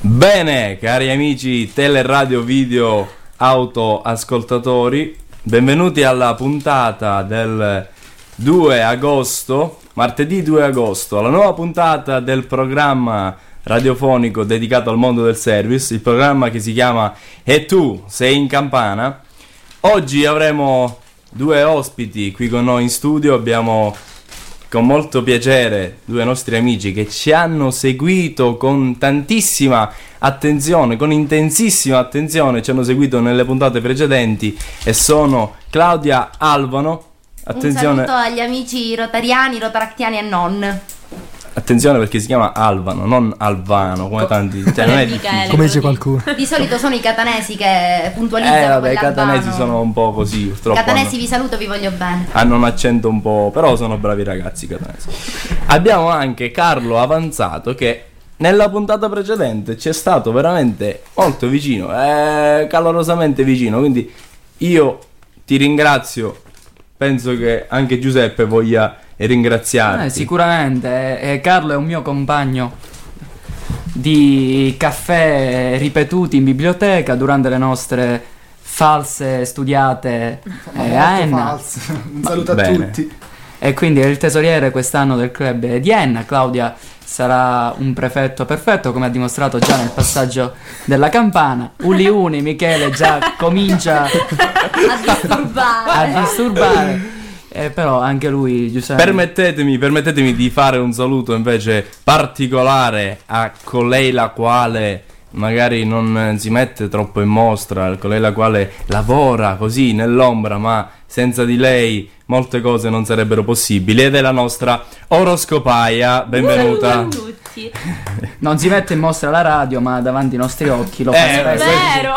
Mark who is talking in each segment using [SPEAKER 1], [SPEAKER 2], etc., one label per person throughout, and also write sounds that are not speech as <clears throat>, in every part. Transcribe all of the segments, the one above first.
[SPEAKER 1] Bene, cari amici teleradio video auto ascoltatori, benvenuti alla puntata del 2 agosto, martedì 2 agosto, alla nuova puntata del programma radiofonico dedicato al mondo del service, il programma che si chiama E tu sei in campana. Oggi avremo due ospiti qui con noi in studio, abbiamo con molto piacere due nostri amici che ci hanno seguito con tantissima attenzione, con intensissima attenzione, ci hanno seguito nelle puntate precedenti e sono Claudia Alvano.
[SPEAKER 2] Un
[SPEAKER 1] Attenzione,
[SPEAKER 2] saluto agli amici rotariani, rotaractiani e non.
[SPEAKER 1] attenzione perché si chiama Alvano, non Alvano, come tanti. Cioè, non è difficile.
[SPEAKER 3] Come dice qualcuno.
[SPEAKER 2] Di solito sono i catanesi che puntualizzano.
[SPEAKER 1] Eh vabbè, i
[SPEAKER 2] quell'albano.
[SPEAKER 1] catanesi sono un po' così, purtroppo. hanno-
[SPEAKER 2] Catanesi vi saluto, vi voglio bene.
[SPEAKER 1] hanno un accento Ah, un po'. però sono bravi ragazzi catanesi. Abbiamo anche Carlo Avanzato che nella puntata precedente ci è stato veramente molto vicino, eh, calorosamente vicino, quindi io ti ringrazio, penso che anche Giuseppe voglia ringraziarti.
[SPEAKER 4] Eh, sicuramente, eh, eh, Carlo è un mio compagno di caffè ripetuti in biblioteca durante le nostre false studiate eh, a
[SPEAKER 3] Molto
[SPEAKER 4] Enna.
[SPEAKER 3] falso. Un saluto a
[SPEAKER 1] Bene.
[SPEAKER 3] tutti.
[SPEAKER 4] E quindi il tesoriere quest'anno del club è di Enna. Claudia sarà un prefetto perfetto, come ha dimostrato già nel passaggio della campana. Uli Uni, Michele già
[SPEAKER 3] <laughs>
[SPEAKER 4] comincia
[SPEAKER 2] A
[SPEAKER 4] a
[SPEAKER 2] disturbare.
[SPEAKER 4] disturbare. Eh, però anche lui, Giuseppe.
[SPEAKER 1] Eh. Permettetemi, permettetemi di fare un saluto invece particolare a colei la quale magari non eh, si mette troppo in mostra, colei la quale lavora così nell'ombra, ma senza di lei molte cose non sarebbero possibili ed è la nostra oroscopaia, benvenuta.
[SPEAKER 5] Saluto a tutti.
[SPEAKER 4] Non si mette in mostra la radio, ma davanti ai nostri occhi lo fa
[SPEAKER 1] Eh,
[SPEAKER 4] spesso.
[SPEAKER 5] Vero.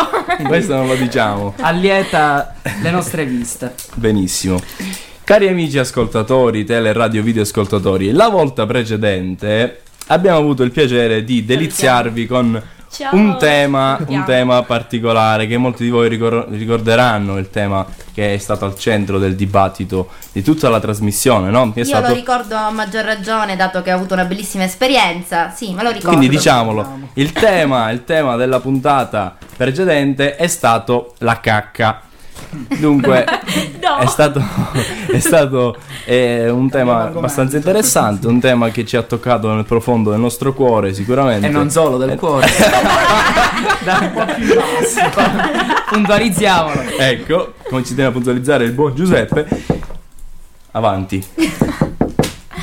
[SPEAKER 1] Questo non lo diciamo.
[SPEAKER 4] Allieta le nostre viste.
[SPEAKER 1] Benissimo. Cari amici ascoltatori, tele, radio, video ascoltatori, la volta precedente abbiamo avuto il piacere di deliziarvi con
[SPEAKER 5] Ciao.
[SPEAKER 1] un tema, un
[SPEAKER 5] Salutiamo.
[SPEAKER 1] tema particolare che molti di voi ricor- ricorderanno, il tema che è stato al centro del dibattito di tutta la trasmissione, no? Che è
[SPEAKER 2] Io
[SPEAKER 1] stato-
[SPEAKER 2] lo ricordo a maggior ragione, dato che ho avuto una bellissima esperienza. Sì, me lo ricordo.
[SPEAKER 1] Quindi diciamo diciamolo, il tema, il tema della puntata precedente è stato la cacca.
[SPEAKER 2] <laughs>
[SPEAKER 1] Dunque,
[SPEAKER 4] <laughs>
[SPEAKER 5] No.
[SPEAKER 1] è stato, è stato, eh, un tema
[SPEAKER 3] argomento.
[SPEAKER 1] abbastanza interessante, un tema che ci ha toccato nel profondo del nostro cuore sicuramente. Eh,
[SPEAKER 4] E non solo del cuore. Dai, un po' più basso. Puntualizziamolo.
[SPEAKER 1] <laughs> Ecco, come ci tiene a puntualizzare il buon Giuseppe. Avanti.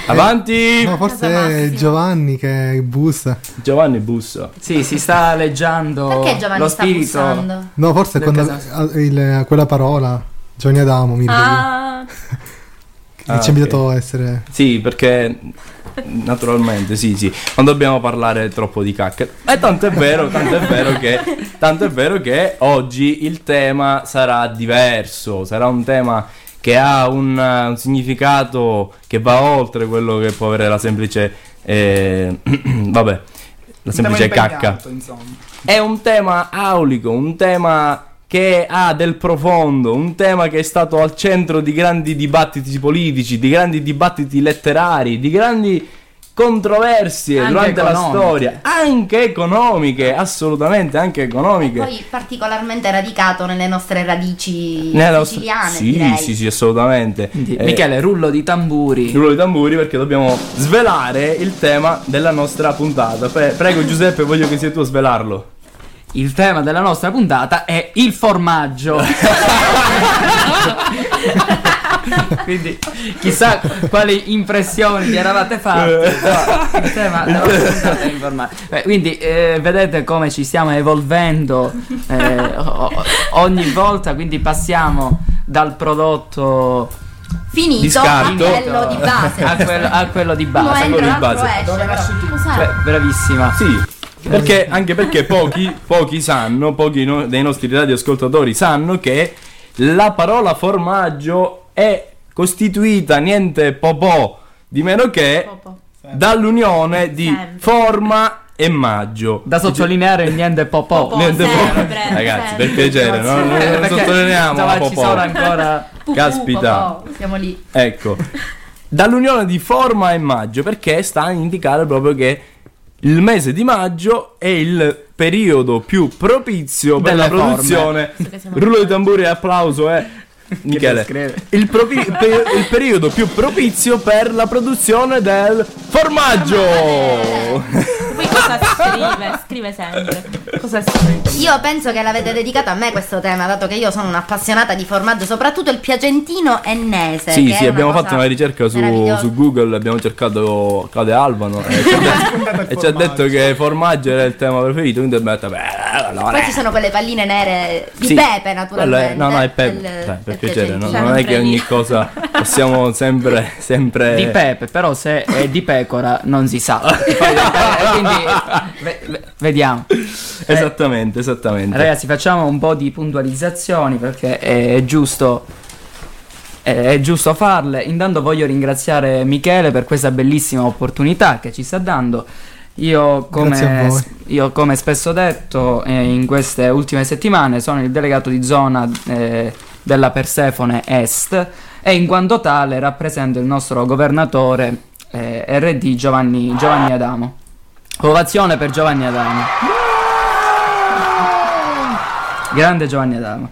[SPEAKER 1] Avanti!
[SPEAKER 3] No, forse
[SPEAKER 2] Casa
[SPEAKER 3] è
[SPEAKER 2] Massimo.
[SPEAKER 3] Giovanni che bussa.
[SPEAKER 1] Giovanni Bussa.
[SPEAKER 4] Sì, si sta leggendo
[SPEAKER 2] Perché Giovanni
[SPEAKER 4] lo
[SPEAKER 2] sta
[SPEAKER 4] spirito.
[SPEAKER 2] bussando?
[SPEAKER 3] No, forse è
[SPEAKER 4] Del
[SPEAKER 3] quando
[SPEAKER 4] Casas-
[SPEAKER 3] eh, il- quella parola Giovanni Adamo mi ricordo.
[SPEAKER 5] Ah,
[SPEAKER 3] Che
[SPEAKER 1] Ah,
[SPEAKER 3] ci ha
[SPEAKER 1] ok.
[SPEAKER 3] invitato a essere
[SPEAKER 1] Sì, perché naturalmente, sì, sì, non dobbiamo parlare troppo di cacca. E tanto è vero, tanto è vero che tanto è vero che oggi il tema sarà diverso, sarà un tema che ha un, eh, un significato che va oltre quello che può avere la semplice eh, <clears throat> vabbè, la semplice cacca. È un tema aulico, un tema che ha del profondo, un tema che è stato al centro di grandi dibattiti politici, di grandi dibattiti letterari, di grandi controversie
[SPEAKER 4] Anche
[SPEAKER 1] durante
[SPEAKER 4] economiche.
[SPEAKER 1] la storia, anche economiche, assolutamente anche economiche.
[SPEAKER 2] Poi particolarmente radicato nelle nostre radici
[SPEAKER 1] Nella nostra-
[SPEAKER 2] siciliane,
[SPEAKER 1] Sì,
[SPEAKER 2] direi.
[SPEAKER 1] sì, sì, assolutamente.
[SPEAKER 4] Quindi,
[SPEAKER 1] Eh,
[SPEAKER 4] Michele, rullo di tamburi.
[SPEAKER 1] rullo di tamburi perché dobbiamo svelare il tema della nostra puntata. Pre- prego Giuseppe, voglio che sia tu a svelarlo.
[SPEAKER 4] Il tema della nostra puntata è il formaggio. <laughs> Quindi, chissà quali impressioni vi eravate fatti.
[SPEAKER 1] Eh.
[SPEAKER 4] però Il tema della nostra puntata è il formaggio. Beh, quindi, eh, vedete come ci stiamo evolvendo eh, o- o- ogni volta. Quindi, passiamo dal prodotto
[SPEAKER 2] Finito
[SPEAKER 1] Di scarto.
[SPEAKER 2] a quello di base.
[SPEAKER 4] a quello, a quello di
[SPEAKER 2] Uno
[SPEAKER 4] base.
[SPEAKER 2] entra,
[SPEAKER 1] quello di
[SPEAKER 2] l'altro
[SPEAKER 1] base.
[SPEAKER 2] esce, però. Cos'è?
[SPEAKER 4] Beh, Cioè, bravissima.
[SPEAKER 1] Sì. Perché, anche perché pochi, pochi sanno, pochi no- dei nostri radioascoltatori sanno che la parola formaggio è costituita niente popò di meno che
[SPEAKER 2] Popò.
[SPEAKER 1] dall'unione di
[SPEAKER 5] Sempre.
[SPEAKER 1] forma e maggio.
[SPEAKER 4] Da sottolineare il niente popò.
[SPEAKER 5] Popò.
[SPEAKER 1] Niente popò.
[SPEAKER 5] sempre,
[SPEAKER 1] Ragazzi, per
[SPEAKER 5] sempre.
[SPEAKER 1] piacere, no? non, non
[SPEAKER 4] Perché
[SPEAKER 1] sottolineiamo la
[SPEAKER 4] insomma, ci sono
[SPEAKER 1] popò.
[SPEAKER 2] <laughs>
[SPEAKER 4] ancora
[SPEAKER 2] Pupù,
[SPEAKER 1] Caspita.
[SPEAKER 2] popò, Siamo lì.
[SPEAKER 1] Ecco, dall'unione di forma e maggio, perché sta a indicare proprio che il mese di maggio è il periodo più propizio per
[SPEAKER 4] Delle
[SPEAKER 1] la
[SPEAKER 4] forme.
[SPEAKER 1] produzione.
[SPEAKER 2] Visto che siamo-
[SPEAKER 1] Rullo di tamburi e applauso, eh. Michele.
[SPEAKER 4] descrive.
[SPEAKER 1] Il, propi- per- il periodo più propizio per la produzione del formaggio.
[SPEAKER 5] Poi cosa scrive?
[SPEAKER 2] <laughs>
[SPEAKER 5] Scrive sempre. Cosa scrive?
[SPEAKER 2] Io penso che l'avete dedicato a me questo tema, dato che io sono un'appassionata di formaggio, soprattutto il piacentino ennese.
[SPEAKER 1] Sì,
[SPEAKER 2] che è
[SPEAKER 1] sì, abbiamo
[SPEAKER 2] cosa
[SPEAKER 1] fatto una ricerca su,
[SPEAKER 2] meravigliosa.
[SPEAKER 1] su Google, abbiamo cercato Cade Albano e
[SPEAKER 4] <laughs>
[SPEAKER 1] ci ha detto- e ci ha detto che formaggio era il tema preferito, quindi abbiamo detto, beh, allora...
[SPEAKER 2] Poi ci sono quelle palline nere di
[SPEAKER 1] Eh. Sì,
[SPEAKER 2] pepe,
[SPEAKER 1] quello è-
[SPEAKER 2] naturalmente.
[SPEAKER 1] no, no, è pepe. Dai,
[SPEAKER 2] del-
[SPEAKER 1] per
[SPEAKER 2] del
[SPEAKER 1] piacere, no,
[SPEAKER 2] piacentino.
[SPEAKER 1] non è che ogni
[SPEAKER 5] prendi.
[SPEAKER 1] cosa
[SPEAKER 2] <laughs>
[SPEAKER 1] possiamo sempre, sempre...
[SPEAKER 4] Di pepe, però se è di pecora non si sa. Poi, eh, Quindi ve- ve- vediamo.
[SPEAKER 1] Eh, Esattamente, esattamente.
[SPEAKER 4] Ragazzi, facciamo un po' di puntualizzazioni perché è, è giusto. È è giusto farle. Intanto voglio ringraziare Michele per questa bellissima opportunità che ci sta dando. Io
[SPEAKER 3] Grazie a
[SPEAKER 4] come,
[SPEAKER 3] voi.
[SPEAKER 4] io, come spesso detto, eh, in queste ultime settimane sono il delegato di zona eh, della Persefone Est e in quanto tale rappresento il nostro governatore eh, RD Giovanni, Giovanni Adamo. Ovazione per Giovanni Adamo. Grande Giovanni Adamo.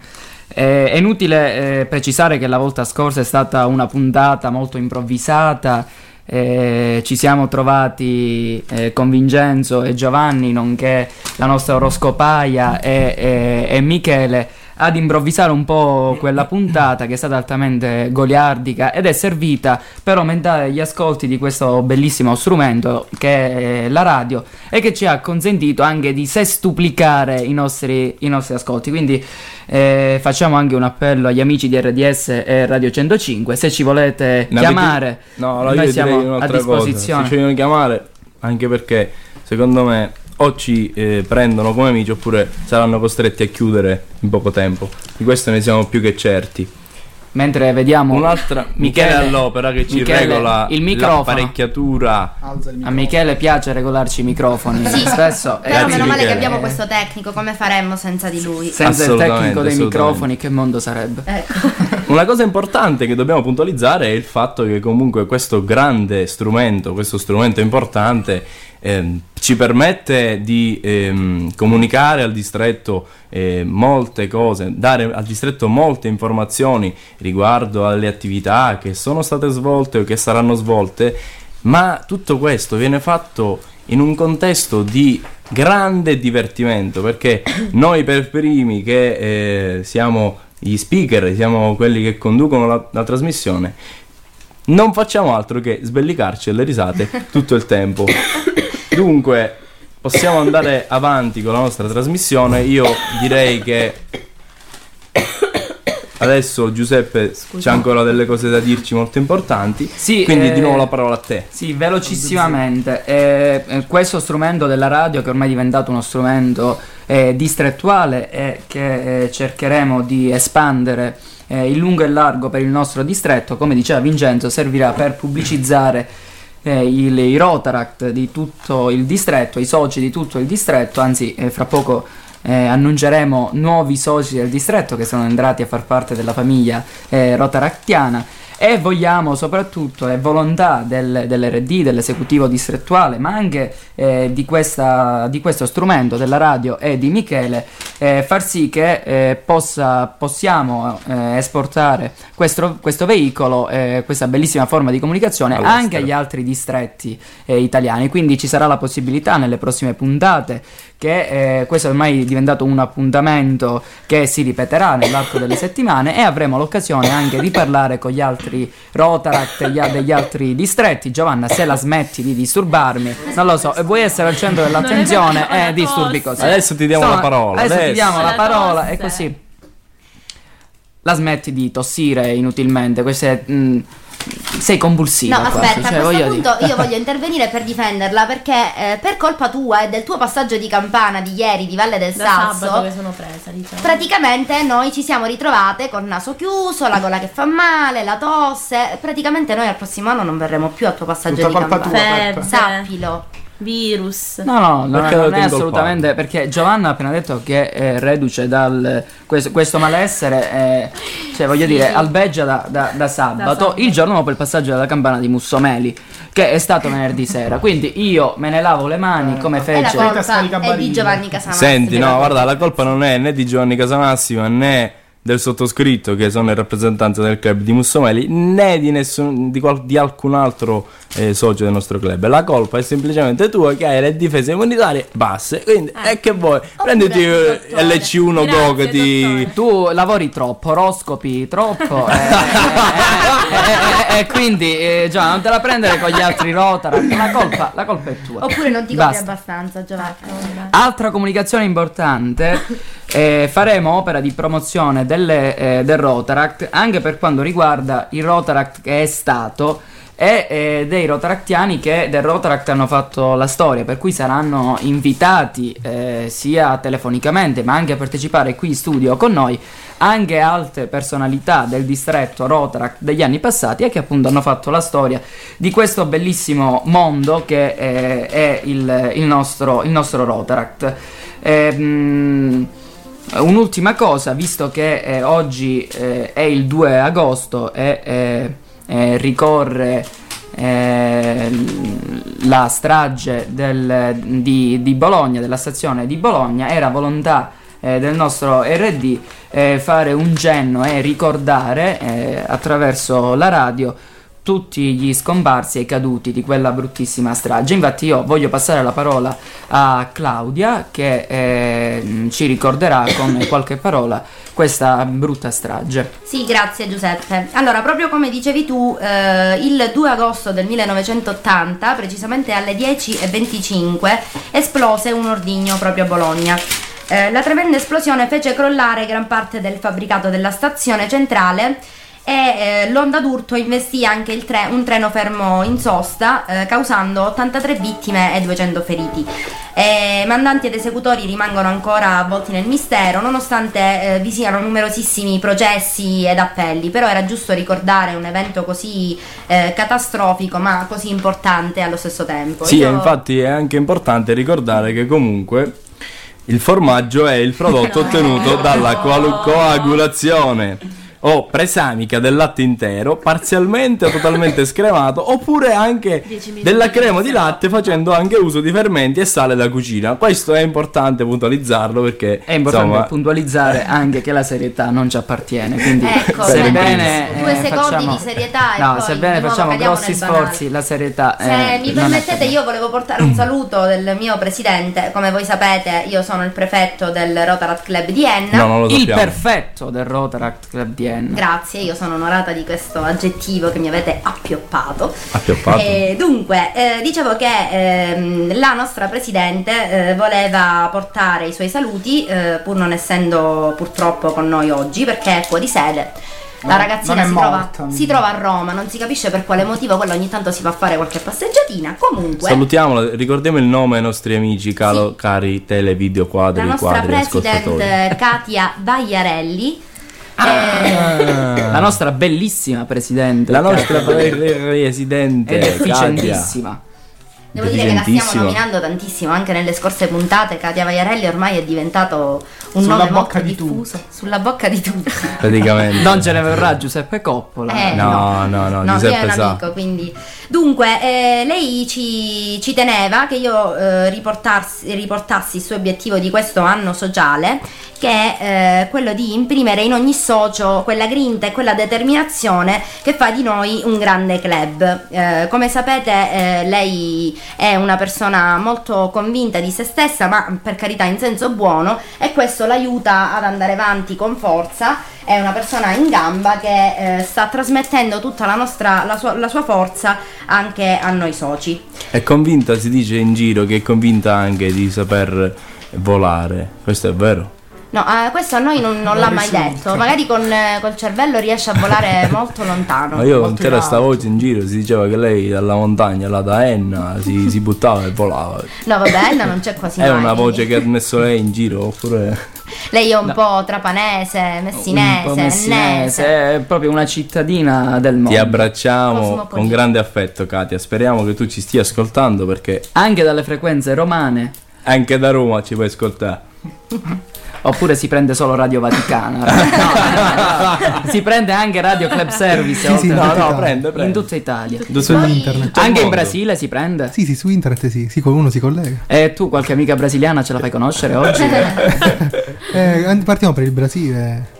[SPEAKER 4] Eh, è inutile eh, precisare che la volta scorsa è stata una puntata molto improvvisata. eh, ci siamo trovati eh, con Vincenzo e Giovanni, nonché la nostra oroscopaia e, e- e Michele, ad improvvisare un po' quella puntata che è stata altamente goliardica ed è servita per aumentare gli ascolti di questo bellissimo strumento che è la radio e che ci ha consentito anche di sestuplicare i nostri, i nostri ascolti. Quindi eh, facciamo anche un appello agli amici di RDS e Radio 105. Se ci volete
[SPEAKER 1] Ne avete-
[SPEAKER 4] chiamare,
[SPEAKER 1] No, allora
[SPEAKER 4] noi
[SPEAKER 1] io
[SPEAKER 4] siamo
[SPEAKER 1] direi
[SPEAKER 4] a
[SPEAKER 1] un'altra
[SPEAKER 4] disposizione.
[SPEAKER 1] cosa. Se ci vogliono chiamare, anche perché secondo me o ci eh, prendono come amici oppure saranno costretti a chiudere in poco tempo. Di questo ne siamo più che certi.
[SPEAKER 4] mentre vediamo
[SPEAKER 1] Un'altra Michele,
[SPEAKER 4] Michele
[SPEAKER 1] all'opera che ci
[SPEAKER 4] Michele,
[SPEAKER 1] regola
[SPEAKER 4] il microfono.
[SPEAKER 1] l'apparecchiatura.
[SPEAKER 4] a Michele piace regolarci i microfoni
[SPEAKER 2] Sì.
[SPEAKER 4] spesso
[SPEAKER 2] Però
[SPEAKER 1] Grazie,
[SPEAKER 2] meno male
[SPEAKER 1] Michele.
[SPEAKER 2] che abbiamo questo tecnico, come faremmo senza di lui?
[SPEAKER 4] senza il
[SPEAKER 1] Assolutamente,
[SPEAKER 4] tecnico dei
[SPEAKER 1] assolutamente.
[SPEAKER 4] microfoni che mondo sarebbe
[SPEAKER 2] Ecco.
[SPEAKER 1] Una cosa importante che dobbiamo puntualizzare è il fatto che comunque questo grande strumento, questo strumento importante, ehm, ci permette di ehm, comunicare al distretto eh, molte cose, dare al distretto molte informazioni riguardo alle attività che sono state svolte o che saranno svolte, ma tutto questo viene fatto in un contesto di grande divertimento perché
[SPEAKER 4] <coughs>
[SPEAKER 1] noi per primi che eh, siamo gli speaker, siamo quelli che conducono la, la trasmissione, non facciamo altro che sbellicarci
[SPEAKER 4] <coughs>
[SPEAKER 1] alle risate tutto il tempo. Dunque, possiamo andare avanti con la nostra trasmissione. Io direi che adesso Giuseppe c'ha ancora delle cose da dirci molto importanti.
[SPEAKER 4] Sì,
[SPEAKER 1] quindi
[SPEAKER 4] eh,
[SPEAKER 1] di nuovo la parola a te.
[SPEAKER 4] Sì, velocissimamente. Eh, eh, questo strumento della radio, che ormai è diventato uno strumento eh, distrettuale e che eh, cercheremo di espandere eh, in lungo e largo per il nostro distretto, come diceva Vincenzo, servirà per pubblicizzare eh, il- i Rotaract di tutto il distretto, i soci di tutto il distretto, anzi, eh, fra poco. eh, annunceremo nuovi soci del distretto che sono entrati a far parte della famiglia eh, rotaractiana e vogliamo soprattutto è volontà del- dell'RD, dell'esecutivo distrettuale, ma anche eh, di, questa- di questo strumento della radio e di Michele, eh, far sì che eh, possa- possiamo eh, esportare questo, questo veicolo, eh, questa bellissima forma di comunicazione
[SPEAKER 1] All'estero.
[SPEAKER 4] anche agli altri distretti eh, italiani. Quindi ci sarà la possibilità nelle prossime puntate che eh, questo ormai è diventato un appuntamento che si ripeterà nell'arco delle settimane e avremo l'occasione anche di parlare con gli altri Rotaract gli- degli altri distretti. Giovanna, se la smetti di disturbarmi, non lo so, e vuoi essere al centro dell'attenzione
[SPEAKER 5] Non è vero,
[SPEAKER 4] e eh, disturbi
[SPEAKER 5] una
[SPEAKER 4] così.
[SPEAKER 5] tosse.
[SPEAKER 1] Adesso ti diamo
[SPEAKER 4] Insomma,
[SPEAKER 1] la parola.
[SPEAKER 4] Adesso, ti diamo la
[SPEAKER 5] Alla
[SPEAKER 4] parola
[SPEAKER 5] tosse.
[SPEAKER 4] e così. La smetti di tossire inutilmente. Queste, mh, sei compulsiva.
[SPEAKER 2] No,
[SPEAKER 4] quasi,
[SPEAKER 2] aspetta,
[SPEAKER 4] cioè,
[SPEAKER 2] a
[SPEAKER 4] voglio
[SPEAKER 2] questo
[SPEAKER 4] dire.
[SPEAKER 2] punto io voglio intervenire per difenderla perché eh, per colpa tua e del tuo passaggio di campana di ieri di Valle del
[SPEAKER 5] Da
[SPEAKER 2] Sasso,
[SPEAKER 5] sabato che sono presa, diciamo.
[SPEAKER 2] praticamente noi ci siamo ritrovate col naso chiuso, la gola che fa male, la tosse. Praticamente noi al prossimo anno non verremo più al tuo passaggio
[SPEAKER 3] Tutta
[SPEAKER 2] di
[SPEAKER 3] colpa
[SPEAKER 2] campana.
[SPEAKER 3] tua,
[SPEAKER 5] Peppe.
[SPEAKER 2] Sappilo.
[SPEAKER 5] Virus.
[SPEAKER 4] No, no, no,
[SPEAKER 1] Perché
[SPEAKER 4] non
[SPEAKER 1] l'avete
[SPEAKER 4] è
[SPEAKER 1] incolpato?
[SPEAKER 4] assolutamente perché Giovanna ha appena detto che è reduce dal questo, questo malessere, eh, cioè voglio dire, albeggia da, da- da sabato,
[SPEAKER 5] sabato.
[SPEAKER 4] il giorno dopo il passaggio della campana di Mussomeli. che è stato venerdì sera. Quindi io me ne lavo le mani come
[SPEAKER 2] E la
[SPEAKER 4] fece.
[SPEAKER 6] Aspetta,
[SPEAKER 2] colpa
[SPEAKER 6] scarica
[SPEAKER 2] è di
[SPEAKER 6] Barilla.
[SPEAKER 2] Giovanni Casamassi.
[SPEAKER 1] Senti,
[SPEAKER 2] della
[SPEAKER 1] no,
[SPEAKER 2] colpa.
[SPEAKER 1] guarda, la colpa non è né di Giovanni Casamassima né del sottoscritto che sono il rappresentante del club di Mussomeli né di, nessun, di, qual- di alcun altro eh, socio del nostro club la colpa è semplicemente tua che hai le difese immunitarie basse quindi
[SPEAKER 5] Eh.
[SPEAKER 1] è che vuoi prenditi eh,
[SPEAKER 5] dottore.
[SPEAKER 1] LC1
[SPEAKER 5] Grazie,
[SPEAKER 1] Dogati
[SPEAKER 5] dottore.
[SPEAKER 4] Tu lavori troppo, oroscopi
[SPEAKER 1] <laughs>
[SPEAKER 4] troppo eh. e, e- e- e quindi eh, già non te la prendere con gli altri Rotaract, la colpa, la colpa è tua.
[SPEAKER 2] Oppure non ti copri
[SPEAKER 4] Basta.
[SPEAKER 2] abbastanza, Giovanni.
[SPEAKER 4] Altra comunicazione importante, eh, faremo opera di promozione delle, eh, del Rotaract anche per quanto riguarda il Rotaract che è stato e eh, dei Rotaractiani che del Rotaract hanno fatto la storia, per cui saranno invitati eh, sia telefonicamente ma anche a partecipare qui in studio con noi anche altre personalità del distretto Rotaract degli anni passati e che appunto hanno fatto la storia di questo bellissimo mondo che eh, è il, il nostro, il nostro Rotaract. Ehm, un'ultima cosa, visto che eh, oggi eh, è il 2 agosto e eh, eh, ricorre eh, l- la strage del- di, di Bologna, della stazione di Bologna, era volontà eh, del nostro RD eh, fare un cenno e ricordare eh, attraverso la radio tutti gli scomparsi e caduti di quella bruttissima strage. Infatti io voglio passare la parola a Claudia che eh, mh, ci ricorderà
[SPEAKER 1] <coughs>
[SPEAKER 4] con qualche parola questa brutta strage.
[SPEAKER 2] Sì, grazie Giuseppe. Allora, proprio come dicevi tu, eh, il 2 agosto del 1980, precisamente alle 10.25, esplose un ordigno proprio a Bologna. Eh, la tremenda esplosione fece crollare gran parte del fabbricato della stazione centrale e eh, l'onda d'urto investì anche il tre- un treno fermo in sosta, eh, causando 83 vittime e 200 feriti. Eh, mandanti ed esecutori rimangono ancora avvolti nel mistero, nonostante eh, vi siano numerosissimi processi ed appelli, però era giusto ricordare un evento così eh, catastrofico ma così importante allo stesso tempo.
[SPEAKER 1] Sì,
[SPEAKER 2] Io-
[SPEAKER 1] e infatti è anche importante ricordare che comunque il formaggio è il
[SPEAKER 2] <laughs>
[SPEAKER 1] prodotto
[SPEAKER 5] No.
[SPEAKER 1] ottenuto dalla coalu-
[SPEAKER 5] No.
[SPEAKER 1] coagulazione o presamica del latte intero, parzialmente o totalmente scremato, oppure anche
[SPEAKER 5] 10 minuti
[SPEAKER 1] della
[SPEAKER 5] di
[SPEAKER 1] crema di
[SPEAKER 5] sale.
[SPEAKER 1] latte facendo anche uso di fermenti e sale da cucina. Questo è importante puntualizzarlo perché
[SPEAKER 4] È importante
[SPEAKER 1] insomma, eh.
[SPEAKER 4] puntualizzare anche che la serietà non ci appartiene, quindi
[SPEAKER 2] Ecco,
[SPEAKER 1] Bene,
[SPEAKER 4] sebbene
[SPEAKER 2] due
[SPEAKER 4] eh,
[SPEAKER 2] secondi
[SPEAKER 4] facciamo-
[SPEAKER 2] di serietà e
[SPEAKER 4] No,
[SPEAKER 2] poi
[SPEAKER 4] sebbene
[SPEAKER 2] di nuovo
[SPEAKER 4] facciamo
[SPEAKER 2] cadiamo
[SPEAKER 4] grossi
[SPEAKER 2] nel banale.
[SPEAKER 4] sforzi, la serietà
[SPEAKER 2] Se
[SPEAKER 4] eh,
[SPEAKER 2] mi
[SPEAKER 4] non è
[SPEAKER 2] permettete,
[SPEAKER 4] ferma.
[SPEAKER 2] io volevo portare un saluto del mio presidente. Come voi sapete, io sono il prefetto del Rotaract Club di Enna.
[SPEAKER 1] no, non lo
[SPEAKER 4] il
[SPEAKER 1] sappiamo.
[SPEAKER 4] perfetto del Rotaract Club di Enna.
[SPEAKER 2] Grazie, io sono onorata di questo aggettivo che mi avete appioppato.
[SPEAKER 1] Appioppato.
[SPEAKER 2] Eh, dunque, eh, dicevo che ehm, la nostra presidente eh, voleva portare i suoi saluti, eh, pur non essendo purtroppo con noi oggi, perché è fuori sede.
[SPEAKER 6] No,
[SPEAKER 2] La ragazzina
[SPEAKER 6] non è
[SPEAKER 2] si, trova,
[SPEAKER 6] morta.
[SPEAKER 2] si trova a Roma, non si capisce per quale motivo, quella ogni tanto si va a fare qualche passeggiatina. Comunque,
[SPEAKER 1] Salutiamola, ricordiamo il nome ai nostri amici, caro-
[SPEAKER 2] Sì.
[SPEAKER 1] cari televideo
[SPEAKER 2] la
[SPEAKER 1] quadri,
[SPEAKER 2] nostra
[SPEAKER 1] quadri, ascoltatori.
[SPEAKER 2] presidente Katia Bagliarelli.
[SPEAKER 6] Ah,
[SPEAKER 2] eh,
[SPEAKER 4] La nostra bellissima presidente.
[SPEAKER 1] La nostra
[SPEAKER 4] Katia Bagliarelli.
[SPEAKER 1] presidente
[SPEAKER 4] ed
[SPEAKER 1] Katia.
[SPEAKER 4] efficientissima.
[SPEAKER 2] Devo dire che la stiamo
[SPEAKER 1] Intelligentissima.
[SPEAKER 2] nominando tantissimo, anche nelle scorse puntate Katia Vaiarelli ormai è diventato un
[SPEAKER 6] Sulla
[SPEAKER 2] nome molto
[SPEAKER 6] bocca di
[SPEAKER 2] diffuso, sulla bocca di tutti.
[SPEAKER 1] Praticamente.
[SPEAKER 4] Non ce ne verrà Giuseppe Coppola.
[SPEAKER 2] Eh,
[SPEAKER 1] No, no, no,
[SPEAKER 2] No, lui è
[SPEAKER 1] Giuseppe
[SPEAKER 2] un
[SPEAKER 1] sa.
[SPEAKER 2] amico, quindi. Dunque, eh, lei ci, ci teneva che io eh, riportarsi- riportassi il suo obiettivo di questo anno sociale, che è eh, quello di imprimere in ogni socio quella grinta e quella determinazione che fa di noi un grande club. Eh, come sapete, eh, lei è una persona molto convinta di se stessa, ma per carità in senso buono, e questo l'aiuta ad andare avanti con forza è una persona in gamba che eh, sta trasmettendo tutta la, nostra, la, sua, la sua forza anche a noi soci.
[SPEAKER 1] È convinta, si dice in giro, che è convinta anche di saper volare. Questo è vero.
[SPEAKER 2] No, eh, questo a noi non, non l'ha mai detto, magari con, eh, col cervello riesce a
[SPEAKER 1] <laughs>
[SPEAKER 2] volare molto
[SPEAKER 4] Ah,
[SPEAKER 2] lontano.
[SPEAKER 1] Ma io
[SPEAKER 6] molto
[SPEAKER 1] intera
[SPEAKER 6] in
[SPEAKER 1] sta
[SPEAKER 6] alto.
[SPEAKER 1] voce in giro si diceva che lei dalla montagna, là da Enna, si, si buttava e volava.
[SPEAKER 2] No, vabbè, no, non c'è quasi
[SPEAKER 1] È
[SPEAKER 2] mai.
[SPEAKER 1] una voce che ha messo lei in giro, oppure...
[SPEAKER 2] Lei è un po' trapanese, messinese,
[SPEAKER 4] Un po'
[SPEAKER 2] messinese.
[SPEAKER 4] messinese, è proprio una cittadina del
[SPEAKER 1] Ti
[SPEAKER 4] mondo.
[SPEAKER 1] abbracciamo
[SPEAKER 2] Cosmopolita.
[SPEAKER 1] con grande affetto, Katia. Speriamo che tu ci stia ascoltando perché
[SPEAKER 4] Anche dalle frequenze romane.
[SPEAKER 1] anche da Roma ci puoi ascoltare.
[SPEAKER 4] Oppure si prende solo Radio Vaticana.
[SPEAKER 1] <laughs>
[SPEAKER 4] No, no, si prende anche Radio Club Service.
[SPEAKER 3] Sì,
[SPEAKER 4] oltre-
[SPEAKER 3] sì, in
[SPEAKER 1] No,
[SPEAKER 3] tutta
[SPEAKER 1] no,
[SPEAKER 3] Italia.
[SPEAKER 1] prende, prende.
[SPEAKER 4] in tutta Italia.
[SPEAKER 1] Tutto
[SPEAKER 3] Su
[SPEAKER 1] il-
[SPEAKER 3] internet.
[SPEAKER 1] tutto il
[SPEAKER 4] Anche in
[SPEAKER 1] mondo.
[SPEAKER 4] Brasile si prende.
[SPEAKER 3] Sì, sì, su internet sì, sì, qualcuno si collega.
[SPEAKER 4] E tu qualche amica brasiliana ce la fai conoscere oggi?
[SPEAKER 3] Eh, and- partiamo per il Brasile.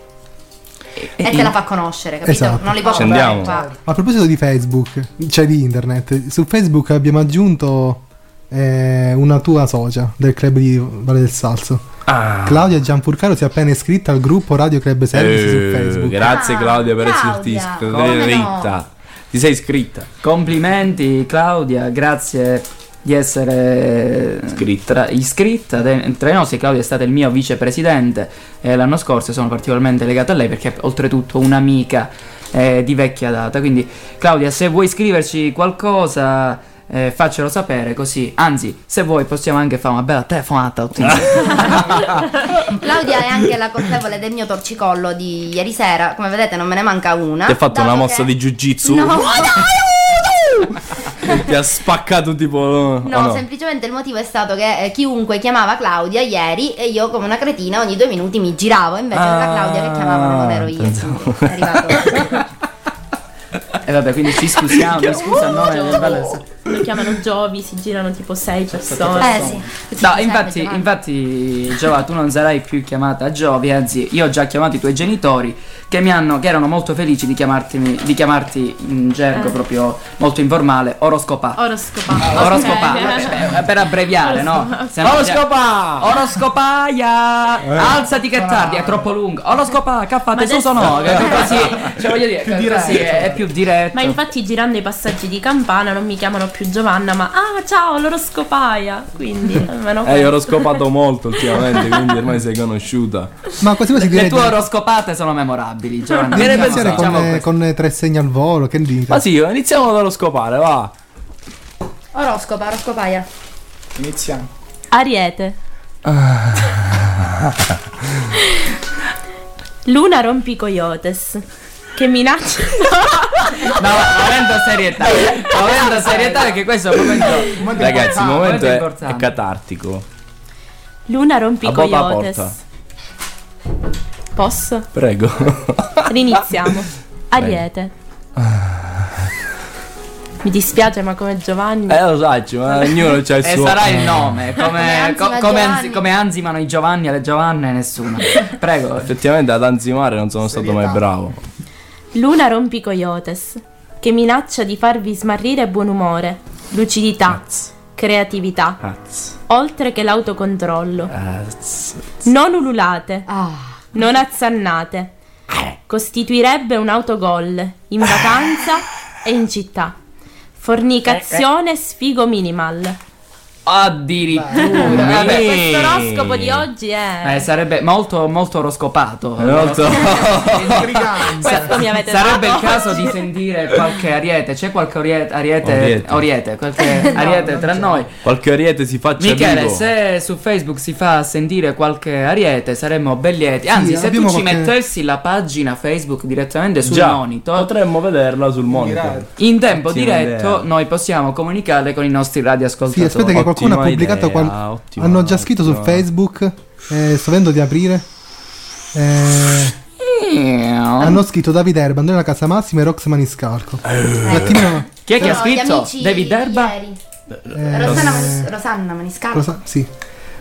[SPEAKER 2] E te Eh, la fa conoscere, capito?
[SPEAKER 3] Esatto.
[SPEAKER 2] Non li può cioè.
[SPEAKER 1] Scendiamo.
[SPEAKER 2] comprare
[SPEAKER 3] <laughs>
[SPEAKER 2] qua.
[SPEAKER 3] A proposito di Facebook, cioè di internet, su Facebook abbiamo aggiunto eh, una tua socia del club di Valle del Salso.
[SPEAKER 1] Ah,
[SPEAKER 3] Claudia Gianfurcaro si è appena iscritta al gruppo Radio Club Service
[SPEAKER 1] eh,
[SPEAKER 3] su Facebook.
[SPEAKER 1] Grazie
[SPEAKER 2] Ah,
[SPEAKER 1] Claudia per
[SPEAKER 2] Claudia,
[SPEAKER 1] esserti iscritta.
[SPEAKER 2] come
[SPEAKER 1] Ti sei iscritta.
[SPEAKER 4] Complimenti Claudia, grazie di essere eh,
[SPEAKER 1] Iscritta.
[SPEAKER 4] tra- iscritta de- tra i nostri. Claudia è stata il mio vicepresidente eh, l'anno scorso e sono particolarmente legato a lei perché è oltretutto un'amica eh, di vecchia data. Quindi Claudia, se vuoi scriverci qualcosa eh, faccelo sapere così. Anzi, se vuoi possiamo anche fare una bella telefonata. tutti
[SPEAKER 2] <laughs>
[SPEAKER 4] insieme.
[SPEAKER 2] Claudia è anche la colpevole del mio torcicollo di ieri sera. Come vedete, non me ne manca una.
[SPEAKER 1] Ti ha fatto
[SPEAKER 2] dato
[SPEAKER 1] una mossa
[SPEAKER 2] che-
[SPEAKER 1] di jiu-jitsu. <laughs>
[SPEAKER 2] No,
[SPEAKER 1] Ti ha spaccato tipo... o
[SPEAKER 2] no, semplicemente il motivo è stato che eh, chiunque chiamava Claudia ieri e io come una cretina ogni due minuti mi giravo, invece era
[SPEAKER 1] Ah,
[SPEAKER 2] Claudia che chiamavano non ero io.
[SPEAKER 4] Ah,
[SPEAKER 1] pensavo.
[SPEAKER 2] quindi È arrivato.
[SPEAKER 4] <laughs> E Eh, vabbè, quindi ci scusiamo, mi scusa a nome del Valese.
[SPEAKER 5] Lo chiamano Giovi, si girano tipo sei persone.
[SPEAKER 2] eh sì.
[SPEAKER 4] No,
[SPEAKER 2] Sì,
[SPEAKER 4] infatti,
[SPEAKER 2] sempre,
[SPEAKER 4] infatti, Giova, tu non sarai più chiamata Giovi, anzi, io ho già chiamato i tuoi genitori che mi hanno, che erano molto felici di, chiamartimi- di chiamarti in gergo
[SPEAKER 5] Eh.
[SPEAKER 4] proprio molto informale, oroscopato.
[SPEAKER 5] Oroscopato.
[SPEAKER 4] Oroscopaia,
[SPEAKER 5] Ok.
[SPEAKER 4] per- per abbreviare, no? Oroscopa! Oroscopaia!
[SPEAKER 1] Eh.
[SPEAKER 4] Alzati che è tardi, è troppo lungo. Oroscopa, caffate
[SPEAKER 5] Ma
[SPEAKER 4] su no, che
[SPEAKER 5] adesso-
[SPEAKER 4] è
[SPEAKER 5] <laughs>
[SPEAKER 4] così, cioè voglio dire, così è, è più diretto.
[SPEAKER 5] Ma infatti girando i passaggi di campana non mi chiamano più Giovanna, ma ah ciao l'oroscopaia.
[SPEAKER 4] <laughs>
[SPEAKER 5] Quindi almeno
[SPEAKER 1] Eh, io l'ho scopato molto ultimamente, quindi ormai sei conosciuta.
[SPEAKER 3] Ma quasi quasi
[SPEAKER 4] le
[SPEAKER 3] direi di
[SPEAKER 4] tue oroscopate sono memorabili, Giovanni.
[SPEAKER 3] di
[SPEAKER 4] Che ne
[SPEAKER 3] iniziare
[SPEAKER 4] pensi? Diciamo
[SPEAKER 3] con, eh,
[SPEAKER 4] questo.
[SPEAKER 3] con tre segni al volo, che dite?
[SPEAKER 1] Ma sì, iniziamo dallo scopare, va.
[SPEAKER 2] ma- <laughs> Oroscopa, oroscopaia.
[SPEAKER 6] Iniziamo.
[SPEAKER 5] Ariete. Luna rompicoyotes. Che minaccia.
[SPEAKER 2] <laughs>
[SPEAKER 5] <laughs>
[SPEAKER 4] No, ma avendo serietà, avendo serietà perché questo è un momento
[SPEAKER 1] Ragazzi,
[SPEAKER 4] importante,
[SPEAKER 1] il momento
[SPEAKER 4] è
[SPEAKER 1] è,
[SPEAKER 4] importante.
[SPEAKER 1] è catartico.
[SPEAKER 5] Luna
[SPEAKER 1] A bocca a porta.
[SPEAKER 5] rompicoyotes. Posso?
[SPEAKER 1] Prego.
[SPEAKER 5] <laughs> Riniziamo. Ariete. Mi dispiace, ma come Giovanni.
[SPEAKER 1] Eh, lo saccio, ma
[SPEAKER 4] <laughs>
[SPEAKER 1] ognuno c'ha il
[SPEAKER 4] e
[SPEAKER 1] suo.
[SPEAKER 4] sarà il Eh. nome,
[SPEAKER 2] Come
[SPEAKER 4] come, co- come
[SPEAKER 2] Anzima Giovanni.
[SPEAKER 4] anzi- come anzimano i Giovanni alle Giovanne
[SPEAKER 1] <laughs>
[SPEAKER 4] nessuno. Prego.
[SPEAKER 1] Effettivamente ad anzimare non sono stato mai bravo.
[SPEAKER 5] Luna rompicoyotes, che minaccia di farvi smarrire buon umore, lucidità, creatività,
[SPEAKER 1] Azz,
[SPEAKER 5] oltre che l'autocontrollo.
[SPEAKER 1] azz.
[SPEAKER 5] Non ululate,
[SPEAKER 2] Ah,
[SPEAKER 5] non azzannate. Costituirebbe un autogol in vacanza e in città. Fornicazione sfigo minimal.
[SPEAKER 4] Addirittura.
[SPEAKER 5] Vabbè,
[SPEAKER 4] Vabbè.
[SPEAKER 5] questo oroscopo di oggi
[SPEAKER 4] Eh,
[SPEAKER 5] è...
[SPEAKER 4] sarebbe molto, molto oroscopato.
[SPEAKER 1] Non so.
[SPEAKER 5] Eh, Questo mi avete
[SPEAKER 4] Sarebbe il
[SPEAKER 5] dato.
[SPEAKER 4] caso di sentire qualche ariete. C'è qualche ariete? Ariete?
[SPEAKER 1] Oriete.
[SPEAKER 4] Oriete, <laughs> qualche ariete tra noi.
[SPEAKER 1] Qualche ariete si faccia
[SPEAKER 4] Michele,
[SPEAKER 1] vivo.
[SPEAKER 4] se su Facebook si fa sentire qualche ariete, saremmo ben lieti. Anzi, se tu
[SPEAKER 3] abbiamo
[SPEAKER 4] ci
[SPEAKER 3] qualche-
[SPEAKER 4] mettessi la pagina Facebook direttamente sul
[SPEAKER 1] Già,
[SPEAKER 4] monitor,
[SPEAKER 1] potremmo vederla sul monitor.
[SPEAKER 6] Mirare.
[SPEAKER 4] in tempo
[SPEAKER 1] Ottima
[SPEAKER 4] diretto
[SPEAKER 1] idea.
[SPEAKER 4] noi possiamo comunicare con i nostri
[SPEAKER 3] Sì,
[SPEAKER 4] radioascoltatori.
[SPEAKER 3] aspetta che qualcuno ha
[SPEAKER 1] Ottima
[SPEAKER 3] pubblicato
[SPEAKER 1] idea,
[SPEAKER 3] qual-
[SPEAKER 1] ottima,
[SPEAKER 3] Hanno già scritto su
[SPEAKER 1] ottima.
[SPEAKER 3] Facebook. eh, sto vedendo di aprire. Eh,
[SPEAKER 4] Ehm,
[SPEAKER 3] hanno scritto Davide Erba, Andrea Casa Massima e Rox Maniscalco.
[SPEAKER 1] Eh.
[SPEAKER 3] Un attimino.
[SPEAKER 4] Chi è che ha
[SPEAKER 2] sono gli
[SPEAKER 4] scritto?
[SPEAKER 2] amici
[SPEAKER 4] David Erba?
[SPEAKER 2] ieri.
[SPEAKER 3] eh,
[SPEAKER 2] Rosanna,
[SPEAKER 3] eh,
[SPEAKER 2] Manis- Rosanna Maniscalco.
[SPEAKER 3] Rosa- sì.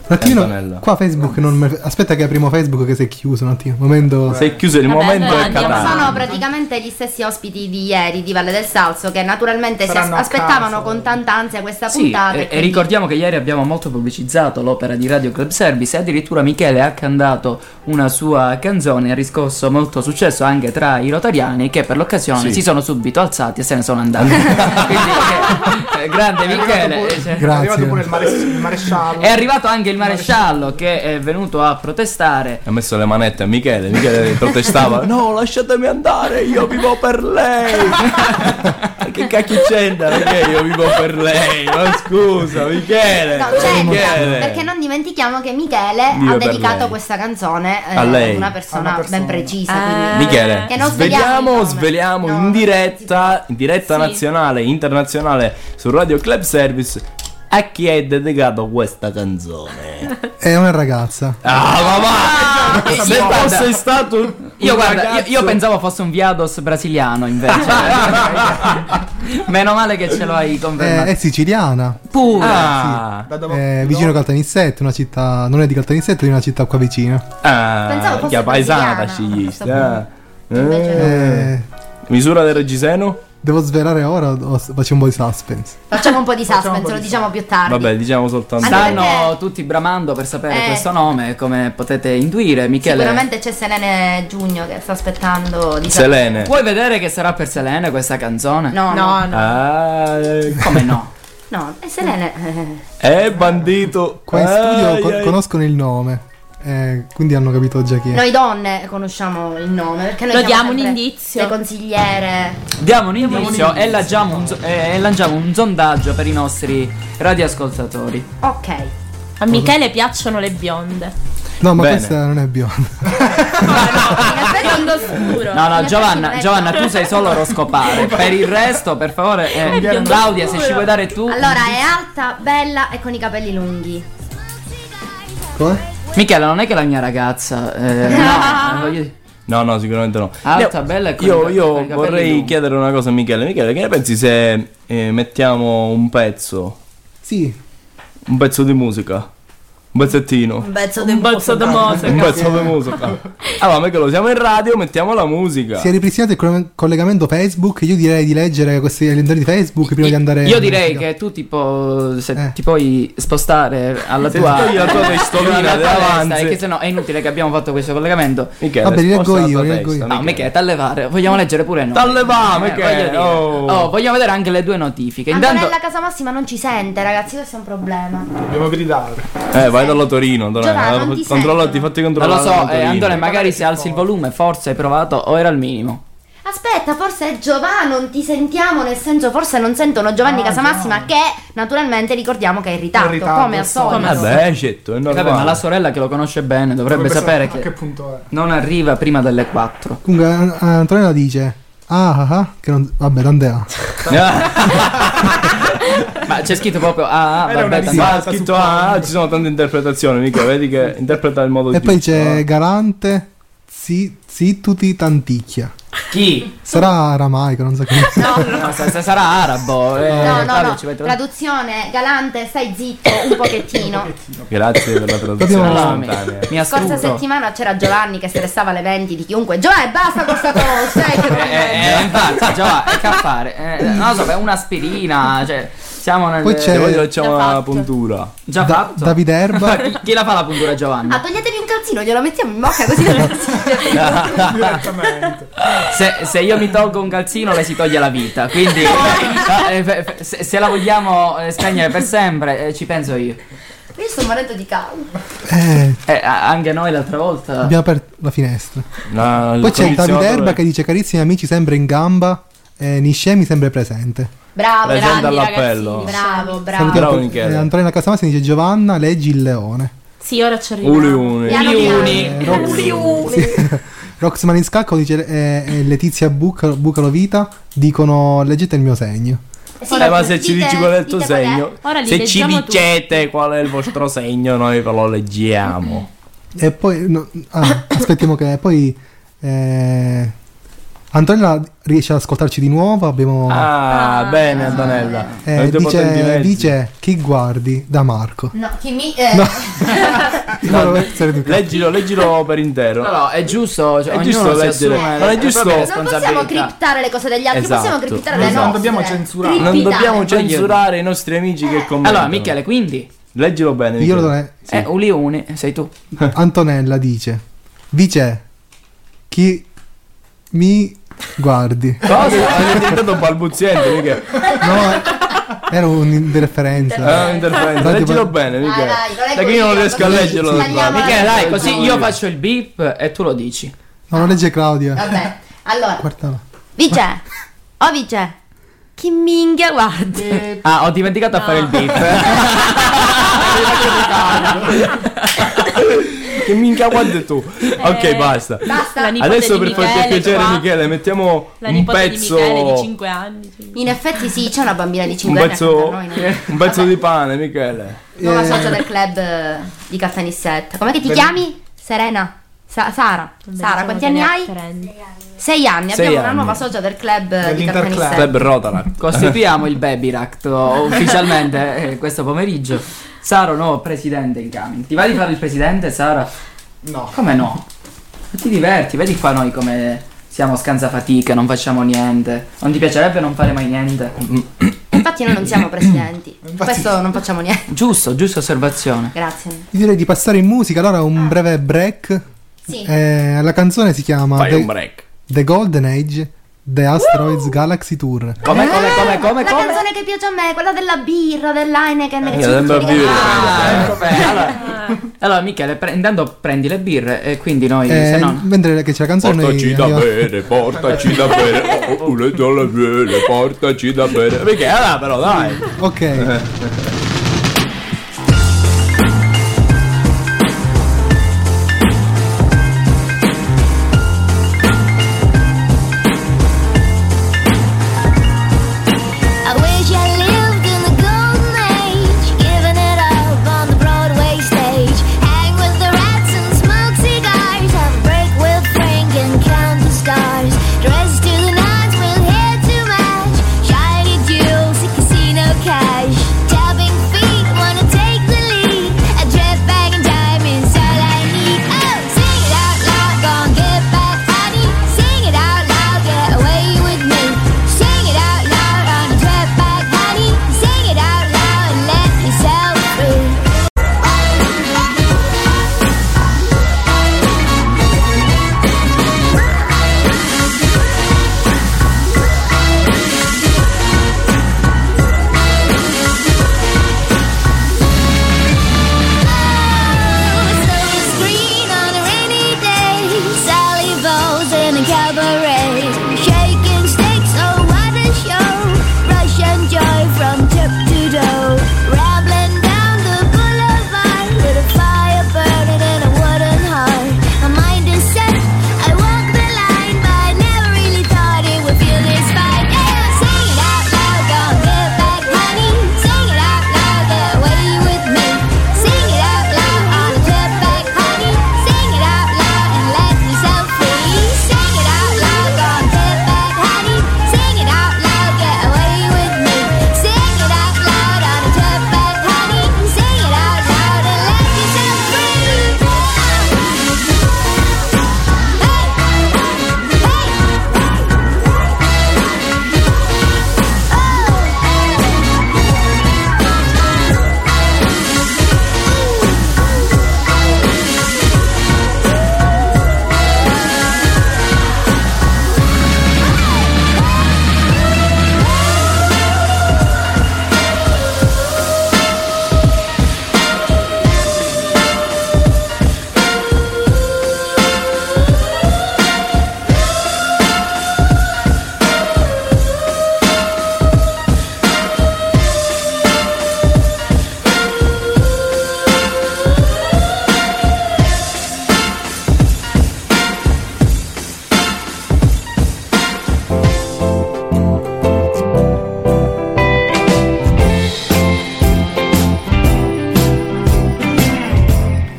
[SPEAKER 3] Un attimino.
[SPEAKER 1] Antonella.
[SPEAKER 3] Qua Facebook non. me- Aspetta che apriamo Facebook che si è chiuso un attimo. Momento.
[SPEAKER 1] Sei chiuso il
[SPEAKER 5] Vabbè,
[SPEAKER 1] momento
[SPEAKER 5] allora
[SPEAKER 1] è
[SPEAKER 5] andiamo
[SPEAKER 1] catartico.
[SPEAKER 2] Sono praticamente gli stessi ospiti di ieri di Valle del Salso che naturalmente si
[SPEAKER 6] Saranno a
[SPEAKER 2] aspettavano
[SPEAKER 6] caso.
[SPEAKER 2] con tanta ansia questa
[SPEAKER 4] Sì, eh,
[SPEAKER 2] puntata.
[SPEAKER 4] e, e
[SPEAKER 2] quindi-
[SPEAKER 4] ricordiamo che ieri abbiamo molto pubblicizzato l'opera di Radio Club Service e addirittura Michele ha cantato una sua canzone e ha riscosso molto successo anche tra i rotariani che per l'occasione
[SPEAKER 1] Sì.
[SPEAKER 4] si sono subito alzati e se ne sono
[SPEAKER 1] <laughs>
[SPEAKER 4] andati. Quindi, eh, eh, grande Michele. cioè,
[SPEAKER 6] È arrivato
[SPEAKER 3] Grazie.
[SPEAKER 6] pure il, mares- il maresciallo.
[SPEAKER 4] è arrivato anche il maresciallo che è venuto a protestare
[SPEAKER 1] Ha messo le manette a Michele, Michele
[SPEAKER 2] <laughs>
[SPEAKER 1] protestava. No, lasciatemi andare, io vivo per lei. Ma che cacchio c'entra? Perché io vivo per lei? Ma scusa, Michele.
[SPEAKER 6] Eh,
[SPEAKER 2] No, c'entra,
[SPEAKER 1] Michele.
[SPEAKER 2] perché non dimentichiamo che Michele
[SPEAKER 1] Vive
[SPEAKER 2] ha
[SPEAKER 1] per
[SPEAKER 2] dedicato
[SPEAKER 1] lei.
[SPEAKER 2] questa canzone eh,
[SPEAKER 1] A lei.
[SPEAKER 2] ad una
[SPEAKER 6] A
[SPEAKER 2] persona,
[SPEAKER 6] una persona.
[SPEAKER 2] ben precisa.
[SPEAKER 5] Eh.
[SPEAKER 2] quindi-
[SPEAKER 1] Michele,
[SPEAKER 2] Che non svegliamo il
[SPEAKER 1] sveliamo,
[SPEAKER 2] nome.
[SPEAKER 1] sveliamo
[SPEAKER 2] No,
[SPEAKER 1] in
[SPEAKER 2] non
[SPEAKER 1] diretta, in diretta
[SPEAKER 5] Sì.
[SPEAKER 1] nazionale, internazionale su Radio Club Service a chi è dedicato questa canzone?
[SPEAKER 3] È una ragazza.
[SPEAKER 1] Ah, ma va!
[SPEAKER 4] Io-
[SPEAKER 1] Se
[SPEAKER 4] guarda-
[SPEAKER 1] fosse stato un
[SPEAKER 4] Io guarda, io,
[SPEAKER 1] ragazzo-
[SPEAKER 4] io pensavo fosse un Viados brasiliano
[SPEAKER 1] <laughs>
[SPEAKER 4] invece. Meno male che ce l'hai
[SPEAKER 3] Eh,
[SPEAKER 4] confermato.
[SPEAKER 3] è siciliana.
[SPEAKER 4] Pure.
[SPEAKER 1] Ah,
[SPEAKER 6] Da dove?
[SPEAKER 3] È
[SPEAKER 6] da
[SPEAKER 3] vicino
[SPEAKER 6] dove-
[SPEAKER 3] Caltanissette, una città. Non è di Caltanissette, è di una città qua vicina.
[SPEAKER 1] ah,
[SPEAKER 2] Pensavo fosse
[SPEAKER 1] che paesana
[SPEAKER 2] brasiliana,
[SPEAKER 1] scegliesti,
[SPEAKER 2] a questo
[SPEAKER 1] ah.
[SPEAKER 2] Invece no.
[SPEAKER 1] Eh.
[SPEAKER 3] Eh,
[SPEAKER 1] Misura del reggiseno?
[SPEAKER 3] devo svelare ora o s- faccio un po' di suspense?
[SPEAKER 2] Facciamo un po' di
[SPEAKER 6] Facciamo un
[SPEAKER 2] suspense,
[SPEAKER 6] po'
[SPEAKER 2] lo
[SPEAKER 6] di
[SPEAKER 2] diciamo più tardi.
[SPEAKER 1] Vabbè, diciamo soltanto.
[SPEAKER 2] Anche
[SPEAKER 4] Stanno
[SPEAKER 2] perché-
[SPEAKER 4] tutti bramando per sapere
[SPEAKER 2] Eh.
[SPEAKER 4] questo nome, come potete intuire, Michele.
[SPEAKER 2] Sicuramente c'è Selene Giugno che sta aspettando di sapere.
[SPEAKER 1] Selene.
[SPEAKER 4] Puoi vedere che sarà per Selene questa canzone?
[SPEAKER 2] No, no,
[SPEAKER 5] No, no.
[SPEAKER 1] Ah, eh,
[SPEAKER 4] Come
[SPEAKER 1] <laughs>
[SPEAKER 4] no?
[SPEAKER 2] no, è Selene.
[SPEAKER 1] eh, bandito.
[SPEAKER 3] Qua in
[SPEAKER 1] Ai,
[SPEAKER 3] studio co-
[SPEAKER 1] ai.
[SPEAKER 3] conoscono il nome, eh, quindi hanno capito già chi è.
[SPEAKER 2] Noi donne conosciamo il nome perché noi
[SPEAKER 5] Lo
[SPEAKER 2] siamo
[SPEAKER 5] diamo un
[SPEAKER 2] sempre
[SPEAKER 5] indizio.
[SPEAKER 2] Le consigliere.
[SPEAKER 4] Diamo un indizio e lanciamo un, so- eh, e lanciamo un sondaggio per i nostri radioascoltatori.
[SPEAKER 2] Ok.
[SPEAKER 5] A Michele piacciono le bionde.
[SPEAKER 3] No, ma
[SPEAKER 1] Bene.
[SPEAKER 3] questa non è bionda.
[SPEAKER 2] In effetti
[SPEAKER 5] Biondo scuro.
[SPEAKER 4] No,
[SPEAKER 2] In
[SPEAKER 4] no,
[SPEAKER 2] effetti
[SPEAKER 4] Giovanna,
[SPEAKER 2] non Ah. è-
[SPEAKER 4] Giovanna, tu sei solo
[SPEAKER 2] <laughs>
[SPEAKER 4] roscopare. per il resto, per favore, eh,
[SPEAKER 5] biondo
[SPEAKER 4] Claudia, se
[SPEAKER 5] scuro.
[SPEAKER 4] ci vuoi dare tu.
[SPEAKER 2] Allora è alta, bella e con i capelli lunghi.
[SPEAKER 3] Come?
[SPEAKER 4] Michela, non è che la mia ragazza. eh, no, eh,
[SPEAKER 2] <laughs>
[SPEAKER 4] voglio-
[SPEAKER 1] No, no, sicuramente no.
[SPEAKER 4] Alta, bella e con
[SPEAKER 1] Io,
[SPEAKER 4] i- con
[SPEAKER 1] io
[SPEAKER 4] i Ah, capelli
[SPEAKER 1] vorrei
[SPEAKER 4] lunghi.
[SPEAKER 1] chiedere una cosa a Michele. Michele, che ne pensi se eh, mettiamo un pezzo?
[SPEAKER 3] Sì.
[SPEAKER 1] Un pezzo di musica? Un pezzettino?
[SPEAKER 2] Un pezzo
[SPEAKER 5] Un bozzo da
[SPEAKER 1] <laughs> Un
[SPEAKER 5] musica.
[SPEAKER 1] pezzo di musica? Allora, ma che lo siamo in radio, mettiamo la musica.
[SPEAKER 3] Si è ripristinato il coll- collegamento Facebook. Io direi di leggere questi calendari di Facebook prima di andare.
[SPEAKER 4] Io direi che tu tipo se
[SPEAKER 3] Eh.
[SPEAKER 4] ti puoi spostare alla
[SPEAKER 1] Se
[SPEAKER 4] tua
[SPEAKER 1] togli la
[SPEAKER 4] <laughs>
[SPEAKER 1] tua testolina
[SPEAKER 4] alla tua
[SPEAKER 1] davanti.
[SPEAKER 4] testa, perché sennò è inutile che abbiamo fatto questo collegamento.
[SPEAKER 1] Michele,
[SPEAKER 3] Vabbè, li leggo
[SPEAKER 1] sposta la
[SPEAKER 3] io,
[SPEAKER 1] tua
[SPEAKER 3] li leggo
[SPEAKER 1] testa,
[SPEAKER 3] io.
[SPEAKER 4] No, Michele, tallevare, vogliamo leggere pure noi. Eh,
[SPEAKER 1] Tallevà, Michele,
[SPEAKER 4] voglio dire.
[SPEAKER 1] oh.
[SPEAKER 4] Oh, vogliamo vedere anche le due notifiche. Intanto
[SPEAKER 2] Antonella Casa Massima non ci sente, ragazzi, questo è un problema.
[SPEAKER 6] Dobbiamo
[SPEAKER 1] <laughs>
[SPEAKER 6] gridare.
[SPEAKER 1] Eh, vai dallo Torino.
[SPEAKER 2] Giovanna,
[SPEAKER 1] Antonella.
[SPEAKER 2] non ti
[SPEAKER 1] Controlla,
[SPEAKER 2] sentono.
[SPEAKER 1] ti fatti
[SPEAKER 4] non
[SPEAKER 1] controllare.
[SPEAKER 4] lo so,
[SPEAKER 1] dallo
[SPEAKER 4] eh,
[SPEAKER 1] Torino.
[SPEAKER 4] Antonella, magari se alzi il volume, forse hai provato o era il minimo.
[SPEAKER 2] Aspetta, forse è Giovanni, non ti sentiamo, nel senso forse non sentono Giovanni Casamassima che naturalmente ricordiamo che è in ritardo,
[SPEAKER 6] È in ritardo,
[SPEAKER 2] come al
[SPEAKER 6] sto-
[SPEAKER 2] solito.
[SPEAKER 1] Eh beh, certo, è normale.
[SPEAKER 4] Vabbè, ma la sorella che lo conosce bene dovrebbe
[SPEAKER 6] Dovrebbe
[SPEAKER 4] sapere
[SPEAKER 6] sa-
[SPEAKER 4] che
[SPEAKER 6] A che punto è?
[SPEAKER 4] non arriva prima delle 4.
[SPEAKER 3] Comunque, An- Antonella dice. Ah ah ah. Che non. Vabbè, Andrea.
[SPEAKER 4] Ma c'è scritto proprio ah, ah,
[SPEAKER 6] Era una
[SPEAKER 4] vabbè,
[SPEAKER 6] risata.
[SPEAKER 4] tanto-
[SPEAKER 1] Ma ha scritto ah, ci sono tante interpretazioni, mica vedi che interpreta il modo
[SPEAKER 3] E
[SPEAKER 1] giusto.
[SPEAKER 3] poi c'è
[SPEAKER 1] eh.
[SPEAKER 3] Garante. zi- Zittuti tanticchia.
[SPEAKER 4] chi?
[SPEAKER 3] Sarà aramaico, non so che. <laughs>
[SPEAKER 4] No, se- se sarà arabo. eh,
[SPEAKER 2] No, no,
[SPEAKER 4] Claudio,
[SPEAKER 2] no,
[SPEAKER 4] ci mette-
[SPEAKER 2] traduzione galante, stai zitto un pochettino.
[SPEAKER 1] Grazie per la traduzione
[SPEAKER 3] Dobbiamo-
[SPEAKER 1] istantanea.
[SPEAKER 4] Mi
[SPEAKER 2] Scorsa
[SPEAKER 4] astruso.
[SPEAKER 2] settimana c'era Giovanni che stressava le 20 di chiunque. Giovanni, basta con sta cosa, cioè, sai che non
[SPEAKER 4] Eh,
[SPEAKER 2] <laughs>
[SPEAKER 4] eh, infatti, già, che a fare? Eh, non lo so, beh, un'aspirina, cioè, siamo nel... diciamo
[SPEAKER 3] Poi
[SPEAKER 1] Se
[SPEAKER 3] c'è-
[SPEAKER 1] voi facciamo
[SPEAKER 5] Già
[SPEAKER 1] una
[SPEAKER 5] fatto.
[SPEAKER 1] puntura.
[SPEAKER 4] Già
[SPEAKER 3] Da-
[SPEAKER 4] fatto?
[SPEAKER 3] Davide Erba.
[SPEAKER 4] Chi- Chi la fa la puntura,
[SPEAKER 2] Ah,
[SPEAKER 4] Giovanni?
[SPEAKER 2] toglietevi un calzino, glielo mettiamo in bocca così non si-
[SPEAKER 6] Direttamente.
[SPEAKER 4] Se, se io mi tolgo un calzino, lei si toglie la vita,
[SPEAKER 2] <laughs>
[SPEAKER 4] quindi... eh, eh, eh, se, se la vogliamo eh, spegnere per sempre, eh, ci penso io.
[SPEAKER 2] Io sto morendo di caldo.
[SPEAKER 3] Eh,
[SPEAKER 4] Eh, a- anche noi l'altra volta...
[SPEAKER 3] abbiamo aperto la finestra.
[SPEAKER 1] No, il
[SPEAKER 3] Poi c'è Davide
[SPEAKER 1] condizionatore-
[SPEAKER 3] Erba che dice: Carissimi amici, sempre in gamba. Eh, Niscemi sempre presente.
[SPEAKER 2] Bravo,
[SPEAKER 1] Presenta
[SPEAKER 2] grandi,
[SPEAKER 1] all'appello.
[SPEAKER 2] ragazzini, Bravo, bravo.
[SPEAKER 1] Salutiamo-
[SPEAKER 3] Salutiamo
[SPEAKER 1] Bravo, Michele.
[SPEAKER 3] eh, Antonella Casamassi dice Giovanna, leggi il leone.
[SPEAKER 5] Sì, ora ci arriviamo.
[SPEAKER 1] Uliuni.
[SPEAKER 2] Piano
[SPEAKER 4] Uliuni.
[SPEAKER 2] piano.
[SPEAKER 3] <laughs> Roxman in scacco dice eh, eh, Letizia Buca- Bucalovita dicono leggete il mio segno.
[SPEAKER 2] Sì,
[SPEAKER 1] Eh, ma se ci
[SPEAKER 2] dite-
[SPEAKER 1] dici qual è il tuo
[SPEAKER 2] dite qual è.
[SPEAKER 1] segno,
[SPEAKER 5] Ora li
[SPEAKER 1] se ci
[SPEAKER 5] leggiamo tutti.
[SPEAKER 1] dicete qual è il vostro segno, noi ve lo leggiamo.
[SPEAKER 3] E poi no, ah, <coughs> aspettiamo che poi eh, Antonella riesce ad ascoltarci di nuovo, abbiamo
[SPEAKER 1] Ah, bene, Antonella.
[SPEAKER 3] eh,
[SPEAKER 1] Avete potenti
[SPEAKER 3] dice,
[SPEAKER 1] mezzi.
[SPEAKER 3] dice chi guardi da Marco.
[SPEAKER 2] No, chi mi... eh,
[SPEAKER 3] Io volevo essere educato.
[SPEAKER 1] Leggilo, leggilo per intero.
[SPEAKER 4] No, no, è giusto, cioè,
[SPEAKER 1] È
[SPEAKER 4] ognuno
[SPEAKER 1] giusto
[SPEAKER 4] si
[SPEAKER 1] leggere.
[SPEAKER 4] assume
[SPEAKER 1] Ma è
[SPEAKER 4] le
[SPEAKER 1] giusto-
[SPEAKER 4] proprie
[SPEAKER 2] Non possiamo
[SPEAKER 4] responsabilità.
[SPEAKER 2] criptare le cose degli altri,
[SPEAKER 1] Esatto.
[SPEAKER 2] possiamo criptare
[SPEAKER 1] Esatto.
[SPEAKER 2] le nostre.
[SPEAKER 6] Non dobbiamo censurare.
[SPEAKER 1] non
[SPEAKER 2] Criptare.
[SPEAKER 1] dobbiamo
[SPEAKER 4] coglioni.
[SPEAKER 1] censurare i nostri amici che commentano.
[SPEAKER 4] Allora, Michele, quindi...
[SPEAKER 1] leggilo bene.
[SPEAKER 3] Io
[SPEAKER 1] Michele.
[SPEAKER 3] lo dovrei-
[SPEAKER 4] Eh, Uliuni, sei tu.
[SPEAKER 3] <laughs> Antonella dice Dice chi mi guardi. <laughs>
[SPEAKER 1] Cosa? È diventato balbuziente, Michele.
[SPEAKER 3] No, era un'interferenza.
[SPEAKER 1] Eh, interferenza.
[SPEAKER 3] Dai,
[SPEAKER 1] Leggilo
[SPEAKER 3] tipo-
[SPEAKER 1] bene, Michele.
[SPEAKER 2] Ah, Dai, dai, lo leggo
[SPEAKER 1] Perché io non
[SPEAKER 2] io,
[SPEAKER 1] riesco a
[SPEAKER 2] così
[SPEAKER 1] leggerlo.
[SPEAKER 2] ci
[SPEAKER 1] da
[SPEAKER 2] tagliamo
[SPEAKER 1] qua.
[SPEAKER 2] la-
[SPEAKER 4] Michele, dai,
[SPEAKER 1] Leggilo
[SPEAKER 4] così
[SPEAKER 1] tu,
[SPEAKER 4] io
[SPEAKER 1] Michele.
[SPEAKER 4] faccio il beep e tu lo dici.
[SPEAKER 3] No, non legge Claudia.
[SPEAKER 2] Vabbè, allora,
[SPEAKER 3] Guarda.
[SPEAKER 1] <laughs>
[SPEAKER 2] vice, oh vice,
[SPEAKER 5] Chi minchia guardi.
[SPEAKER 1] Eh,
[SPEAKER 4] Ah, ho dimenticato a fare il beep.
[SPEAKER 1] che minchia qua hai detto? Ok, basta.
[SPEAKER 2] Basta.
[SPEAKER 5] La nipote
[SPEAKER 1] Adesso
[SPEAKER 5] di
[SPEAKER 1] per farti
[SPEAKER 5] Michele
[SPEAKER 1] piacere,
[SPEAKER 5] qua.
[SPEAKER 1] Michele, mettiamo
[SPEAKER 5] La
[SPEAKER 1] un
[SPEAKER 5] nipote
[SPEAKER 1] pezzo.
[SPEAKER 5] di Michele di 5 anni. sì.
[SPEAKER 2] In effetti sì, c'è una bambina di
[SPEAKER 1] Un
[SPEAKER 2] 5 anni
[SPEAKER 1] pezzo,
[SPEAKER 2] accanto a noi. non-
[SPEAKER 1] un pezzo di pane, Michele.
[SPEAKER 2] Nuova
[SPEAKER 3] Eh.
[SPEAKER 2] socia del club eh, di Caltanissetta. Com'è che ti
[SPEAKER 3] Bene.
[SPEAKER 2] chiami? Serena. Sa- Sara.
[SPEAKER 5] Vabbè,
[SPEAKER 2] Sara,
[SPEAKER 5] diciamo
[SPEAKER 2] quanti
[SPEAKER 5] che
[SPEAKER 2] anni
[SPEAKER 5] ne ha
[SPEAKER 2] hai?
[SPEAKER 5] 30.
[SPEAKER 2] Sei anni.
[SPEAKER 1] Sei
[SPEAKER 2] Abbiamo una
[SPEAKER 1] anni.
[SPEAKER 2] nuova socia del club eh, di
[SPEAKER 6] Dell'Interclub.
[SPEAKER 2] Caltanissetta.
[SPEAKER 1] Club Rotaract.
[SPEAKER 4] Costituiamo il Bebiract oh, ufficialmente <laughs> eh, questo pomeriggio. Saro, nuovo presidente in coming. Ti va di fare il presidente, Sara?
[SPEAKER 6] No.
[SPEAKER 4] Come no? Ma Ti diverti, vedi qua noi come siamo scansafatica, non facciamo niente. Non ti piacerebbe non fare mai niente?
[SPEAKER 2] Infatti noi non
[SPEAKER 1] <coughs>
[SPEAKER 2] siamo presidenti.
[SPEAKER 6] Infatti-
[SPEAKER 2] Questo non facciamo niente.
[SPEAKER 4] Giusto, giusta osservazione.
[SPEAKER 2] Grazie.
[SPEAKER 3] Ti direi di passare in musica, allora un breve break.
[SPEAKER 2] Sì.
[SPEAKER 3] Eh, la canzone si chiama
[SPEAKER 1] Fai un
[SPEAKER 3] The,
[SPEAKER 1] break.
[SPEAKER 3] The Golden Age, The Asteroids Galaxy Tour.
[SPEAKER 4] Come, come, come, come,
[SPEAKER 2] Eh, la
[SPEAKER 4] come?
[SPEAKER 2] canzone che piace a me, quella della birra, dell'Heineken. che
[SPEAKER 1] Eh,
[SPEAKER 2] ci
[SPEAKER 1] sembra
[SPEAKER 2] tutti-
[SPEAKER 1] birra.
[SPEAKER 4] Ah,
[SPEAKER 6] Ecco,
[SPEAKER 4] vabbè, allora, allora, Michele, pre- intanto prendi le birre e quindi noi, se
[SPEAKER 3] Eh,
[SPEAKER 4] no...
[SPEAKER 3] mentre che c'è la canzone noi
[SPEAKER 1] Portaci da
[SPEAKER 3] andiamo-
[SPEAKER 1] bere, portaci da bere, <laughs> oh, oh, le do la bere, portaci da bere. Perché allora però dai.
[SPEAKER 4] Eh,
[SPEAKER 3] Ok,
[SPEAKER 7] I wish I lived in the golden age, giving it up on the Broadway stage. Hang with the rats and smoke cigars, have a break with Frank and count the stars. Dress to the nines with hair to match, shiny jewels and casino cash. Tapping feet wanna take the lead, a dress bag and diamonds all I need. Oh, sing it out loud, gonna get back honey. Sing it out loud, get away with me. Sing it out loud on the trip back, honey. Sing it out loud and let yourself free. green on a rainy day. Sally Bowles in a cabaret. Shaking sticks, oh what a show. Russian joy from tip to toe. Rambling down the boulevard with a fire burning in a wooden heart. My mind is set, I walk the line, but I never really thought it would feel this fine. Yeah, sing it out loud, don't get back, honey. Sing it out loud, get away with me. Sing it out loud on the trip back, honey. Sing it out loud and let yourself free. Sing it out loud, don't get back, honey. Sing it out loud, get away with me. Sing it out loud on the trip back, honey. Sing it out loud and let yourself free. Hey, hey.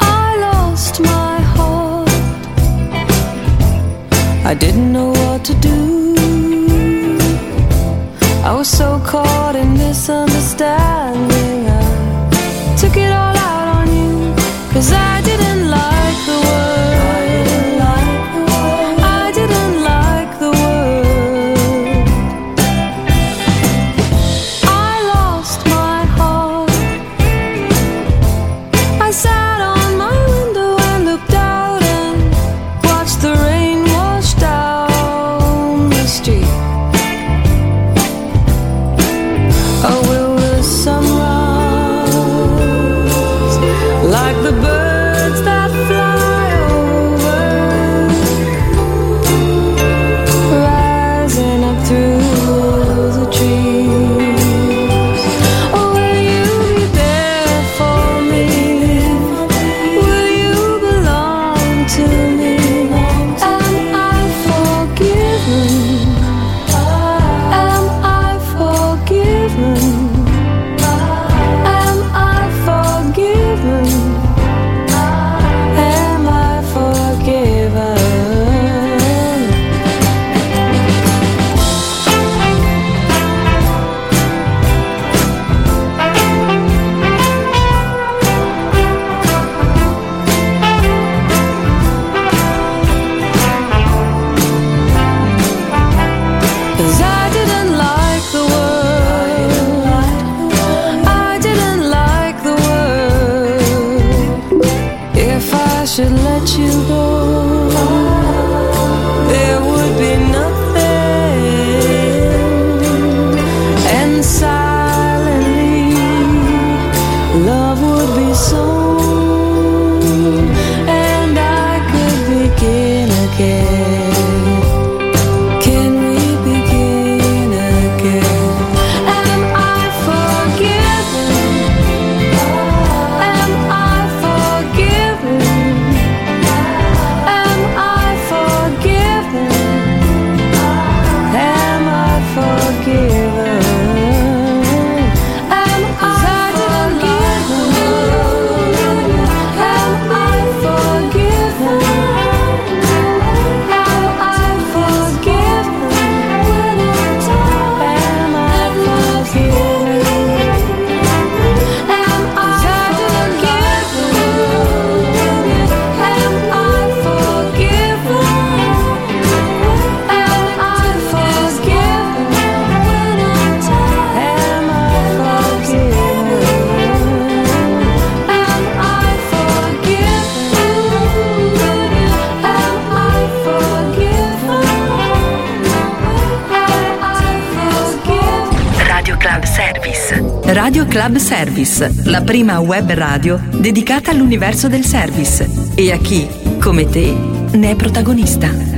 [SPEAKER 8] I lost my heart. I didn't know what to do. I was so caught in misunderstanding. I took it all out on you. Cause I didn't like the world. I didn't like the world. I lost my heart. I sat on my window and looked out and watched the rain wash down the street. Oh, will the sunrise?
[SPEAKER 9] Oh,
[SPEAKER 10] Club Service. Radio Club Service, la prima web radio dedicata all'universo del service e a chi, come te, ne è protagonista.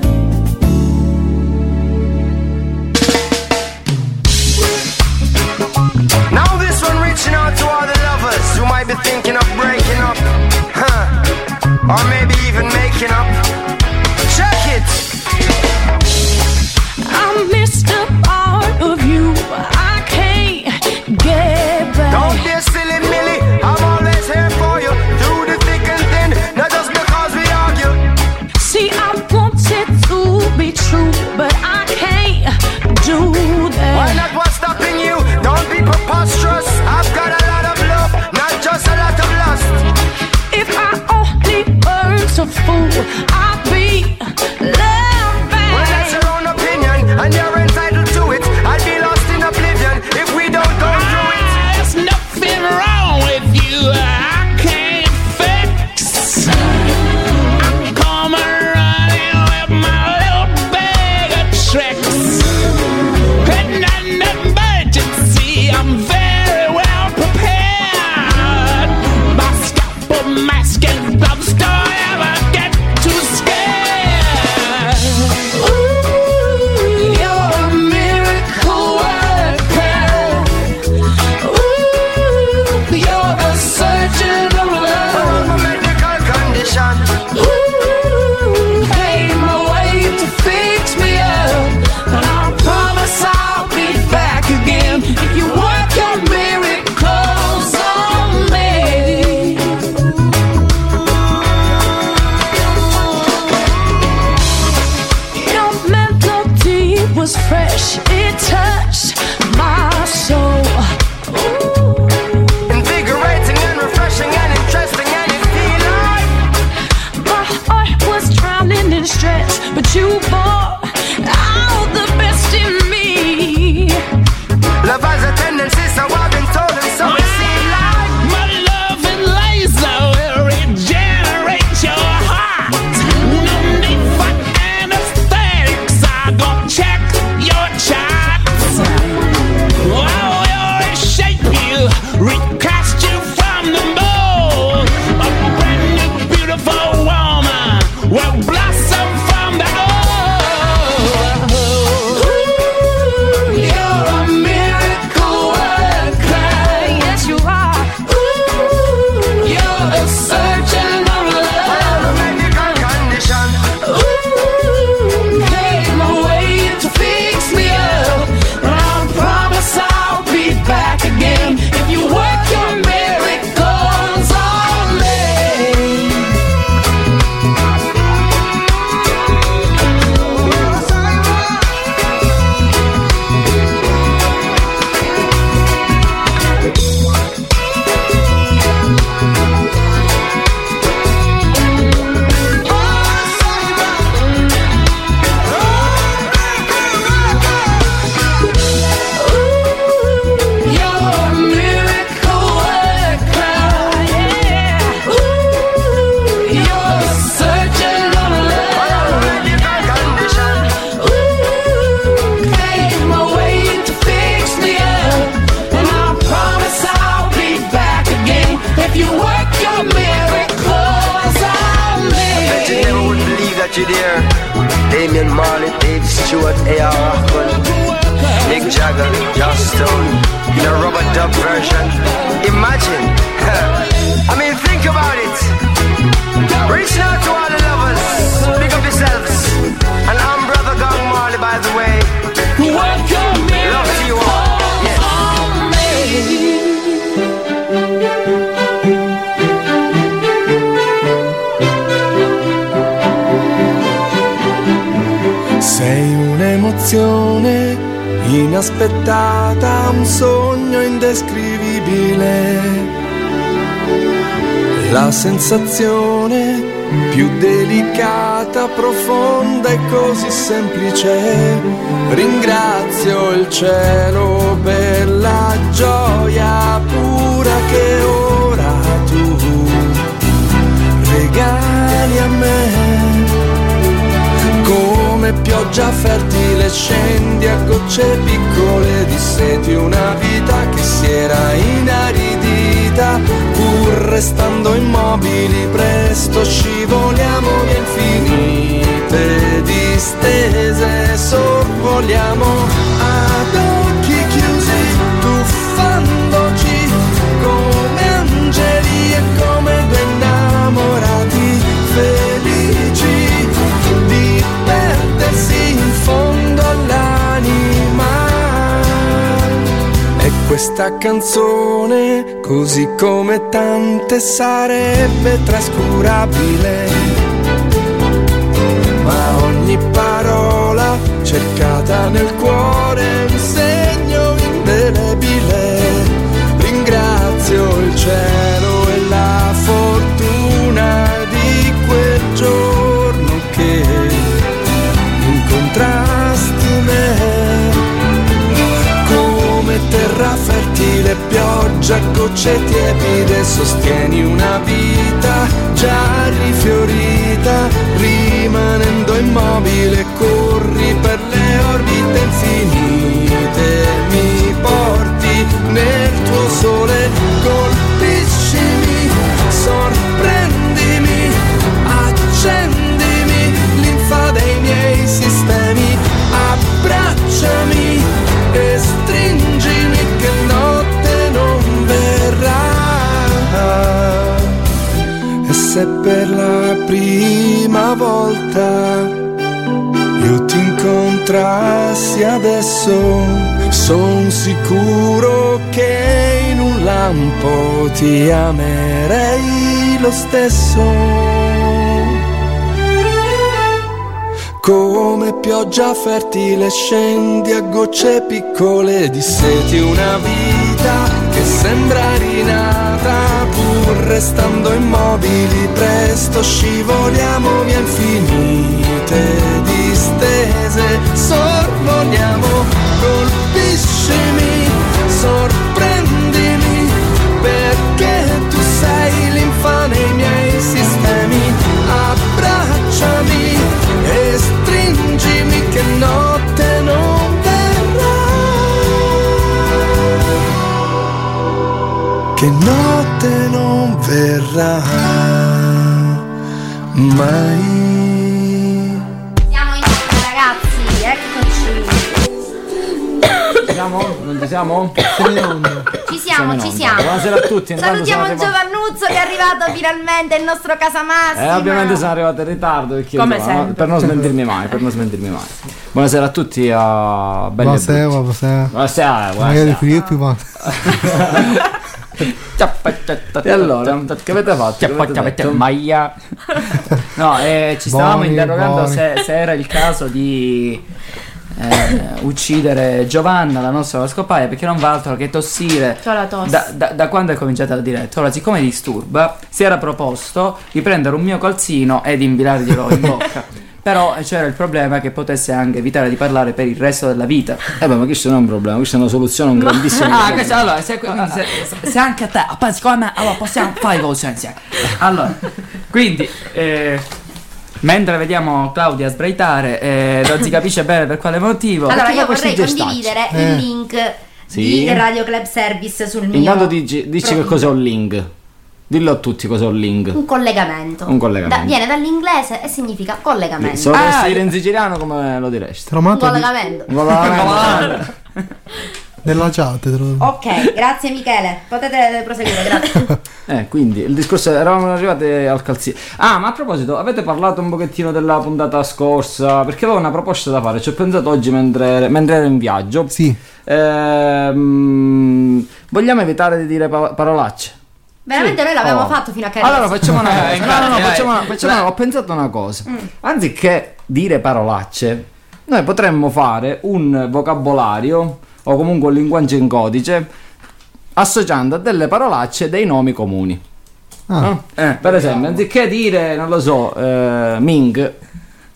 [SPEAKER 8] Now this one reaching out to all the lovers who might be thinking of breaking up, huh? Or maybe even making up. Check it.
[SPEAKER 9] I missed a part of you. I can't get
[SPEAKER 8] Don't
[SPEAKER 9] back.
[SPEAKER 8] be a silly Millie. I'm always here for you through the thick and thin. Not just because we argue.
[SPEAKER 9] See, I wanted to be true, but I can't do
[SPEAKER 8] Why
[SPEAKER 9] that.
[SPEAKER 8] not? What's stopping you? Don't be preposterous. I've got a lot of love, not just a lot of lust.
[SPEAKER 9] If I only weren't a fool, I'd be loved
[SPEAKER 8] Well, that's
[SPEAKER 9] back.
[SPEAKER 8] your own opinion, and you're entitled to it. I'd be lost in oblivion if we don't go through it.
[SPEAKER 9] There's nothing wrong with you. I can't fix. I'm coming running with my little bag of tricks. And an emergency, I'm very well prepared. My scalpel mask and gloves don't ever get too scared. Ooh, you're a miracle worker. Ooh, you're a surgeon of love.
[SPEAKER 8] My medical condition.
[SPEAKER 9] Ooh, pave my way to fix me up. And I promise I'll be back again if you work your miracles on me. Your melody was fresh, it touched my soul. Ooh.
[SPEAKER 8] Invigorating and refreshing and interesting and it feel like
[SPEAKER 9] My heart was drowning in stress, but you brought out the best in me.
[SPEAKER 8] love has a tendency, so I've been told and so it seems like
[SPEAKER 9] My love and laser will regenerate your heart. No need for anesthetics. I gon' check your charts. I will reshape you, recast you from the mold. A brand new beautiful woman will blossom from the gold. You're a miracle worker. Yes, you are. You're a surgeon of love.
[SPEAKER 8] my medical condition.
[SPEAKER 9] Ooh, pave my way to fix me up. And I promise I'll be back again if you work your miracles on me. You're a miracle worker. Ooh, you're a surgeon of love.
[SPEAKER 8] Medical condition.
[SPEAKER 9] Ooh, pave my way to fix me up, and I promise I'll be back again if you work your miracles on
[SPEAKER 8] Bet you never
[SPEAKER 9] me.
[SPEAKER 8] would believe that you're there. Damien Marley, Dave Stewart, A.R. Rahman, Nick Jagger, Josh Stone, the Robert Dub version. Imagine. <laughs> I mean, think about it. Reaching out to all the lovers. Pick up yourselves. And I'm Brother Gong Marley, by the way.
[SPEAKER 9] Work your
[SPEAKER 8] Love to you all. Yes.
[SPEAKER 9] miracles on me.
[SPEAKER 11] Sei un'emozione inaspettata, un sogno indescrivibile. La sensazione più delicata, profonda e così semplice. Ringrazio il cielo per la gioia pura che ora tu regali a me come pioggia fertile scendi a gocce piccole di seti una vita che si era inaridita, pur restando immobili presto scivoliamo via infinite distese, sorvoliamo ad occhi chiusi, tuffandoci come angeli e come due innamorati felici di perdersi in fondo all'anima. E questa canzone, così come tante, sarebbe trascurabile. Ma ogni parola cercata nel cuore è un segno indelebile. Ringrazio il cielo e la fortuna di quel giorno che incontrasti me come terra fertile, pioggia, gocce tiepide, sostieni una vita già rifiorita, rimanendo immobile, corri per le orbite infinite, mi porti nel tuo sole, colpiscimi, sorprendimi, accendimi, linfa dei miei sistemi, abbracciami e stringimi che notte non verrà. E se per la prima volta io ti incontrassi adesso, son sicuro che in un lampo ti amerei lo stesso. Come pioggia fertile scendi a gocce piccole di seti una vita che sembra rinata pur restando immobili presto scivoliamo via infinite distese sorvoliamo colpiscimi sorprendimi perché tu sei l'infa nei miei sistemi abbracciami e stringimi che notte non verrà che notte non verrà mai
[SPEAKER 2] Siamo in onda, ragazzi, eccoci.
[SPEAKER 12] Siamo? Non ci siamo?
[SPEAKER 2] Ci siamo,
[SPEAKER 12] in
[SPEAKER 2] ci
[SPEAKER 12] onda.
[SPEAKER 2] siamo.
[SPEAKER 12] Buonasera a tutti, intanto
[SPEAKER 2] Salutiamo
[SPEAKER 12] sono arrivato-
[SPEAKER 2] Giovannuzzo che è arrivato finalmente il nostro Casamassimo.
[SPEAKER 12] Eh, ovviamente sono arrivato in ritardo perché
[SPEAKER 2] Come
[SPEAKER 12] insomma, no,
[SPEAKER 2] sempre.
[SPEAKER 12] per non smentirmi mai, per non smentirmi mai. Buonasera a tutti a belli e
[SPEAKER 3] Buonasera,
[SPEAKER 12] brutti.
[SPEAKER 3] buonasera.
[SPEAKER 12] Buonasera,
[SPEAKER 3] Magari
[SPEAKER 12] buonasera.
[SPEAKER 3] Filippo, ma
[SPEAKER 12] E allora, che avete fatto? Che avete detto?
[SPEAKER 4] <laughs>
[SPEAKER 12] Maia. No, eh, ci stavamo
[SPEAKER 4] Buoni,
[SPEAKER 12] interrogando
[SPEAKER 4] buoni.
[SPEAKER 12] se, se era il caso di eh, uccidere Giovanna, la nostra vascopaia, perché non va altro che tossire.
[SPEAKER 5] C'ho la tosse.
[SPEAKER 12] Da, da- da quando è cominciata la diretta? Ora, siccome disturba, si era proposto di prendere un mio calzino ed infilarglielo
[SPEAKER 4] <laughs>
[SPEAKER 12] in bocca. Però eh, c'era il problema che potesse anche evitare di parlare per il resto della vita.
[SPEAKER 4] Eh beh, ma questo non è un problema, questa è una soluzione, un grandissimo
[SPEAKER 12] Ah, questo, allora, se, quindi se- se anche a te, ah, poi siccome a me, allora possiamo fare evoluzione insieme. Allora, quindi, eh, mentre vediamo Claudia sbraitare, eh, non si capisce bene per quale motivo.
[SPEAKER 2] Allora,
[SPEAKER 12] perché
[SPEAKER 2] io
[SPEAKER 12] fa questi
[SPEAKER 2] vorrei
[SPEAKER 12] gestacci?
[SPEAKER 2] condividere
[SPEAKER 12] Eh.
[SPEAKER 2] il link
[SPEAKER 12] Sì.
[SPEAKER 2] di Radio Club Service sul mio
[SPEAKER 12] Intanto
[SPEAKER 4] dici, dici che
[SPEAKER 2] profilo.
[SPEAKER 4] cos'è un link. Dillo a tutti cos'è un link.
[SPEAKER 2] Un collegamento.
[SPEAKER 4] Un collegamento.
[SPEAKER 2] Da- viene dall'inglese e significa collegamento.
[SPEAKER 4] Se lo dovessi dire in siciliano come lo diresti?
[SPEAKER 2] Ah, eh. un collegamento.
[SPEAKER 4] Un
[SPEAKER 12] <laughs>
[SPEAKER 4] collegamento.
[SPEAKER 3] nella chat te lo-
[SPEAKER 2] <laughs>
[SPEAKER 12] Oh.
[SPEAKER 2] Ok, grazie Michele. Potete
[SPEAKER 12] <laughs>
[SPEAKER 2] proseguire, grazie.
[SPEAKER 12] Eh, quindi il discorso eravamo arrivati al calzino. Ah, ma a proposito, avete parlato un pochettino della puntata scorsa? Perché avevo una proposta da fare, ci ho pensato oggi mentre, mentre ero in viaggio. Ehm,
[SPEAKER 3] Sì.
[SPEAKER 12] vogliamo evitare di dire pa- parolacce?
[SPEAKER 2] Veramente noi l'abbiamo
[SPEAKER 12] Oh.
[SPEAKER 2] fatto fino a che
[SPEAKER 12] Allora
[SPEAKER 4] <laughs>
[SPEAKER 12] facciamo
[SPEAKER 2] <laughs>
[SPEAKER 12] una
[SPEAKER 4] Eh,
[SPEAKER 12] cosa. No, no, no,
[SPEAKER 4] infatti, Mm.
[SPEAKER 12] facciamo
[SPEAKER 4] dai.
[SPEAKER 12] una, facciamo una-
[SPEAKER 4] Dai.
[SPEAKER 12] ho pensato una cosa. Anziché dire parolacce, noi potremmo fare un vocabolario o comunque un linguaggio in codice associando a delle parolacce dei nomi comuni.
[SPEAKER 3] Ah.
[SPEAKER 12] Eh, per esempio, anziché dire, non lo so, eh, Ming.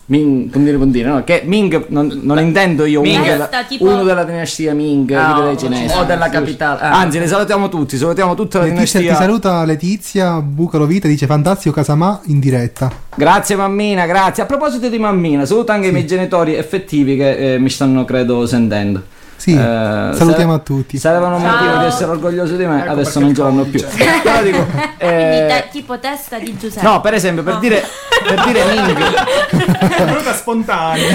[SPEAKER 12] Ming, come dire, come dire, no? Che Ming non, non intendo io
[SPEAKER 4] Ming.
[SPEAKER 12] uno, della,
[SPEAKER 4] Resta tipo-
[SPEAKER 12] uno della dinastia Ming
[SPEAKER 4] Ah,
[SPEAKER 12] quelli
[SPEAKER 4] o-
[SPEAKER 12] dei cinesi.
[SPEAKER 4] o della capitale, ah.
[SPEAKER 12] Anzi, li salutiamo tutti, salutiamo tutta la
[SPEAKER 3] Letizia Eh, ti
[SPEAKER 12] dinastia.
[SPEAKER 3] saluta Letizia Bucalovita dice fantastico Casamà in diretta.
[SPEAKER 12] Grazie mammina, grazie. A proposito di mammina, saluto anche i miei genitori effettivi che eh, mi stanno credo sentendo.
[SPEAKER 3] Sì, salutiamo a tutti.
[SPEAKER 12] Sarevano un motivo di essere orgogliosi di me, adesso non ce l'hanno più. Però dico, eh,
[SPEAKER 5] Ah, Quindi te- tipo testa di Giuseppe.
[SPEAKER 12] no, per esempio,
[SPEAKER 5] <laughs>
[SPEAKER 12] per dire per dire minchia,
[SPEAKER 9] È venuta spontanea.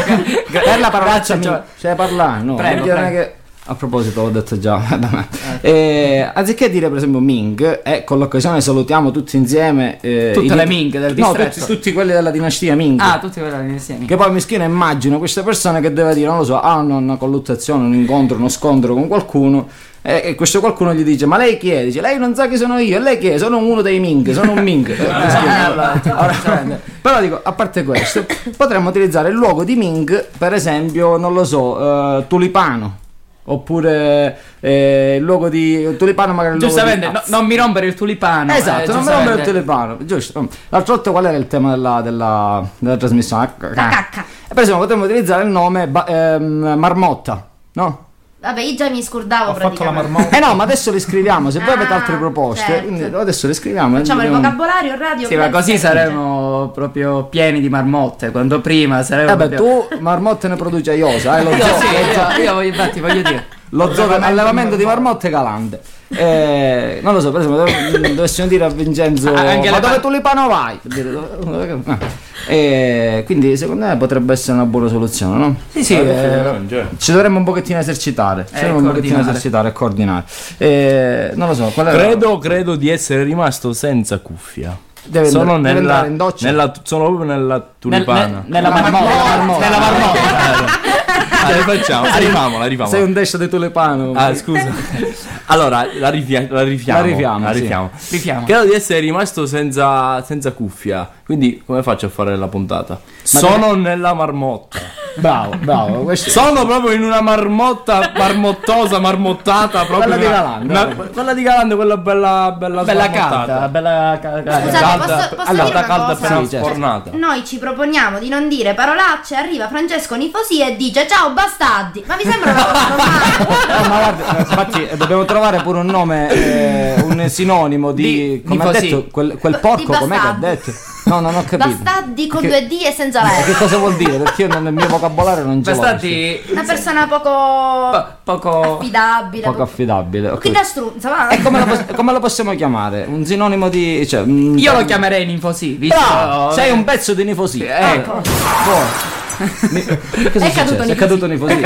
[SPEAKER 12] per la parolaccia cioè, cioè parlare, no,
[SPEAKER 9] Prego,
[SPEAKER 12] per dire
[SPEAKER 9] prego.
[SPEAKER 12] che- a proposito, l'ho detto già. <laughs> vabbè. Eh, anziché dire per esempio Ming, e con l'occasione salutiamo tutti insieme eh,
[SPEAKER 4] Tutte
[SPEAKER 12] in-
[SPEAKER 4] le Ming del
[SPEAKER 12] no,
[SPEAKER 4] distretto.
[SPEAKER 12] tutti, tutti quelli della dinastia Ming.
[SPEAKER 4] Ah, tutti quelli insieme.
[SPEAKER 12] Che poi mischina immagino queste persone che deve dire, non lo so, hanno una colluttazione, un incontro, uno scontro con qualcuno. E e questo qualcuno gli dice: Ma lei chi è? Dice: Lei non sa chi sono io, e lei chi è? Sono uno dei Ming, sono un
[SPEAKER 4] <laughs>
[SPEAKER 12] Ming. Eh,
[SPEAKER 4] Ah,
[SPEAKER 12] mischina.
[SPEAKER 4] certo,
[SPEAKER 12] Ora, però dico, a parte questo, potremmo utilizzare il luogo di Ming, per esempio, non lo so, eh, Tulipano. Oppure eh, il luogo di Tulipano, magari il luogo di
[SPEAKER 4] Giustamente, no- non mi rompere il tulipano.
[SPEAKER 12] Esatto,
[SPEAKER 4] eh,
[SPEAKER 12] non mi rompere il
[SPEAKER 4] giustamente.
[SPEAKER 12] tulipano, giusto. L'altro volta qual era il tema della, della, della trasmissione? La cacca. E per esempio potremmo utilizzare il nome ba- ehm, Marmotta, no?
[SPEAKER 2] Vabbè, io già mi scordavo praticamente.
[SPEAKER 12] Eh no, ma adesso le scriviamo, se voi avete altre proposte,
[SPEAKER 2] certo.
[SPEAKER 12] quindi adesso le scriviamo. e
[SPEAKER 2] <laughs> Facciamo il
[SPEAKER 12] vediamo.
[SPEAKER 2] vocabolario radio. Cioè,
[SPEAKER 4] Sì, ma così
[SPEAKER 2] grazie.
[SPEAKER 4] saremo proprio pieni di marmotte. Quando prima saremo.
[SPEAKER 12] Eh beh,
[SPEAKER 4] proprio-
[SPEAKER 12] tu Marmotte ne produce a Iosa, eh, lo
[SPEAKER 4] Io,
[SPEAKER 12] zoo,
[SPEAKER 4] sì,
[SPEAKER 12] lo zoo-
[SPEAKER 4] io, io voglio- infatti voglio dire.
[SPEAKER 12] Lo zoo allevamento di marmotte calante. Eh, non lo so, per esempio, dov- dovessimo dire a Vincenzo:
[SPEAKER 4] Ah, anche
[SPEAKER 12] Ma
[SPEAKER 4] le
[SPEAKER 12] dove
[SPEAKER 4] par-
[SPEAKER 12] tulipano vai? Per dire, dove- dove- ah. Eh, quindi, secondo me potrebbe essere una buona soluzione, no?
[SPEAKER 4] Sì, sì,
[SPEAKER 12] Eh,
[SPEAKER 1] cioè.
[SPEAKER 4] eh,
[SPEAKER 12] ci dovremmo un pochettino esercitare. Ci
[SPEAKER 4] Eh,
[SPEAKER 12] dovremmo un pochettino
[SPEAKER 4] coordinare.
[SPEAKER 12] esercitare e coordinare. Eh, non lo so, qual era-
[SPEAKER 1] Credo, credo di essere rimasto senza cuffia.
[SPEAKER 12] Deve
[SPEAKER 1] sono
[SPEAKER 12] andare- deve
[SPEAKER 1] nella,
[SPEAKER 12] andare in doccia?
[SPEAKER 1] nella- sono proprio nella tulipana.
[SPEAKER 12] nella marmotta. Nella
[SPEAKER 1] Ah, le facciamo, arriviamola,
[SPEAKER 12] marmotta.
[SPEAKER 1] arriviamo.
[SPEAKER 12] Sei un destra di tulipano.
[SPEAKER 1] Ah, scusa. Allora, la, rifia- la rifiamo.
[SPEAKER 12] La rifiamo,
[SPEAKER 1] la
[SPEAKER 12] sì.
[SPEAKER 1] rifiamo.
[SPEAKER 4] Rifiamo.
[SPEAKER 1] Credo di essere rimasto senza, senza cuffia. Quindi, come faccio a fare la puntata? sono nella marmotta.
[SPEAKER 12] Bravo, bravo. questo-
[SPEAKER 1] Sono proprio in una marmotta marmottosa, marmottata. Proprio
[SPEAKER 12] Quella di
[SPEAKER 1] una-
[SPEAKER 12] Galante,
[SPEAKER 1] una-
[SPEAKER 12] proprio.
[SPEAKER 1] quella di Galante, quella bella, bella,
[SPEAKER 12] Bella
[SPEAKER 1] smarmottata.
[SPEAKER 12] calda, bella ca- calda.
[SPEAKER 2] Scusate, posso- posso
[SPEAKER 1] allora,
[SPEAKER 2] dire una
[SPEAKER 1] calda
[SPEAKER 2] cosa?
[SPEAKER 1] però
[SPEAKER 2] Sì, certo.
[SPEAKER 1] sfornata.
[SPEAKER 2] Noi ci proponiamo di non dire parolacce, arriva Francesco Nifosi e dice ciao bastardi. Ma mi sembra una cosa normale.
[SPEAKER 12] Eh, ma guarda, eh, infatti eh, dobbiamo trovare pure un nome, eh, un sinonimo di, come ha
[SPEAKER 4] Nicosi.
[SPEAKER 12] detto, quel, quel porco,
[SPEAKER 2] Di
[SPEAKER 12] com'è che ha
[SPEAKER 2] bastardi.
[SPEAKER 12] detto? No, non ho capito.
[SPEAKER 2] Bastardi con
[SPEAKER 12] Che-
[SPEAKER 2] due D e senza
[SPEAKER 12] Ma Che
[SPEAKER 2] la
[SPEAKER 12] cosa vuol dire? Perché io non- nel mio vocabolario non ce l'ho.
[SPEAKER 4] Bastardi
[SPEAKER 2] Una persona poco
[SPEAKER 4] poco
[SPEAKER 2] affidabile.
[SPEAKER 12] Poco affidabile. ok.
[SPEAKER 2] Chi da strunza, va?
[SPEAKER 12] E come lo, pos- come lo possiamo chiamare? Un sinonimo di... Cioè, mm,
[SPEAKER 4] Io lo chiamerei Ninfosi. Visto
[SPEAKER 12] Bravo, sei un pezzo di nifosi.
[SPEAKER 4] Ecco.
[SPEAKER 12] Mi- Cosa è,
[SPEAKER 2] caduto
[SPEAKER 12] successo? È caduto nifosi.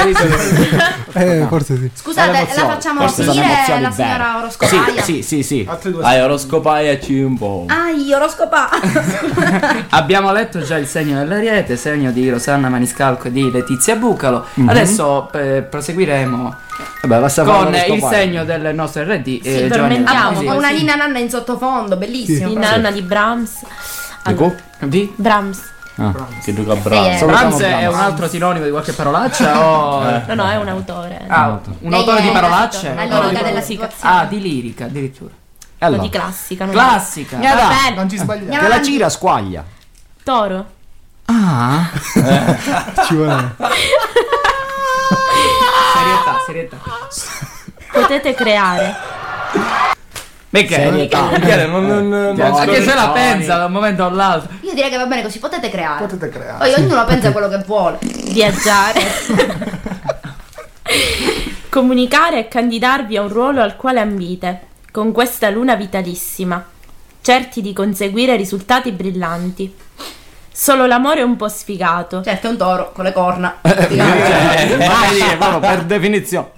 [SPEAKER 3] Eh, forse sì.
[SPEAKER 2] Scusate, la facciamo finire la signora Oroscopaia.
[SPEAKER 12] Sì, sì, sì.
[SPEAKER 1] Dai, oroscopaiaci un
[SPEAKER 4] oh.
[SPEAKER 1] po'.
[SPEAKER 2] Ah, io Oroscopa.
[SPEAKER 4] Abbiamo letto già il segno dell'ariete, segno di Rosanna Maniscalco e di Letizia Bucalo. Adesso eh, proseguiremo
[SPEAKER 12] Vabbè, basta fare
[SPEAKER 4] con il
[SPEAKER 12] l'oroscopaio.
[SPEAKER 4] segno del nostro RD. eh,
[SPEAKER 5] Sì,
[SPEAKER 4] Giovanni
[SPEAKER 5] tormentiamo
[SPEAKER 4] Albanesi.
[SPEAKER 2] Con una ninna nanna in sottofondo, bellissimo.
[SPEAKER 5] Di Nanna di Brahms.
[SPEAKER 12] Ecco.
[SPEAKER 4] Di?
[SPEAKER 5] Brahms.
[SPEAKER 12] Ah,
[SPEAKER 1] Che duca
[SPEAKER 2] Sì, eh.
[SPEAKER 1] bravo.
[SPEAKER 12] Salutiamo
[SPEAKER 4] Brahms è
[SPEAKER 12] Brahms.
[SPEAKER 4] un altro sinonimo di qualche parolaccia o...
[SPEAKER 5] No, no, è un autore.
[SPEAKER 4] Ah, un autore
[SPEAKER 2] Lei
[SPEAKER 4] di
[SPEAKER 2] è
[SPEAKER 4] parolacce?
[SPEAKER 2] la
[SPEAKER 5] esatto, lirica
[SPEAKER 4] Autore di-
[SPEAKER 5] della
[SPEAKER 4] Ah,
[SPEAKER 5] situazione.
[SPEAKER 4] di lirica addirittura.
[SPEAKER 5] No,
[SPEAKER 12] Allora,
[SPEAKER 5] di classica. non-
[SPEAKER 4] Classica.
[SPEAKER 5] Va
[SPEAKER 12] dai.
[SPEAKER 5] bene.
[SPEAKER 9] Non ci sbagliamo.
[SPEAKER 12] che la gira squaglia.
[SPEAKER 5] Toro.
[SPEAKER 4] Ah,
[SPEAKER 12] Ah.
[SPEAKER 3] Ci
[SPEAKER 12] <laughs>
[SPEAKER 3] vuole.
[SPEAKER 4] serietà, serietà.
[SPEAKER 5] Potete creare.
[SPEAKER 4] Michele,
[SPEAKER 12] Serietà.
[SPEAKER 1] Michele, non, non, non-
[SPEAKER 12] Ti ascolto.
[SPEAKER 4] anche se la pensa da un momento all'altro.
[SPEAKER 2] Io direi che va bene così, potete creare.
[SPEAKER 9] Potete creare.
[SPEAKER 2] Poi ognuno pensa quello che vuole.
[SPEAKER 5] Viaggiare. Comunicare e candidarvi a un ruolo al quale ambite, con questa luna vitalissima, certi di conseguire risultati brillanti. Solo l'amore è un po' sfigato,
[SPEAKER 2] Certo, è un toro con le corna.
[SPEAKER 12] Eh, vai lì, proprio per definizione.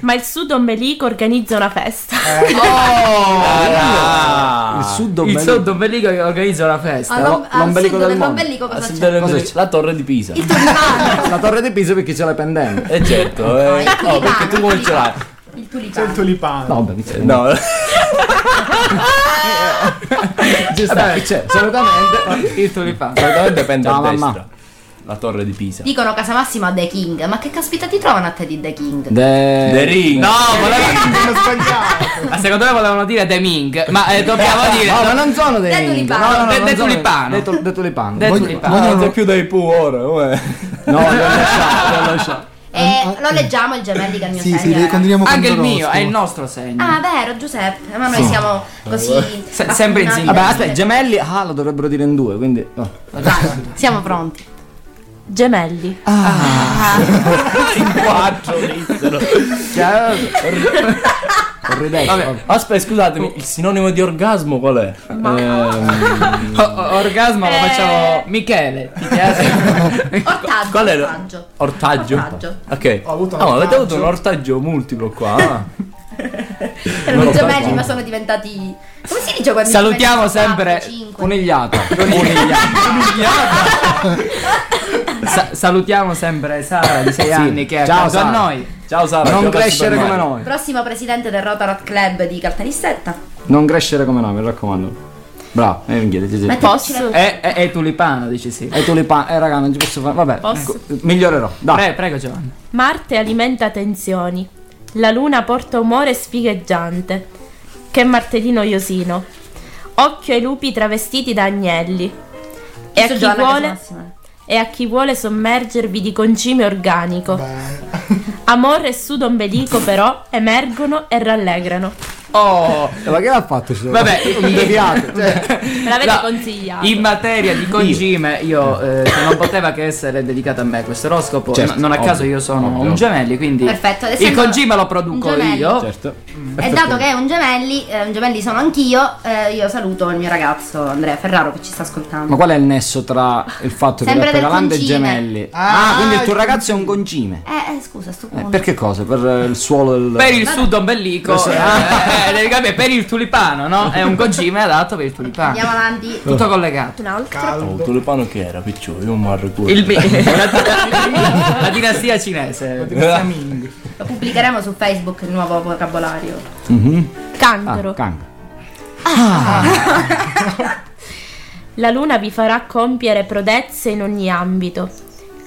[SPEAKER 5] ma il sud ombelico organizza una festa.
[SPEAKER 4] Eh.
[SPEAKER 5] <laughs>
[SPEAKER 12] Il sud
[SPEAKER 4] Oh, Il
[SPEAKER 12] ombelico.
[SPEAKER 4] sotto bellico che organizza la festa.
[SPEAKER 2] Al-
[SPEAKER 12] lo-
[SPEAKER 2] al
[SPEAKER 12] l'ombelico
[SPEAKER 2] sud
[SPEAKER 12] del mondo.
[SPEAKER 2] dell'ombelico
[SPEAKER 1] Ah,
[SPEAKER 2] cosa
[SPEAKER 1] sì,
[SPEAKER 2] c'è?
[SPEAKER 1] delle- La torre di Pisa.
[SPEAKER 2] Il tulipano.
[SPEAKER 12] <laughs> La torre di Pisa perché c'è la pendente.
[SPEAKER 1] Eh certo, eh.
[SPEAKER 2] il
[SPEAKER 1] No, perché tu
[SPEAKER 2] tulipano,
[SPEAKER 1] come ce l'hai?
[SPEAKER 2] Il
[SPEAKER 9] C'è il
[SPEAKER 2] tulipano.
[SPEAKER 9] tulipano.
[SPEAKER 12] No, vabbè, c'è.
[SPEAKER 1] No,
[SPEAKER 12] <laughs> Ci sta, chi c'è? Assolutamente.
[SPEAKER 4] Il tulipano.
[SPEAKER 1] solitamente pende
[SPEAKER 12] Ciao,
[SPEAKER 1] a
[SPEAKER 12] mamma.
[SPEAKER 1] destra. La torre di Pisa.
[SPEAKER 2] Dicono casa massima The King. Ma che caspita ti trovano a te di The King?
[SPEAKER 4] Eh,
[SPEAKER 12] The,
[SPEAKER 1] The Ring.
[SPEAKER 4] No, voleva-
[SPEAKER 9] Non sbagliato.
[SPEAKER 4] ma secondo me volevano dire The Ming, ma eh, dobbiamo dire
[SPEAKER 12] No, ma non sono dei
[SPEAKER 2] Del
[SPEAKER 12] ring.
[SPEAKER 2] tulipano.
[SPEAKER 12] No, no, no,
[SPEAKER 4] Del-
[SPEAKER 12] non
[SPEAKER 4] del
[SPEAKER 12] sono-
[SPEAKER 4] tulipano.
[SPEAKER 12] Del tul- del tulipano.
[SPEAKER 4] The
[SPEAKER 12] Voglio-
[SPEAKER 4] Tulipano.
[SPEAKER 1] non c'è più dai Pooh ora, com'è?
[SPEAKER 12] No, l'ho
[SPEAKER 1] <laughs>
[SPEAKER 12] lasciato, l'ho lasciato.
[SPEAKER 2] Eh, lo leggiamo il gemelli che è il mio
[SPEAKER 3] Sì, sì,
[SPEAKER 2] segno,
[SPEAKER 3] le
[SPEAKER 2] raga.
[SPEAKER 3] continuiamo con
[SPEAKER 4] Anche il mio,
[SPEAKER 3] l'oroscopo.
[SPEAKER 4] è il nostro segno.
[SPEAKER 2] Ah, vero, Giuseppe. Ma noi siamo così.
[SPEAKER 4] Se- sempre in
[SPEAKER 2] affinati.
[SPEAKER 4] simbolo.
[SPEAKER 12] Vabbè, aspetta, gemelli, ah, lo dovrebbero dire in due, quindi... oh.
[SPEAKER 2] Vai, siamo pronti.
[SPEAKER 5] Gemelli.
[SPEAKER 4] Ah.
[SPEAKER 1] Quattro dissero. Vabbè, Aspetta, scusatemi, il sinonimo di orgasmo qual è?
[SPEAKER 2] <laughs>
[SPEAKER 1] Ehm, Eh.
[SPEAKER 4] O- o- orgasmo lo facciamo Michele. Ti piace?
[SPEAKER 2] Ortaggio.
[SPEAKER 1] Qual era?
[SPEAKER 2] ortaggio.
[SPEAKER 1] ortaggio.
[SPEAKER 2] Ortaggio.
[SPEAKER 1] Ok.
[SPEAKER 2] Ho avuto un
[SPEAKER 1] Ah, ma avete
[SPEAKER 2] ortaggio.
[SPEAKER 1] avuto un ortaggio multiplo qua.
[SPEAKER 2] <laughs>
[SPEAKER 1] ah.
[SPEAKER 2] Erano
[SPEAKER 1] Non lo
[SPEAKER 2] gemelli,
[SPEAKER 1] so.
[SPEAKER 2] ma sono diventati. Come si dice
[SPEAKER 4] <laughs>
[SPEAKER 2] quando
[SPEAKER 4] Salutiamo
[SPEAKER 2] diventano
[SPEAKER 4] sempre
[SPEAKER 2] quattro, cinque?
[SPEAKER 4] Conigliata. Conigliata. Sa- salutiamo sempre Sara di 6
[SPEAKER 1] Sì.
[SPEAKER 4] anni che è
[SPEAKER 1] Ciao,
[SPEAKER 4] accanto a
[SPEAKER 1] Sara.
[SPEAKER 4] noi.
[SPEAKER 1] Ciao Sara.
[SPEAKER 4] Non
[SPEAKER 1] gioca a
[SPEAKER 4] crescere
[SPEAKER 1] Super
[SPEAKER 4] come
[SPEAKER 1] Mario.
[SPEAKER 4] noi.
[SPEAKER 2] <laughs> Prossimo presidente del Rotarat Club di Caltanissetta.
[SPEAKER 4] Non crescere come noi, mi raccomando. eh, Bravo, è inglese. sì, sì.
[SPEAKER 2] Ma ti Posso? dici la-
[SPEAKER 4] È, è- è tulipano, dici sì. È tulipano. Eh, raga, non ci posso fare. Vabbè,
[SPEAKER 5] Posso?
[SPEAKER 4] ecco, migliorerò. Dai. Prego, Giovanni.
[SPEAKER 5] Marte alimenta tensioni. La luna porta umore sfigheggiante. Che martedì noiosino. Occhio ai lupi travestiti da agnelli. E a
[SPEAKER 2] Questo
[SPEAKER 5] chi
[SPEAKER 2] Giovanna Casa
[SPEAKER 5] vuole
[SPEAKER 2] Massima.
[SPEAKER 5] e a chi vuole sommergervi di concime organico. <laughs> Amore e sudo ombelico però emergono e rallegrano.
[SPEAKER 4] Oh,
[SPEAKER 12] ma che l'ha fatto? Ciro?
[SPEAKER 4] Vabbè,
[SPEAKER 12] <laughs> un deviato. Cioè,
[SPEAKER 5] Me l'avete
[SPEAKER 4] No,
[SPEAKER 5] consigliato.
[SPEAKER 4] In materia di concime, io eh, cioè, non poteva che essere dedicato a me questo oroscopo.
[SPEAKER 1] Certo,
[SPEAKER 4] N- non a
[SPEAKER 1] ovvio,
[SPEAKER 4] caso io sono
[SPEAKER 1] ovvio.
[SPEAKER 4] un gemelli, quindi
[SPEAKER 2] Perfetto, adesso
[SPEAKER 4] il
[SPEAKER 2] andiamo-
[SPEAKER 4] concime lo
[SPEAKER 2] un
[SPEAKER 4] produco
[SPEAKER 2] gemelli.
[SPEAKER 4] io.
[SPEAKER 1] Certo.
[SPEAKER 2] E dato che è un gemelli, eh, un gemelli sono anch'io, eh, io saluto il mio ragazzo Andrea Ferraro che ci sta ascoltando.
[SPEAKER 4] Ma qual è il nesso tra il fatto che
[SPEAKER 2] Sempre
[SPEAKER 4] Beppe
[SPEAKER 2] del
[SPEAKER 4] Galante è
[SPEAKER 2] concime.
[SPEAKER 4] gemelli?
[SPEAKER 2] Ah,
[SPEAKER 4] Ah, quindi il tuo
[SPEAKER 2] il
[SPEAKER 4] ragazzo è un concime.
[SPEAKER 2] Eh, eh, scusa, sto
[SPEAKER 4] Eh, per che cosa? Per eh, il suolo del.
[SPEAKER 13] Per il
[SPEAKER 4] sud ombelico.
[SPEAKER 13] Questo-
[SPEAKER 4] eh, eh, devi capire, per il tulipano, no? È un concime adatto per il tulipano.
[SPEAKER 2] Andiamo avanti.
[SPEAKER 4] Tutto collegato.
[SPEAKER 5] Un altro.
[SPEAKER 1] Oh, il tulipano che era, picciolo? Io mi ricordo.
[SPEAKER 4] Il
[SPEAKER 1] <laughs>
[SPEAKER 4] la, la dinastia cinese. La dinastia Ming.
[SPEAKER 2] Lo pubblicheremo su Facebook il nuovo vocabolario.
[SPEAKER 9] Mm-hmm.
[SPEAKER 2] Ah,
[SPEAKER 5] Ah, Cancro. Ah. La luna vi farà compiere prodezze in ogni ambito.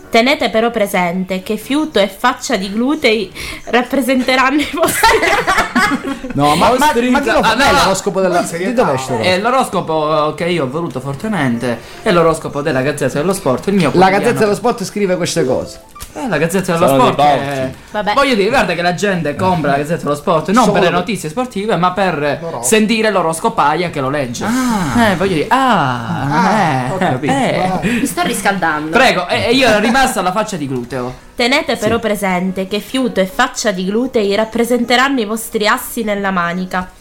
[SPEAKER 5] Tenete però presente che fiuto e faccia di glutei rappresenteranno i vostri
[SPEAKER 12] No, ma, ma, ma chi lo
[SPEAKER 4] Ah,
[SPEAKER 12] fa?
[SPEAKER 4] no,
[SPEAKER 12] È
[SPEAKER 4] no.
[SPEAKER 12] l'oroscopo della. Di dove esce l'oroscopo?
[SPEAKER 4] E l'oroscopo che io ho voluto fortemente è l'oroscopo della Gazzetta dello Sport, il mio
[SPEAKER 12] La
[SPEAKER 4] quotidiano.
[SPEAKER 12] Gazzetta dello Sport scrive queste cose.
[SPEAKER 4] Eh, la Gazzetta dello
[SPEAKER 12] Sono dei
[SPEAKER 4] Sport è...
[SPEAKER 12] bauti.
[SPEAKER 5] Vabbè.
[SPEAKER 4] Voglio dire, guarda che la gente compra la Gazzetta dello Sport non
[SPEAKER 12] Solo
[SPEAKER 4] per le
[SPEAKER 12] per-
[SPEAKER 4] notizie sportive, ma per eh, sentire l'oroscopaia che lo legge.
[SPEAKER 2] Ah.
[SPEAKER 4] Eh, voglio dire, ah, eh,
[SPEAKER 2] ho
[SPEAKER 5] capito.
[SPEAKER 4] eh.
[SPEAKER 2] Mi sto riscaldando.
[SPEAKER 4] Prego, e e io ero rimasta alla faccia di gluteo.
[SPEAKER 5] Tenete però presente che fiuto e faccia di glutei rappresenteranno i vostri assi nella manica.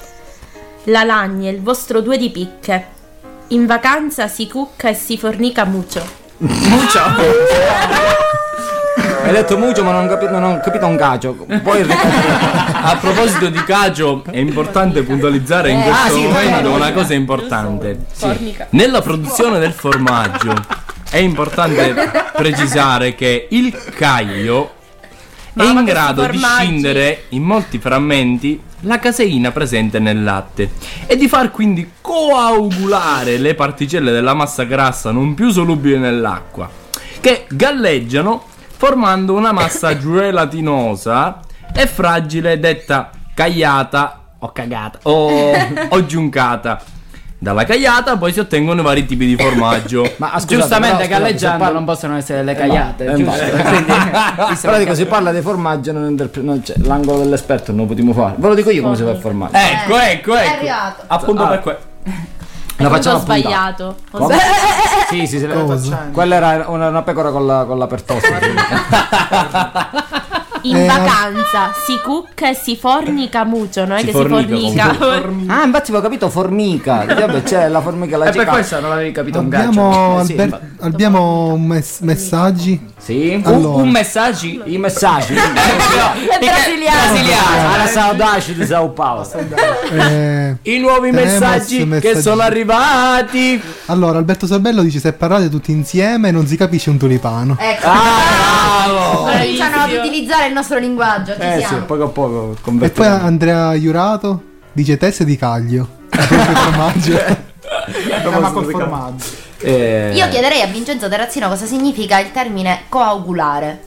[SPEAKER 5] La lagna è il vostro due di picche. In vacanza si cucca e si fornica mucho.
[SPEAKER 4] Muccio. Hai detto Muccio, ma non, capi- non ho capito un cacio. Poi
[SPEAKER 1] A proposito di Cacio, è importante puntualizzare in
[SPEAKER 4] Eh, ah,
[SPEAKER 1] questo
[SPEAKER 4] sì,
[SPEAKER 1] momento
[SPEAKER 4] prego.
[SPEAKER 1] una cosa importante.
[SPEAKER 5] Fornica.
[SPEAKER 1] Nella produzione del formaggio è importante precisare che il caglio è in grado di
[SPEAKER 5] formaggi.
[SPEAKER 1] scindere in molti frammenti la caseina presente nel latte e di far quindi coagulare le particelle della massa grassa non più solubile nell'acqua che galleggiano formando
[SPEAKER 12] <coughs>
[SPEAKER 1] una massa gelatinosa e fragile detta cagliata o cagata o,
[SPEAKER 12] <laughs>
[SPEAKER 1] o giuncata. Dalla cagliata poi si ottengono i vari tipi di
[SPEAKER 12] <coughs>
[SPEAKER 1] formaggio.
[SPEAKER 4] Ma giustamente galleggiando Eh, non possono essere le cagliate, <laughs> giusto? Quindi, visto
[SPEAKER 12] Però
[SPEAKER 4] che-
[SPEAKER 12] dico, si parla dei formaggi, non interpre- non c'è- l'angolo dell'esperto non lo potremmo fare. Ve lo dico io come si fa il formaggio.
[SPEAKER 1] Ecco, ecco,
[SPEAKER 2] È
[SPEAKER 4] Eh,
[SPEAKER 1] ecco.
[SPEAKER 2] arrivato.
[SPEAKER 1] Appunto
[SPEAKER 12] Ah.
[SPEAKER 1] per questo.
[SPEAKER 12] La
[SPEAKER 5] Ho
[SPEAKER 12] facciamo appuntare.
[SPEAKER 5] sbagliato. Ho
[SPEAKER 4] <laughs>
[SPEAKER 12] Come?
[SPEAKER 5] sbagliato.
[SPEAKER 12] Sì, sì, sì.
[SPEAKER 3] Cosa?
[SPEAKER 12] Quella era una, una pecora con la, con la pertosse.
[SPEAKER 5] In
[SPEAKER 12] Eh,
[SPEAKER 5] vacanza si cucca e si fornica mucho, non è
[SPEAKER 12] Si
[SPEAKER 5] che
[SPEAKER 12] fornica,
[SPEAKER 5] si fornica.
[SPEAKER 12] ah, infatti avevo capito formica. Dico, Vabbè, c'è la formica la
[SPEAKER 4] E Eh, per
[SPEAKER 12] cica-
[SPEAKER 4] questo non avevi capito un cacio.
[SPEAKER 3] Abbiamo,
[SPEAKER 4] Eh sì,
[SPEAKER 3] Alber-
[SPEAKER 4] ma-
[SPEAKER 3] abbiamo mess- messaggi?
[SPEAKER 4] Sì.
[SPEAKER 3] Allora.
[SPEAKER 4] Un, un messaggio. I <laughs>
[SPEAKER 12] messaggi.
[SPEAKER 4] È brasiliano.
[SPEAKER 12] Alla saudade di Sao Paolo.
[SPEAKER 3] Eh,
[SPEAKER 1] I nuovi
[SPEAKER 3] Tenemos
[SPEAKER 1] messaggi che
[SPEAKER 3] messaggi.
[SPEAKER 1] sono arrivati.
[SPEAKER 3] allora, Alberto Sabello dice: Se parlate tutti insieme, non si capisce un tulipano.
[SPEAKER 2] Ecco. Cominciano ad
[SPEAKER 5] Bravissimo.
[SPEAKER 2] utilizzare il nostro linguaggio, ci
[SPEAKER 12] Eh sì,
[SPEAKER 2] siamo.
[SPEAKER 12] poco a poco
[SPEAKER 3] E poi
[SPEAKER 12] convertiamo.
[SPEAKER 3] Andrea Iurato dice: Teste di caglio. A proprio formaggio.
[SPEAKER 14] Ma col formaggio.
[SPEAKER 12] Eh,
[SPEAKER 2] Io chiederei a Vincenzo Terrazzino cosa significa il termine coagulare.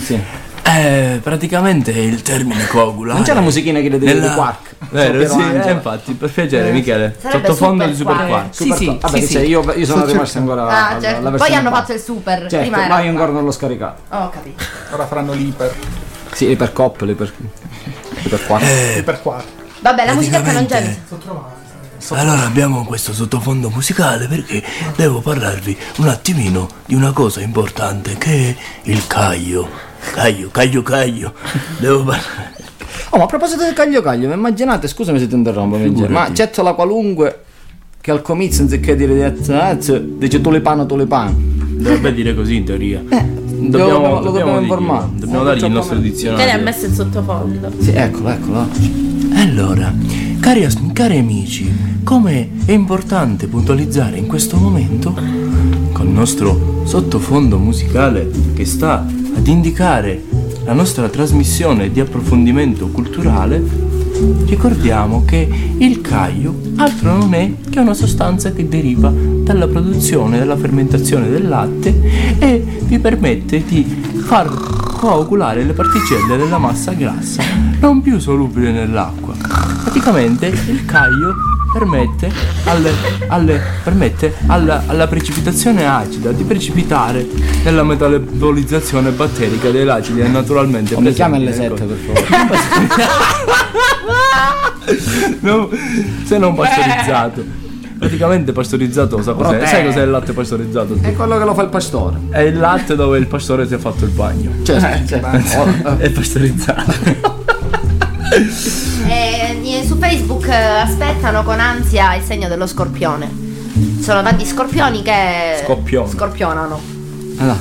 [SPEAKER 12] Sì.
[SPEAKER 1] Eh, praticamente il termine coagulare.
[SPEAKER 12] Non c'è la musichina che le deve di quark?
[SPEAKER 1] Vero,
[SPEAKER 12] Piero
[SPEAKER 1] sì,
[SPEAKER 12] Angelo.
[SPEAKER 1] eh, infatti, per piacere,
[SPEAKER 12] Eh.
[SPEAKER 1] Michele.
[SPEAKER 2] Sarebbe
[SPEAKER 1] Sottofondo di
[SPEAKER 2] super
[SPEAKER 1] Super
[SPEAKER 2] quark.
[SPEAKER 12] <laughs>
[SPEAKER 1] Quark.
[SPEAKER 12] Super
[SPEAKER 4] sì,
[SPEAKER 12] Vabbè,
[SPEAKER 4] sì,
[SPEAKER 12] che
[SPEAKER 4] sì.
[SPEAKER 12] c'è, Io, io sono
[SPEAKER 4] Sì,
[SPEAKER 12] rimasto ancora
[SPEAKER 2] Ah,
[SPEAKER 12] alla-
[SPEAKER 2] certo.
[SPEAKER 12] alla
[SPEAKER 2] Poi
[SPEAKER 12] versione
[SPEAKER 2] hanno
[SPEAKER 12] quark.
[SPEAKER 2] fatto il super.
[SPEAKER 12] Certo,
[SPEAKER 2] Prima
[SPEAKER 12] ma io
[SPEAKER 2] era.
[SPEAKER 12] ancora non l'ho scaricato.
[SPEAKER 2] Oh, ho capito.
[SPEAKER 14] Ora faranno l'iper.
[SPEAKER 12] Sì, le per coppole, per, le per quark.
[SPEAKER 14] Per qua.
[SPEAKER 2] Vabbè, la musichetta non c'è.
[SPEAKER 1] Allora abbiamo questo sottofondo musicale perché devo parlarvi un attimino di una cosa importante che è il caglio. Caglio, caglio, caglio. Devo parlare.
[SPEAKER 12] Oh, ma a proposito del caglio caglio, ma immaginate, scusami se ti interrompo, Vincenzo, ma c'è la qualunque che al comizio anziché dire di azz, dice tulipano tulipano.
[SPEAKER 9] Dovrebbe dire così in teoria.
[SPEAKER 12] Dobbiamo- Eh, lo
[SPEAKER 9] Dobbiamo,
[SPEAKER 12] dobbiamo
[SPEAKER 9] dobbiamo dirgli-
[SPEAKER 12] informare.
[SPEAKER 9] dobbiamo dargli il nostro
[SPEAKER 5] <laughs> Te ne ha
[SPEAKER 9] dizionario.
[SPEAKER 5] messo il sottofondo.
[SPEAKER 12] Sì, eccolo, eccolo.
[SPEAKER 1] Allora, cari, as- cari amici, come è importante puntualizzare in questo momento col nostro sottofondo musicale che sta ad indicare la nostra trasmissione di approfondimento culturale, ricordiamo che il caio altro non è che una sostanza che deriva dalla produzione, dalla fermentazione del latte e vi permette di far coagulare le particelle della massa grassa non più solubile nell'acqua. Praticamente il caio permette, alle- alle- permette alla, alla precipitazione acida di precipitare nella metabolizzazione batterica dei lacidi naturalmente
[SPEAKER 12] Non mi chiama
[SPEAKER 1] presenti
[SPEAKER 12] L7
[SPEAKER 1] nel
[SPEAKER 12] per
[SPEAKER 1] corpo.
[SPEAKER 12] favore.
[SPEAKER 1] <laughs> No, se non pastorizzato. Praticamente pastorizzato, cosa cos'è?
[SPEAKER 12] Proteico.
[SPEAKER 1] Sai cos'è il latte pastorizzato?
[SPEAKER 12] È quello che lo fa il pastore.
[SPEAKER 1] È il latte dove il pastore si è fatto il bagno. Eh,
[SPEAKER 12] Cioè,
[SPEAKER 1] certo.
[SPEAKER 12] cioè,
[SPEAKER 1] <laughs> è pastorizzato.
[SPEAKER 2] Eh, su Facebook eh, aspettano con ansia il segno dello scorpione. Ci Sono tanti scorpioni che
[SPEAKER 4] Scorpione.
[SPEAKER 2] scorpionano.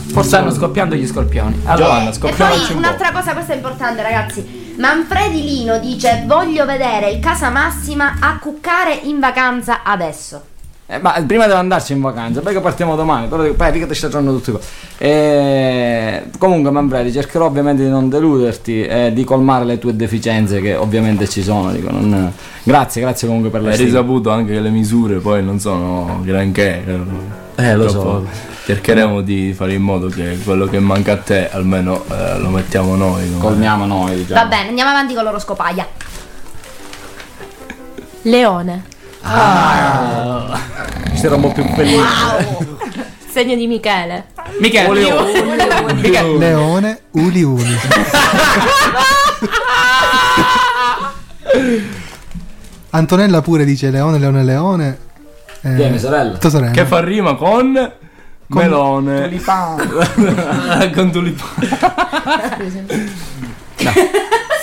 [SPEAKER 4] Forse stanno scoppiando gli scorpioni. Allora,
[SPEAKER 2] E poi un'altra cosa, questa è importante, ragazzi. Manfredi Lino dice: Voglio vedere il Casa Massima a cuccare in vacanza adesso.
[SPEAKER 12] Eh, ma prima devo andarci in vacanza, poi che partiamo domani, però poi mica ti stagiano tutti qua. Eh, comunque Manfredi, cercherò ovviamente di non deluderti e di colmare le tue deficienze che ovviamente ci sono. Dico, non- Grazie, grazie comunque per la
[SPEAKER 9] Hai
[SPEAKER 12] stima.
[SPEAKER 9] risaputo anche che le misure poi non sono granché.
[SPEAKER 12] Eh, lo so.
[SPEAKER 9] Purtroppo Cercheremo di fare in modo che quello che manca a te almeno eh, lo mettiamo noi.
[SPEAKER 12] Colmiamo noi,
[SPEAKER 2] Va bene, andiamo avanti con l'oroscopaia.
[SPEAKER 5] Leone,
[SPEAKER 12] Questo era un po' più felice.
[SPEAKER 5] segno di Michele.
[SPEAKER 4] Michele,
[SPEAKER 3] Leone Uli Uli. Antonella pure dice Leone, Leone, Leone. Eh,
[SPEAKER 9] Vieni, sorella.
[SPEAKER 3] Tua sorella.
[SPEAKER 9] Che fa rima con, melone. <laughs> con tulipano.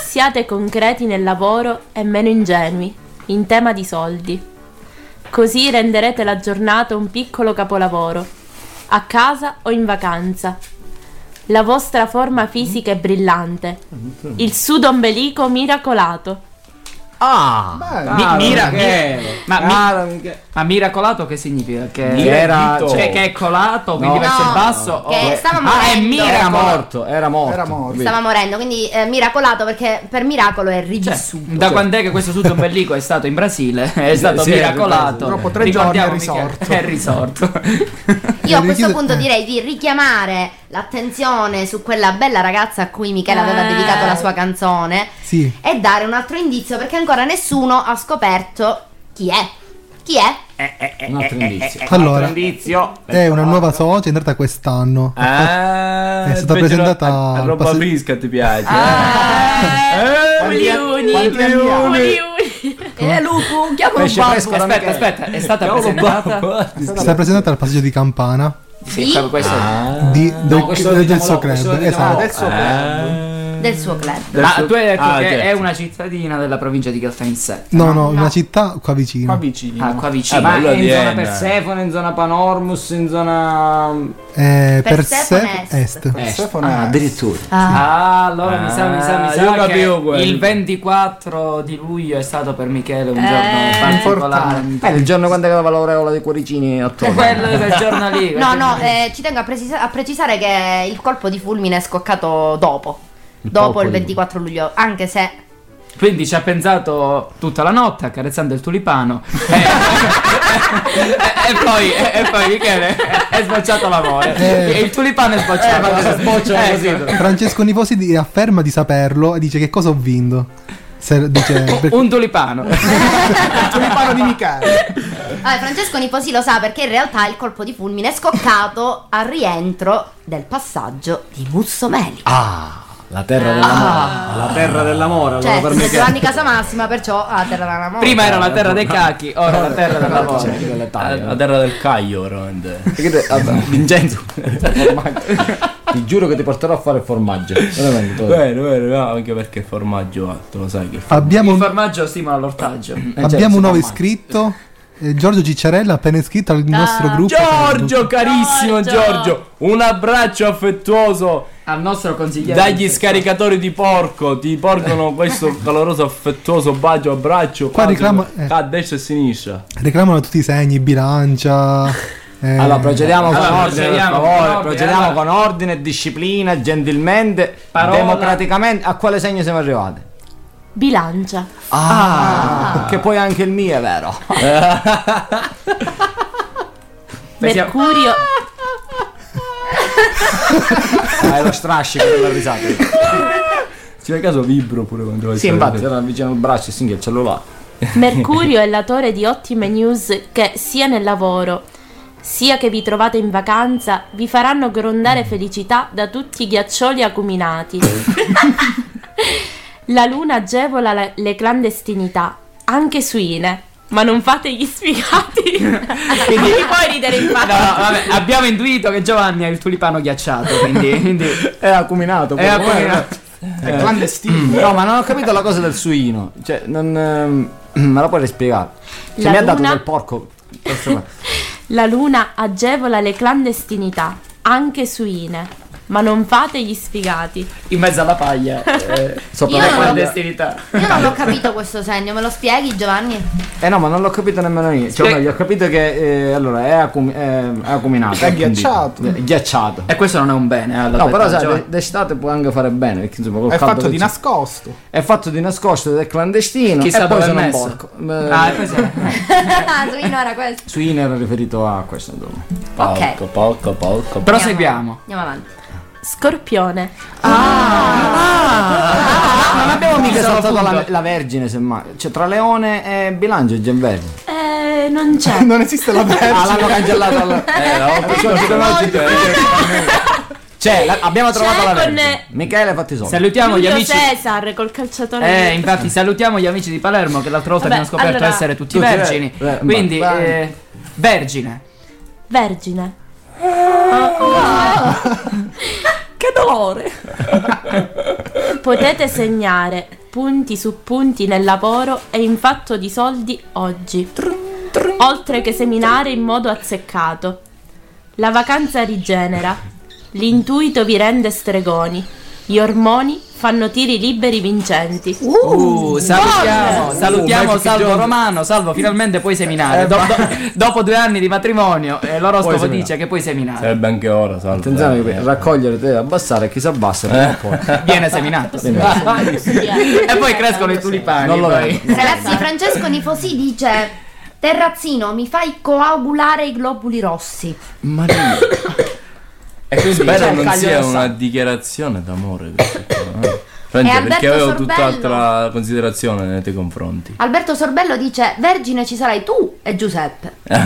[SPEAKER 5] Siate concreti nel lavoro e meno ingenui in tema di soldi. Così renderete la giornata un piccolo capolavoro, a casa o in vacanza. La vostra forma fisica è brillante. Il sudo ombelico miracolato.
[SPEAKER 4] Ah, mi,
[SPEAKER 12] Ah,
[SPEAKER 4] mira,
[SPEAKER 12] Michele.
[SPEAKER 4] mi- ma, mi-
[SPEAKER 12] Ah,
[SPEAKER 4] ma miracolato che significa? Che,
[SPEAKER 12] Mira-
[SPEAKER 4] era,
[SPEAKER 12] dito.
[SPEAKER 4] cioè, che è colato, quindi
[SPEAKER 12] No.
[SPEAKER 4] verso il
[SPEAKER 12] No,
[SPEAKER 4] basso.
[SPEAKER 2] che
[SPEAKER 4] o-
[SPEAKER 2] stava
[SPEAKER 4] ah, è
[SPEAKER 2] morendo.
[SPEAKER 4] mira
[SPEAKER 12] Era
[SPEAKER 4] morto.
[SPEAKER 12] morto, era morto.
[SPEAKER 2] Stava morendo, quindi eh, miracolato perché per miracolo è rivissuto.
[SPEAKER 4] Da quando è che questo sudo ombelico è stato in
[SPEAKER 12] <laughs>
[SPEAKER 4] Brasile? È stato
[SPEAKER 12] Cioè. sì,
[SPEAKER 4] miracolato.
[SPEAKER 12] dopo tre
[SPEAKER 4] Ricordiamo
[SPEAKER 12] giorni è
[SPEAKER 4] Michele- È risorto.
[SPEAKER 2] <laughs> Io a questo punto
[SPEAKER 4] eh.
[SPEAKER 2] direi di richiamare l'attenzione su quella bella ragazza a cui Michele aveva
[SPEAKER 3] Eh.
[SPEAKER 2] dedicato la sua canzone
[SPEAKER 3] Sì.
[SPEAKER 2] e dare un altro indizio perché ancora nessuno ha scoperto chi è. Chi è?
[SPEAKER 12] Un eh, altro indizio.
[SPEAKER 3] Allora,
[SPEAKER 9] indizio.
[SPEAKER 3] è una nuova socia, è entrata quest'anno.
[SPEAKER 9] Ah,
[SPEAKER 3] è stata
[SPEAKER 9] invece no,
[SPEAKER 3] presentata
[SPEAKER 9] a- a
[SPEAKER 3] al
[SPEAKER 9] roba
[SPEAKER 3] passo-
[SPEAKER 9] fresca ti piace. eh?
[SPEAKER 5] Uli uli,
[SPEAKER 9] Ah. quanti anni
[SPEAKER 5] uli,
[SPEAKER 9] ha?
[SPEAKER 5] uli.
[SPEAKER 2] Eh, Lupo, chiama
[SPEAKER 4] Pesce fresco, aspetta, aspetta, è stata presentata.
[SPEAKER 3] È stata presentata al passaggio di Campana
[SPEAKER 4] Sì, proprio questo.
[SPEAKER 3] di, del, esatto.
[SPEAKER 4] questo
[SPEAKER 3] del,
[SPEAKER 4] diciamolo-
[SPEAKER 3] suo
[SPEAKER 4] questo
[SPEAKER 3] club.
[SPEAKER 4] diciamolo- Ah,
[SPEAKER 3] Esatto.
[SPEAKER 4] del suo club.
[SPEAKER 2] Del suo club.
[SPEAKER 4] Ma tu hai detto
[SPEAKER 3] Ah,
[SPEAKER 4] che
[SPEAKER 3] certo.
[SPEAKER 4] è una cittadina della provincia di Caltanissetta.
[SPEAKER 3] No, no, una città qua vicino.
[SPEAKER 4] vicino. Ah, qua vicino.
[SPEAKER 12] Eh, ma
[SPEAKER 4] Allora
[SPEAKER 12] è in zona
[SPEAKER 4] viene.
[SPEAKER 12] Persefone, in zona Panormus, in zona.
[SPEAKER 3] Eh,
[SPEAKER 12] Persefone
[SPEAKER 3] Persefone Est.
[SPEAKER 12] Persefone Ah, addirittura.
[SPEAKER 4] Ah, allora mi sa, mi sa, mi
[SPEAKER 9] Ah,
[SPEAKER 4] sa
[SPEAKER 9] io
[SPEAKER 4] che
[SPEAKER 9] capivo quello.
[SPEAKER 4] il 24 di luglio è stato per Michele un
[SPEAKER 12] Eh.
[SPEAKER 4] giorno
[SPEAKER 12] Eh,
[SPEAKER 4] particolare.
[SPEAKER 12] il giorno quando aveva l'aureola dei cuoricini attorno.
[SPEAKER 4] <laughs> Quello del giorno lì.
[SPEAKER 2] No, no, eh, ci tengo a, precisa- a precisare che il colpo di fulmine è scoccato dopo. Dopo
[SPEAKER 4] colpo
[SPEAKER 2] il
[SPEAKER 4] di-
[SPEAKER 2] 24 luglio, anche se
[SPEAKER 4] <laughs> Quindi ci ha pensato tutta la notte accarezzando il tulipano. e, e poi, e, e poi Michele è sbocciato l'amore.
[SPEAKER 3] Eh.
[SPEAKER 4] Il tulipano è sbocciato. <laughs> Ecco.
[SPEAKER 3] Francesco Niposi di- afferma di saperlo e dice che cosa ho vinto.
[SPEAKER 4] <laughs>
[SPEAKER 3] Se- dice, perché-
[SPEAKER 4] Un tulipano.
[SPEAKER 2] Tulipano di Michele. Vabbè, Francesco Niposi lo sa perché in realtà il colpo di fulmine è scoccato al rientro del passaggio di Mussomeli.
[SPEAKER 12] Ah, La terra dell'amore. Ah. La terra dell'amore, allora
[SPEAKER 2] Cioè,
[SPEAKER 12] per me che...
[SPEAKER 2] Giovanni Casamassima, perciò a terra della morte.
[SPEAKER 4] Prima era la terra dei cacchi, ora la terra della
[SPEAKER 12] Cioè,
[SPEAKER 4] lavoro.
[SPEAKER 12] delle taglie.
[SPEAKER 15] La terra del Caio, veramente. <laughs>
[SPEAKER 12] Vincenzo, ti giuro che ti porterò a fare formaggio. Veramente. te lo dico.
[SPEAKER 15] Vero, vero, no, anche perché formaggio alto, lo sai che
[SPEAKER 3] Abbiamo-
[SPEAKER 4] il formaggio stimola l'ortaggio. Eh,
[SPEAKER 1] cioè,
[SPEAKER 4] cioè,
[SPEAKER 3] Abbiamo un nuovo iscritto. eh, Giorgio Cicciarella, appena iscritto al nostro gruppo.
[SPEAKER 15] Ah, Giorgio, carissimo Giorgio. un abbraccio affettuoso
[SPEAKER 4] al nostro consigliere.
[SPEAKER 15] dagli scaricatori di porco. Ti porgono questo
[SPEAKER 4] <laughs>
[SPEAKER 15] caloroso, affettuoso bacio, abbraccio.
[SPEAKER 3] Qua reclama- eh.
[SPEAKER 15] a destra e a sinistra.
[SPEAKER 3] Reclamano tutti i segni, bilancia. eh,
[SPEAKER 12] Allora procediamo
[SPEAKER 15] Allora,
[SPEAKER 12] con ordine, per
[SPEAKER 15] procediamo con
[SPEAKER 12] favore,
[SPEAKER 15] ordine,
[SPEAKER 12] procediamo
[SPEAKER 15] allora.
[SPEAKER 12] con ordine, disciplina, gentilmente,
[SPEAKER 5] Parola.
[SPEAKER 12] democraticamente. A quale segno siamo arrivati?
[SPEAKER 5] Bilancia.
[SPEAKER 12] Ah, che poi anche il mio
[SPEAKER 15] <laughs>
[SPEAKER 12] è vero.
[SPEAKER 5] Mercurio.
[SPEAKER 12] Hai Ah, lo strascico della risata.
[SPEAKER 15] Se per caso vibro pure quando vai
[SPEAKER 12] Sì,
[SPEAKER 15] a fare-
[SPEAKER 12] infatti, era vicino al braccio, sì, il cellulare.
[SPEAKER 5] Mercurio è l'autore di ottime news che sia nel lavoro sia che vi trovate in vacanza vi faranno grondare felicità da tutti i ghiaccioli acuminati. La luna agevola la- le clandestinità, anche suine, ma non fate gli sfigati.
[SPEAKER 4] Quindi-
[SPEAKER 5] Mi puoi ridere in
[SPEAKER 4] No, no,
[SPEAKER 5] faccia.
[SPEAKER 4] vabbè, abbiamo intuito che Giovanni ha il tulipano ghiacciato, quindi,
[SPEAKER 12] è acuminato.
[SPEAKER 4] È
[SPEAKER 12] proprio,
[SPEAKER 4] acuminato.
[SPEAKER 12] È clandestino. No, Eh, ma non ho capito la cosa del suino. Cioè, non. ehm, <clears throat> Me la puoi spiegare? Se
[SPEAKER 5] La
[SPEAKER 12] mi ha dato
[SPEAKER 5] luna-
[SPEAKER 12] del porco. questo qua.
[SPEAKER 5] La luna agevola le clandestinità, anche suine, ma non fate gli sfigati.
[SPEAKER 4] in mezzo alla paglia. Eh,
[SPEAKER 12] Sopra
[SPEAKER 4] Io
[SPEAKER 12] la
[SPEAKER 4] non
[SPEAKER 12] paglia.
[SPEAKER 4] ho clandestinità.
[SPEAKER 2] Io Eh, non ho capito questo segno, me lo spieghi <laughs> Giovanni?
[SPEAKER 12] Eh no, ma non l'ho capito nemmeno io. Cioè,
[SPEAKER 2] Sì.
[SPEAKER 12] meglio, ho capito che eh, allora è, acum- è- è acuminato. eh,
[SPEAKER 6] È
[SPEAKER 12] quindi-
[SPEAKER 6] ghiacciato.
[SPEAKER 12] È ghiacciato.
[SPEAKER 4] E questo non è un bene. eh, allora,
[SPEAKER 12] No, però
[SPEAKER 4] per
[SPEAKER 12] sai,
[SPEAKER 4] Giovanni.
[SPEAKER 12] d- d'estate può anche fare bene. Perché, insomma, col
[SPEAKER 6] È
[SPEAKER 12] caldo
[SPEAKER 6] fatto
[SPEAKER 12] che
[SPEAKER 6] di
[SPEAKER 12] c'è-
[SPEAKER 6] nascosto.
[SPEAKER 12] È fatto di nascosto ed è clandestino.
[SPEAKER 4] Chissà
[SPEAKER 12] e poi
[SPEAKER 4] dove è
[SPEAKER 12] sono un
[SPEAKER 4] messo.
[SPEAKER 12] porco.
[SPEAKER 4] Ah, e poi sono-
[SPEAKER 2] Suino era questo.
[SPEAKER 12] Suino era riferito a questo. Insomma.
[SPEAKER 2] Ok.
[SPEAKER 12] Porco, porco, porco.
[SPEAKER 4] Proseguiamo.
[SPEAKER 2] Andiamo avanti.
[SPEAKER 5] Scorpione.
[SPEAKER 12] Non abbiamo mica
[SPEAKER 5] Sono
[SPEAKER 12] saltato la,
[SPEAKER 5] punto.
[SPEAKER 12] la Vergine, semmai. Cioè, tra Leone e Bilancio e Gemvergine.
[SPEAKER 5] Eh, non c'è.
[SPEAKER 6] <laughs> non esiste la Vergine.
[SPEAKER 12] Ah, l'hanno cancellata. la-
[SPEAKER 15] Eh, no,
[SPEAKER 12] Cioè,
[SPEAKER 3] Eh.
[SPEAKER 12] Cioè, la- abbiamo trovato
[SPEAKER 5] C'è
[SPEAKER 12] la
[SPEAKER 5] con-
[SPEAKER 12] Vergine. Michele, fatti i soldi.
[SPEAKER 4] Salutiamo gli
[SPEAKER 5] Giulio
[SPEAKER 4] amici.
[SPEAKER 5] Cesar col calciatore.
[SPEAKER 4] Eh, infatti salutiamo gli amici di Palermo che l'altra volta
[SPEAKER 5] Vabbè,
[SPEAKER 4] abbiamo scoperto
[SPEAKER 5] allora-
[SPEAKER 4] essere tutti,
[SPEAKER 5] Tutti,
[SPEAKER 4] vergini.
[SPEAKER 5] eh, eh,
[SPEAKER 4] Quindi,
[SPEAKER 5] ma-
[SPEAKER 4] eh, vergine.
[SPEAKER 5] Vergine. <laughs> che dolore. <laughs> Potete segnare punti su punti nel lavoro e in fatto di soldi oggi. Oltre che seminare in modo azzeccato. La vacanza rigenera. L'intuito vi rende stregoni. Gli ormoni fanno tiri liberi vincenti.
[SPEAKER 4] Uh, salutiamo,
[SPEAKER 5] Buone!
[SPEAKER 4] salutiamo
[SPEAKER 12] Uh,
[SPEAKER 4] Salvo
[SPEAKER 12] Giorgio. Eh,
[SPEAKER 4] Romano. Salvo, finalmente puoi seminare. Do- do- dopo due anni di matrimonio, eh, l'oroscopo
[SPEAKER 12] Puoi seminare.
[SPEAKER 4] dice che puoi seminare.
[SPEAKER 15] Sarebbe anche ora, Eh. salvo.
[SPEAKER 12] Attenzione,
[SPEAKER 15] dai.
[SPEAKER 12] che raccogliere deve abbassare, chi si abbassa prima o poi.
[SPEAKER 4] Viene seminato.
[SPEAKER 12] Viene.
[SPEAKER 4] <laughs> e poi crescono i tulipani.
[SPEAKER 12] Non lo
[SPEAKER 4] poi.
[SPEAKER 12] vedo.
[SPEAKER 2] Ragazzi, Francesco Nifosi dice: Terrazzino, mi fai coagulare i globuli rossi.
[SPEAKER 12] Ma
[SPEAKER 15] E quindi
[SPEAKER 2] Sì, cioè,
[SPEAKER 15] spero non
[SPEAKER 2] taglio
[SPEAKER 15] sia
[SPEAKER 2] del
[SPEAKER 15] una dichiarazione d'amore questa qua, eh. Frangia,
[SPEAKER 2] E Alberto
[SPEAKER 15] perché avevo
[SPEAKER 2] Sorbello?
[SPEAKER 15] tutt'altra considerazione nei tuoi confronti.
[SPEAKER 2] Alberto Sorbello dice: Vergine ci sarai tu e Giuseppe.
[SPEAKER 12] Eh,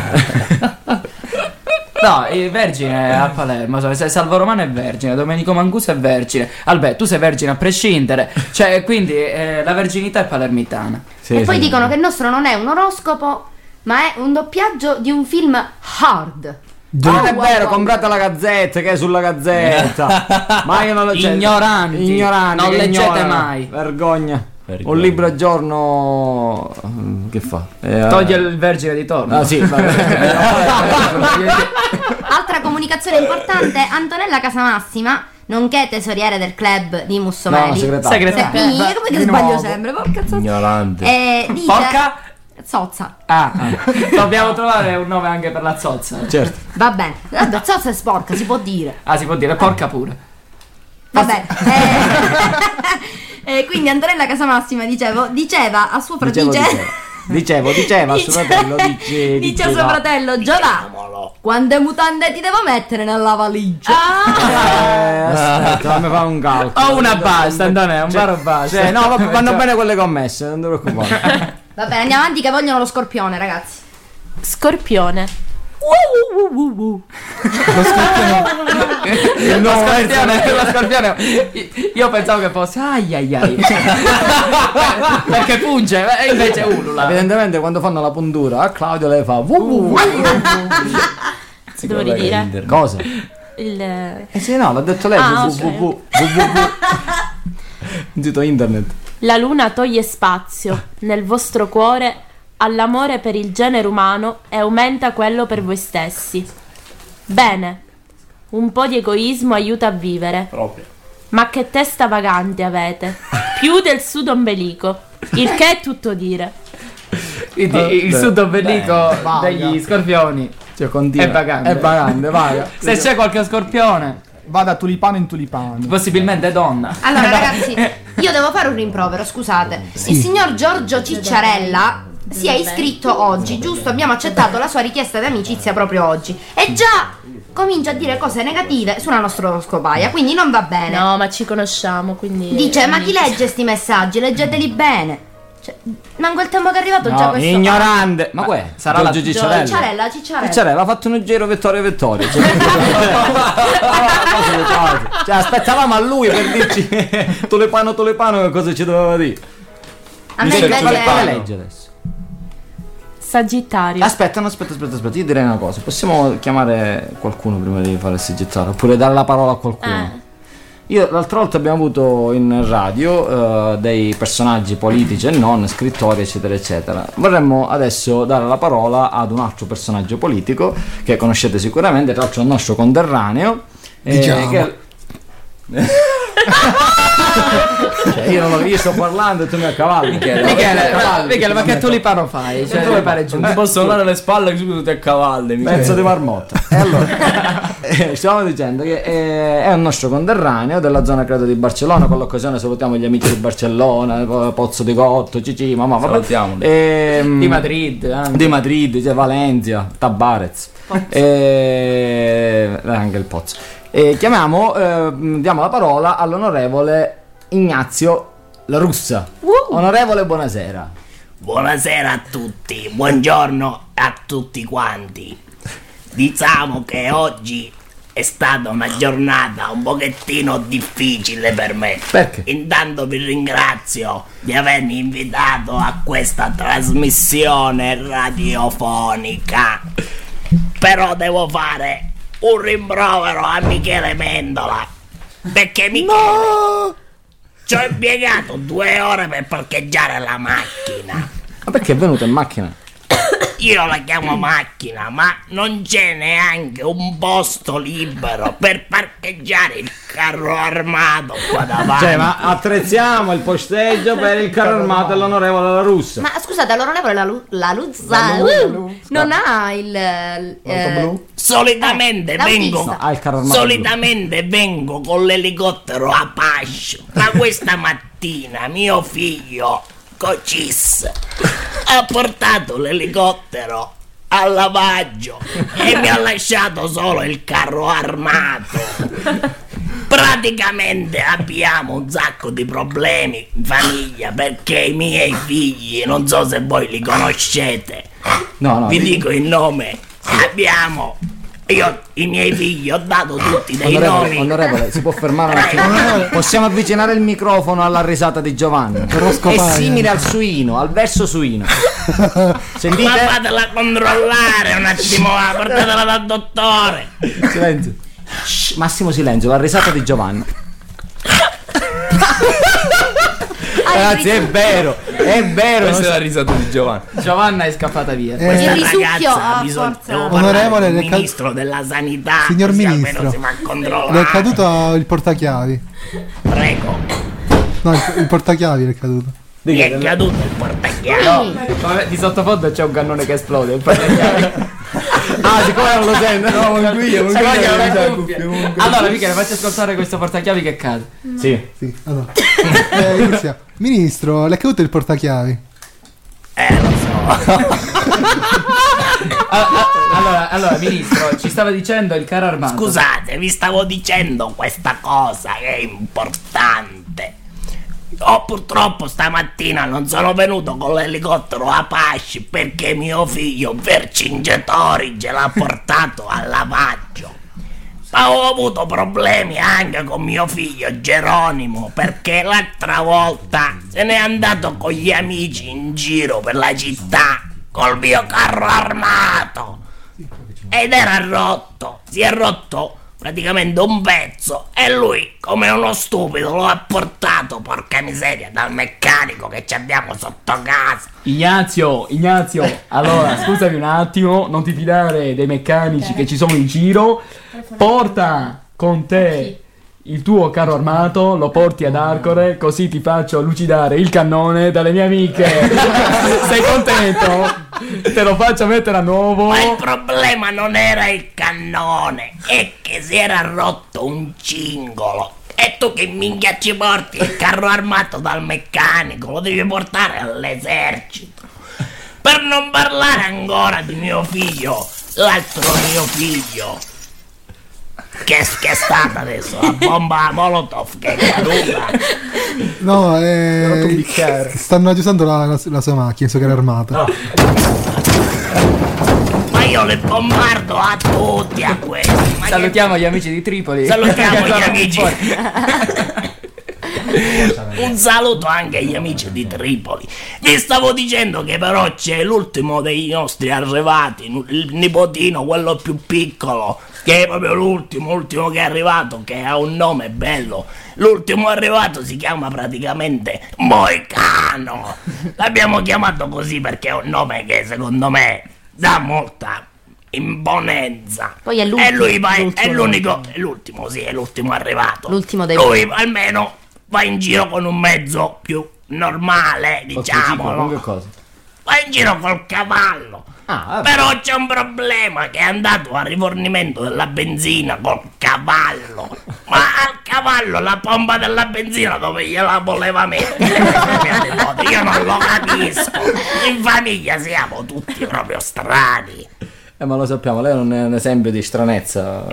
[SPEAKER 4] No, il vergine è a Palermo. so- se- Salvo Romano è vergine, Domenico Manguso è vergine. Albè, tu sei vergine a prescindere. Cioè, quindi eh, la verginità è palermitana.
[SPEAKER 2] e poi dicono che il nostro non è un oroscopo, ma è un doppiaggio di un film hard.
[SPEAKER 12] Ah, non è vero, comprate la gazzetta che è
[SPEAKER 4] <laughs>
[SPEAKER 12] sulla gazzetta. Ma io non lo cioè,
[SPEAKER 4] Ignoranti.
[SPEAKER 12] Ignoranti.
[SPEAKER 4] Non
[SPEAKER 12] che
[SPEAKER 4] leggete
[SPEAKER 12] ignorano.
[SPEAKER 4] mai.
[SPEAKER 12] Vergogna.
[SPEAKER 15] Vergogna.
[SPEAKER 12] Un libro al giorno. mm, Che fa? Eh,
[SPEAKER 4] Togli il vergine di torno.
[SPEAKER 12] Ah, sì,
[SPEAKER 4] <laughs>
[SPEAKER 12] vabbè.
[SPEAKER 2] Altra comunicazione importante, Antonella Casamassima, nonché tesoriere del club di Mussomeli.
[SPEAKER 12] No, segretaria.
[SPEAKER 4] Segretaria.
[SPEAKER 2] Se- Ih, come che
[SPEAKER 4] Di
[SPEAKER 2] sbaglio
[SPEAKER 4] nuovo.
[SPEAKER 2] sempre? Porca zozza.
[SPEAKER 15] Ignorante.
[SPEAKER 2] Eh, dice,
[SPEAKER 4] Porca?
[SPEAKER 2] Zozza.
[SPEAKER 4] Ah, dobbiamo trovare un nome anche per la zozza.
[SPEAKER 12] Certo.
[SPEAKER 2] Va bene. Vabbè, zozza è sporca, si può dire.
[SPEAKER 4] Ah, si può dire porca pure.
[SPEAKER 2] Vabbè. <laughs> eh, eh, quindi Antonella Casamassima, dicevo, diceva a suo fratello.
[SPEAKER 12] Dicevo, dicevo. Dicevo, diceva a suo
[SPEAKER 2] Dice-
[SPEAKER 12] fratello, dice,
[SPEAKER 2] <laughs> Dice a suo
[SPEAKER 12] diceva.
[SPEAKER 2] fratello Giovanni Quante mutande ti devo mettere nella valigia?
[SPEAKER 12] Eh,
[SPEAKER 10] Ah,
[SPEAKER 12] aspetta, fammi <laughs> fare un calcolo.
[SPEAKER 4] Ho una basta, Antonella, un baro basta.
[SPEAKER 12] Cioè, no,
[SPEAKER 10] <laughs>
[SPEAKER 12] vabbè, vanno bene quelle commesse, non ti preoccupare.
[SPEAKER 2] Va bene, andiamo avanti che vogliono lo scorpione, ragazzi.
[SPEAKER 5] Scorpione.
[SPEAKER 4] Uh, uh, uh, uh.
[SPEAKER 10] Lo scorpione.
[SPEAKER 4] Lo
[SPEAKER 10] lo
[SPEAKER 12] eh,
[SPEAKER 4] scorpione,
[SPEAKER 10] scorpione,
[SPEAKER 4] lo
[SPEAKER 10] Io pensavo che fosse ai
[SPEAKER 12] <laughs>
[SPEAKER 10] ai ai. Ah, Perché punge, e invece ulula.
[SPEAKER 12] Evidentemente quando fanno la puntura a Claudio lei fa "Vu, vu, vu".
[SPEAKER 5] Si Devo collega ridire. a internet.
[SPEAKER 12] Cosa?
[SPEAKER 5] Il...
[SPEAKER 12] Eh sì, no, l'ha detto lei.
[SPEAKER 5] Ah,
[SPEAKER 12] vu, vu,
[SPEAKER 5] ok.
[SPEAKER 12] vu, vu, vu, vu. Zitto internet.
[SPEAKER 5] La luna toglie spazio nel vostro cuore all'amore per il genere umano e aumenta quello per voi stessi. Bene, un po' di egoismo aiuta a vivere.
[SPEAKER 15] Proprio.
[SPEAKER 5] Ma che testa vagante avete, più del sud ombelico, il che è tutto dire.
[SPEAKER 10] Quindi
[SPEAKER 12] Ah,
[SPEAKER 5] Eh,
[SPEAKER 10] il
[SPEAKER 5] beh,
[SPEAKER 10] sud ombelico
[SPEAKER 5] beh,
[SPEAKER 10] degli scorpioni
[SPEAKER 12] cioè, continua.
[SPEAKER 10] è vagante.
[SPEAKER 12] È vagante, vaga.
[SPEAKER 10] <laughs> Se c'è qualche scorpione,
[SPEAKER 6] Vada tulipano in tulipano.
[SPEAKER 10] possibilmente è donna.
[SPEAKER 12] <laughs>
[SPEAKER 2] Allora, ragazzi, io devo fare un rimprovero, scusate. Il signor Giorgio Cicciarella si è iscritto oggi, giusto? Abbiamo accettato la sua richiesta di amicizia proprio oggi. E già comincia a dire cose negative sulla nostra oroscopaia, quindi non va bene.
[SPEAKER 5] No, ma ci conosciamo, quindi.
[SPEAKER 2] Dice, ma chi legge sti messaggi? Leggeteli bene. Cioè, manco il tempo che è arrivato già
[SPEAKER 12] No,
[SPEAKER 2] questo...
[SPEAKER 12] ignorante. Ma qua è?
[SPEAKER 10] sarà
[SPEAKER 12] Giorgio
[SPEAKER 10] la-
[SPEAKER 12] Cicciarella.
[SPEAKER 2] Cicciarella, Cicciarella.
[SPEAKER 12] Cicciarella ha fatto un giro Vittorio
[SPEAKER 2] <laughs>
[SPEAKER 12] Vittorio. Cioè, cioè, aspettavamo a lui per dirci <laughs> Tolepano Tolepano che cosa ci doveva dire.
[SPEAKER 2] A
[SPEAKER 12] Mi
[SPEAKER 2] me
[SPEAKER 12] sa che
[SPEAKER 2] invece-
[SPEAKER 12] quale- quale legge adesso?
[SPEAKER 5] Sagittario.
[SPEAKER 12] Aspetta, no, aspetta, aspetta, aspetta, io direi una cosa. Possiamo chiamare qualcuno prima di fare il seggettare, oppure dare la parola a qualcuno.
[SPEAKER 10] Eh.
[SPEAKER 12] Io l'altra volta abbiamo avuto in radio eh, dei personaggi politici e non, scrittori, eccetera, eccetera. Vorremmo adesso dare la parola ad un altro personaggio politico che conoscete sicuramente, tra l'altro è un nostro conterraneo. eh,
[SPEAKER 3] Diciamo.
[SPEAKER 12] che- Cioè, io, non lo- io sto parlando e tu mi accavalli.
[SPEAKER 10] Michele, ma- Michele, ma che tulipano fai? Cioè, dove pare giù?
[SPEAKER 15] Non posso suonare le spalle che subito ti accavalli. mi
[SPEAKER 12] Pezzo di
[SPEAKER 15] credi.
[SPEAKER 12] marmotta. E allora, eh, stiamo dicendo che eh, è un nostro conterraneo della zona credo di Barcellona. Con l'occasione salutiamo gli amici di Barcellona, eh, Po- Pozzo di Cotto, Cici, mamma, vabbè.
[SPEAKER 15] Salutiamoli.
[SPEAKER 12] Ehm,
[SPEAKER 10] Di Madrid, anche.
[SPEAKER 12] Di Madrid, cioè Valencia, Tabarez. Eh, anche il Pozzo. E chiamiamo, eh, diamo la parola all'onorevole Ignazio La Russa.
[SPEAKER 10] Uh!
[SPEAKER 12] Onorevole, buonasera.
[SPEAKER 16] Buonasera a tutti, buongiorno a tutti quanti. Diciamo che oggi è stata una giornata un pochettino difficile per me.
[SPEAKER 12] Perché?
[SPEAKER 16] Intanto vi ringrazio di avermi invitato a questa trasmissione radiofonica. Però devo fare un rimprovero a Michele Mendola. Perché Michele ci ho impiegato due ore per parcheggiare la macchina.
[SPEAKER 12] Ma perché è venuto in macchina?
[SPEAKER 16] Io la chiamo macchina, ma non c'è neanche un posto libero per parcheggiare il carro armato qua davanti.
[SPEAKER 12] Cioè, ma attrezziamo il posteggio per il carro armato all'onorevole La Russa.
[SPEAKER 2] Ma scusate, l'onorevole la, Lu- la Luzza
[SPEAKER 12] Certo. La Lu- la
[SPEAKER 2] uh, non ha il... eh,
[SPEAKER 16] Solitamente
[SPEAKER 2] Eh, l'autista.
[SPEAKER 16] vengo.
[SPEAKER 2] No, ha il carro armato
[SPEAKER 16] solitamente vengo con l'elicottero Apache. Ma questa mattina mio figlio, Cocis, ha portato l'elicottero al lavaggio e mi ha lasciato solo il carro armato. Praticamente abbiamo un sacco di problemi in famiglia perché i miei figli, non so se voi li conoscete,
[SPEAKER 12] No, no.
[SPEAKER 16] vi dico il nome. Abbiamo. Io, i miei figli, ho dato tutti dei
[SPEAKER 12] Onorevole,
[SPEAKER 16] nomi.
[SPEAKER 12] onorevole, si può fermare un attimo? Possiamo avvicinare il microfono alla risata di Giovanni? È
[SPEAKER 16] scopare.
[SPEAKER 12] simile al suino, al
[SPEAKER 15] <laughs>
[SPEAKER 12] verso suino. Sentite?
[SPEAKER 16] Ma fatela controllare un attimo, va, portatela dal dottore.
[SPEAKER 12] Eh. Silenzio. Shh, Massimo silenzio, la risata di
[SPEAKER 16] <laughs>
[SPEAKER 12] Giovanni. Ragazzi, è vero, è vero.
[SPEAKER 15] Questa è
[SPEAKER 12] non
[SPEAKER 15] la risata di Giovanni.
[SPEAKER 10] Giovanna è scappata via.
[SPEAKER 16] Questa
[SPEAKER 10] Il risucchio,
[SPEAKER 16] ragazza
[SPEAKER 10] ah,
[SPEAKER 16] bisogna
[SPEAKER 10] forza.
[SPEAKER 16] devo
[SPEAKER 3] Onorevole,
[SPEAKER 16] parlare con il
[SPEAKER 3] le cal-
[SPEAKER 16] ministro della sanità.
[SPEAKER 3] Signor
[SPEAKER 16] se Ah, almeno
[SPEAKER 3] ministro,
[SPEAKER 16] si fa controllare.
[SPEAKER 3] le è caduto il portachiavi.
[SPEAKER 16] Prego.
[SPEAKER 3] No, il, il portachiavi le è caduto.
[SPEAKER 16] Mi è caduto il portachiavi.
[SPEAKER 10] No, vabbè, di sottofondo c'è un cannone che esplode. il portachiavi. <laughs>
[SPEAKER 12] ah, siccome non lo sento.
[SPEAKER 10] No,
[SPEAKER 12] con qui, con
[SPEAKER 10] Se
[SPEAKER 12] qui
[SPEAKER 10] no, gli
[SPEAKER 12] non
[SPEAKER 10] avrei
[SPEAKER 12] mi sa
[SPEAKER 10] cuffie.
[SPEAKER 12] cuffie, con qui.
[SPEAKER 10] Allora, Michele, facci ascoltare questo portachiavi che cade.
[SPEAKER 12] Sì.
[SPEAKER 3] Sì, allora. Eh, iniziamo. Ministro, le è caduto il portachiavi.
[SPEAKER 10] <laughs> Ah, ah, allora, allora, ministro, ci stava dicendo il carro armato.
[SPEAKER 16] Scusate, vi stavo dicendo questa cosa che è importante. Oh, purtroppo stamattina non sono venuto con l'elicottero Apache perché mio figlio Vercingetori ce l'ha portato al lavaggio. Ma ho avuto problemi anche con mio figlio Geronimo perché l'altra volta se n'è andato con gli amici in giro per la città col mio carro armato ed era rotto, si è rotto praticamente un pezzo e lui come uno stupido lo ha portato porca miseria dal meccanico che ci abbiamo sotto casa
[SPEAKER 17] Ignazio,
[SPEAKER 16] <laughs>
[SPEAKER 17] Ignazio, allora scusami un attimo, non ti fidare dei meccanici che ci sono in giro. Porta con te il tuo carro armato, lo porti ad Arcore, così ti faccio lucidare il cannone dalle
[SPEAKER 16] <laughs>
[SPEAKER 17] mie amiche. Sei contento? Te lo faccio mettere a nuovo.
[SPEAKER 16] Ma il problema non era il cannone, è che si era rotto un cingolo. E tu che minchia ci porti il carro armato dal meccanico, lo devi portare all'esercito. Per non parlare ancora di mio figlio, l'altro mio figlio. Che, che è stata adesso la bomba Molotov che è caduta?
[SPEAKER 3] No, eh, stanno aggiustando la, la- la sua macchina, il suo carro armato.
[SPEAKER 12] Eh,
[SPEAKER 16] Ma io le bombardo a tutti a questi. Ma
[SPEAKER 17] Salutiamo gli amici di
[SPEAKER 10] <laughs>
[SPEAKER 17] Tripoli.
[SPEAKER 16] Salutiamo gli
[SPEAKER 17] Che
[SPEAKER 16] amici.
[SPEAKER 17] sono
[SPEAKER 16] Un saluto anche agli amici di Tripoli. Vi stavo dicendo che però c'è l'ultimo dei nostri arrivati, nu- il nipotino, quello più piccolo, che è proprio l'ultimo, l'ultimo che è arrivato, che ha un nome bello. L'ultimo arrivato si chiama praticamente
[SPEAKER 9] Boh,
[SPEAKER 16] Moicano. Ah, L'abbiamo chiamato così perché è un nome che secondo me dà molta imponenza.
[SPEAKER 2] Poi è
[SPEAKER 16] E lui va,
[SPEAKER 2] l'ultimo.
[SPEAKER 16] è l'unico, è l'ultimo, sì, è l'ultimo arrivato.
[SPEAKER 2] L'ultimo dei
[SPEAKER 16] Lui almeno va in giro con un mezzo più normale, diciamolo.
[SPEAKER 12] cosa?
[SPEAKER 16] Va in giro col cavallo. Però c'è un problema che è andato al rifornimento della benzina col cavallo. Ma al cavallo la pompa della benzina dove gliela voleva mettere? Io non lo capisco. In famiglia siamo tutti proprio strani.
[SPEAKER 12] Eh, ma lo sappiamo, lei non è un esempio di stranezza,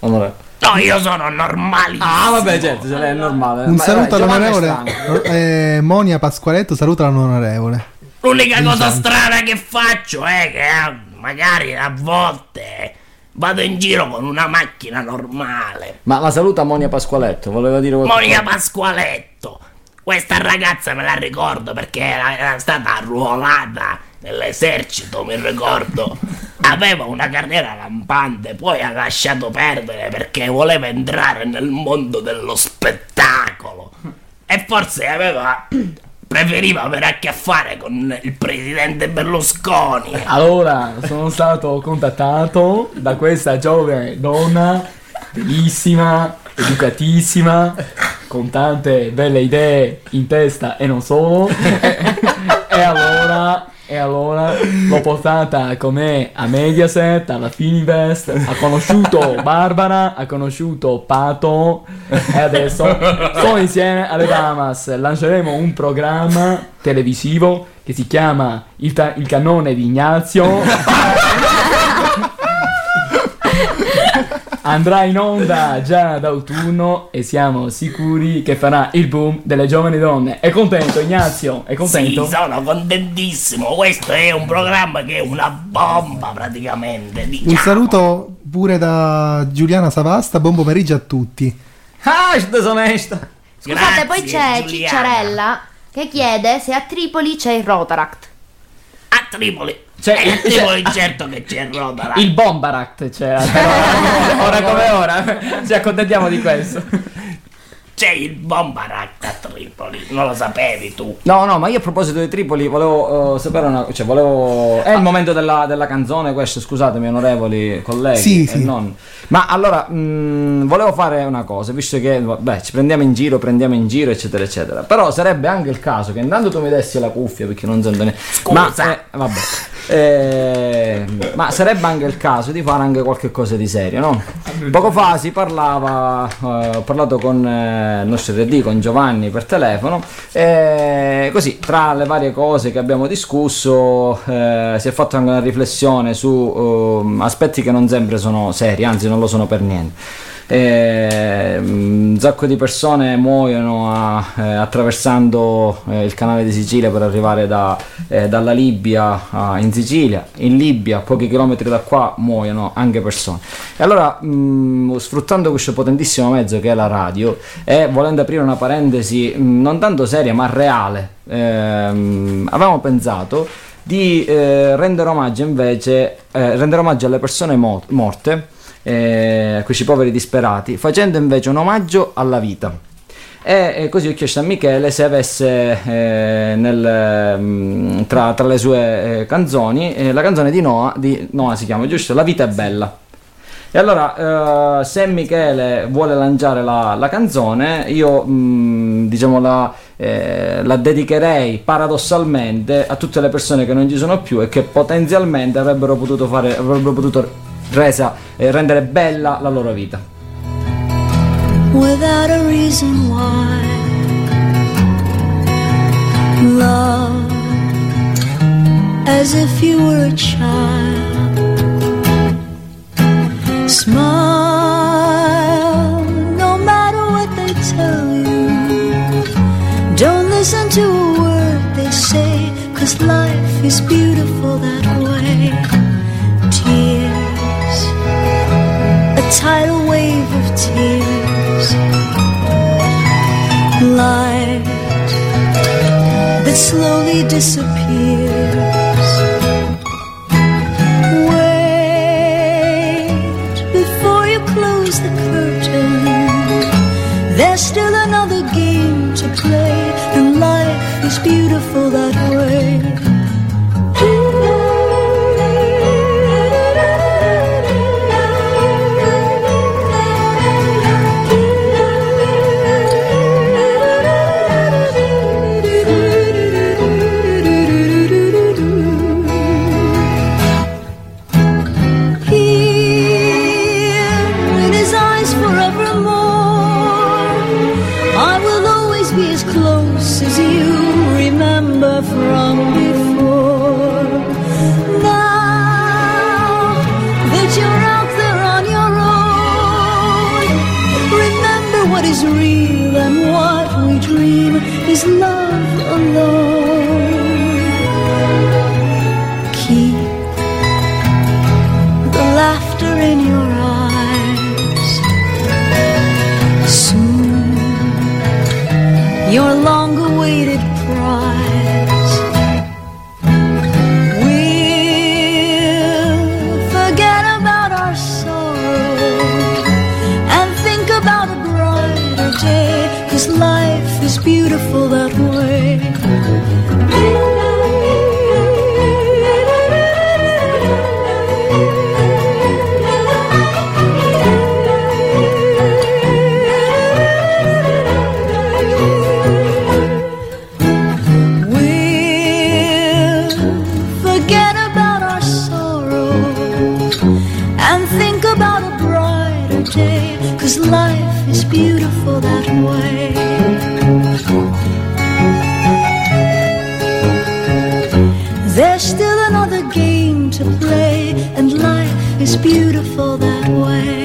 [SPEAKER 12] onorevole.
[SPEAKER 16] No, io sono normalissimo.
[SPEAKER 12] Ah, vabbè, certo, se lei è normale.
[SPEAKER 3] Un
[SPEAKER 12] Ma
[SPEAKER 3] saluto
[SPEAKER 12] dai, Giovanni è strano.
[SPEAKER 3] all'onorevole eh, Monia Pasqualetto, saluta l'onorevole.
[SPEAKER 16] L'unica cosa
[SPEAKER 3] Intanto.
[SPEAKER 16] strana che faccio è che eh, magari a volte vado in giro con una macchina normale.
[SPEAKER 12] Ma la saluta Monia Pasqualetto, voleva dire qualcosa.
[SPEAKER 16] Monia Pasqualetto. Questa ragazza me la ricordo perché era, era stata arruolata nell'esercito, mi ricordo. Aveva una carriera lampante, poi ha lasciato perdere perché voleva entrare nel mondo dello spettacolo. E forse aveva. preferiva avere a che fare con il presidente Berlusconi.
[SPEAKER 17] Allora, sono stato contattato da questa giovane donna, bellissima, educatissima, con tante belle idee in testa e non solo. E allora, e allora l'ho portata con me a Mediaset, alla Fininvest, ha conosciuto Barbara, ha conosciuto Pato e adesso sono insieme alle Damas. Lanceremo un programma televisivo che si chiama Il, ta- il cannone di Ignazio. Andrà in onda già d'autunno e siamo sicuri che farà il boom delle giovani donne. È contento Ignazio? È contento?
[SPEAKER 16] Sì, esatto. sono contentissimo. Questo è un programma che è una bomba praticamente.
[SPEAKER 3] Un
[SPEAKER 16] Diciamo.
[SPEAKER 3] saluto pure da Giuliana Savasta, buon pomeriggio a tutti.
[SPEAKER 17] <laughs>
[SPEAKER 12] Ah, disonesta.
[SPEAKER 2] Scusate, poi c'è
[SPEAKER 16] Giuliana.
[SPEAKER 2] Cicciarella che chiede se a Tripoli c'è il Rotaract.
[SPEAKER 16] A Tripoli.
[SPEAKER 17] Cioè,
[SPEAKER 16] Eh, a
[SPEAKER 17] il-
[SPEAKER 16] Tripoli certo che c'è Rodara. <laughs>
[SPEAKER 17] Il Bombaract
[SPEAKER 10] cioè,
[SPEAKER 12] <laughs>
[SPEAKER 17] c'era. però, ora come ora. Ci accontentiamo di questo.
[SPEAKER 16] C'è il Bombaract a Tripoli. Non lo sapevi tu.
[SPEAKER 12] No, no, ma io a proposito di Tripoli volevo eh, sapere una cioè volevo... È il momento della, della canzone questo, scusatemi onorevoli colleghi.
[SPEAKER 3] Sì,
[SPEAKER 12] e
[SPEAKER 3] sì.
[SPEAKER 12] non- Ma allora, mh, volevo fare una cosa, visto che beh, ci prendiamo in giro, prendiamo in giro, eccetera, eccetera. Però sarebbe anche il caso che intanto tu mi dessi la cuffia perché non sento niente. Ma, eh, vabbè. Eh, ma sarebbe anche il caso di fare anche qualche cosa di serio, no? Poco fa si parlava, eh, ho parlato con eh, il nostro RD, con Giovanni per telefono, e così tra le varie cose che abbiamo discusso eh, si è fatta anche una riflessione su ehm, aspetti che non sempre sono seri, anzi non lo sono per niente. E, mm, un sacco di persone muoiono a- eh, attraversando eh, il canale di Sicilia per arrivare da, eh, dalla Libia ah, in Sicilia. In Libia, pochi chilometri da qua, muoiono anche persone. E allora, mm, sfruttando questo potentissimo mezzo che è la radio, e volendo aprire una parentesi mm, non tanto seria ma reale, ehm, avevamo pensato di eh, rendere omaggio invece, eh, rendere omaggio alle persone mo- morte, eh, a questi poveri disperati, facendo invece un omaggio alla vita. E eh, così ho chiesto a Michele se avesse eh, nel, mm, tra, tra le sue eh, canzoni eh, la canzone di Noah, di Noah si chiama giusto? La vita è bella. E allora, eh, se Michele vuole lanciare la, la canzone, io mm, diciamo la, eh, la dedicherei paradossalmente a tutte le persone che non ci sono più e che potenzialmente avrebbero potuto, fare, avrebbero potuto resa, eh, rendere bella la loro vita.
[SPEAKER 8] without a reason why. Love as if you were a child. Smile no matter what they tell you. Don't listen to a word they say, cause life is beautiful that way. Tears, a tidal wave of tears. Light that slowly disappears. Wait before you close the curtain. There's still another game to play, and life is beautiful that way. Here, in his eyes forevermore, I will always be as close as you remember from before. Now that you're out there on your own, remember what is real and what we dream is love alone. Keep the laughter in your eyes. Soon, your long awaited prize will forget about our sorrow and think about a brighter day, cause life is beautiful that way. We'll forget about our sorrow and think about a brighter day, cause life is beautiful that way. There's still another game to play, and life is beautiful that way.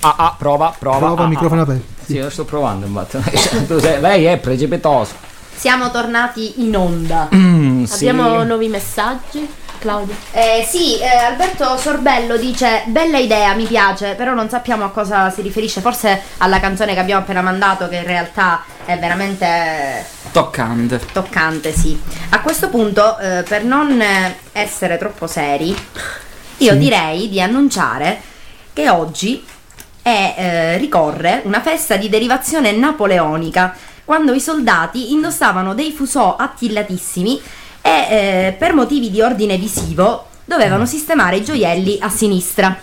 [SPEAKER 12] Ah, ah, prova, prova.
[SPEAKER 3] Prova,
[SPEAKER 12] ah,
[SPEAKER 3] microfono
[SPEAKER 12] ah.
[SPEAKER 3] aperto.
[SPEAKER 12] Sì, lo sto provando, infatti. <laughs> Tu sei- lei è precipitoso.
[SPEAKER 2] Siamo tornati in onda.
[SPEAKER 12] Mm, sì.
[SPEAKER 5] Abbiamo nuovi messaggi, Claudia.
[SPEAKER 2] Eh, sì, eh, Alberto Sorbello dice bella idea, mi piace, però non sappiamo a cosa si riferisce, forse alla canzone che abbiamo appena mandato che in realtà è veramente
[SPEAKER 4] Toccante.
[SPEAKER 2] toccante, sì. A questo punto, eh, per non eh, essere troppo seri, io
[SPEAKER 4] Sì.
[SPEAKER 2] direi di annunciare che oggi e eh, ricorre una festa di derivazione napoleonica, quando i soldati indossavano dei fusò attillatissimi e eh, per motivi di ordine visivo dovevano sistemare i gioielli a sinistra.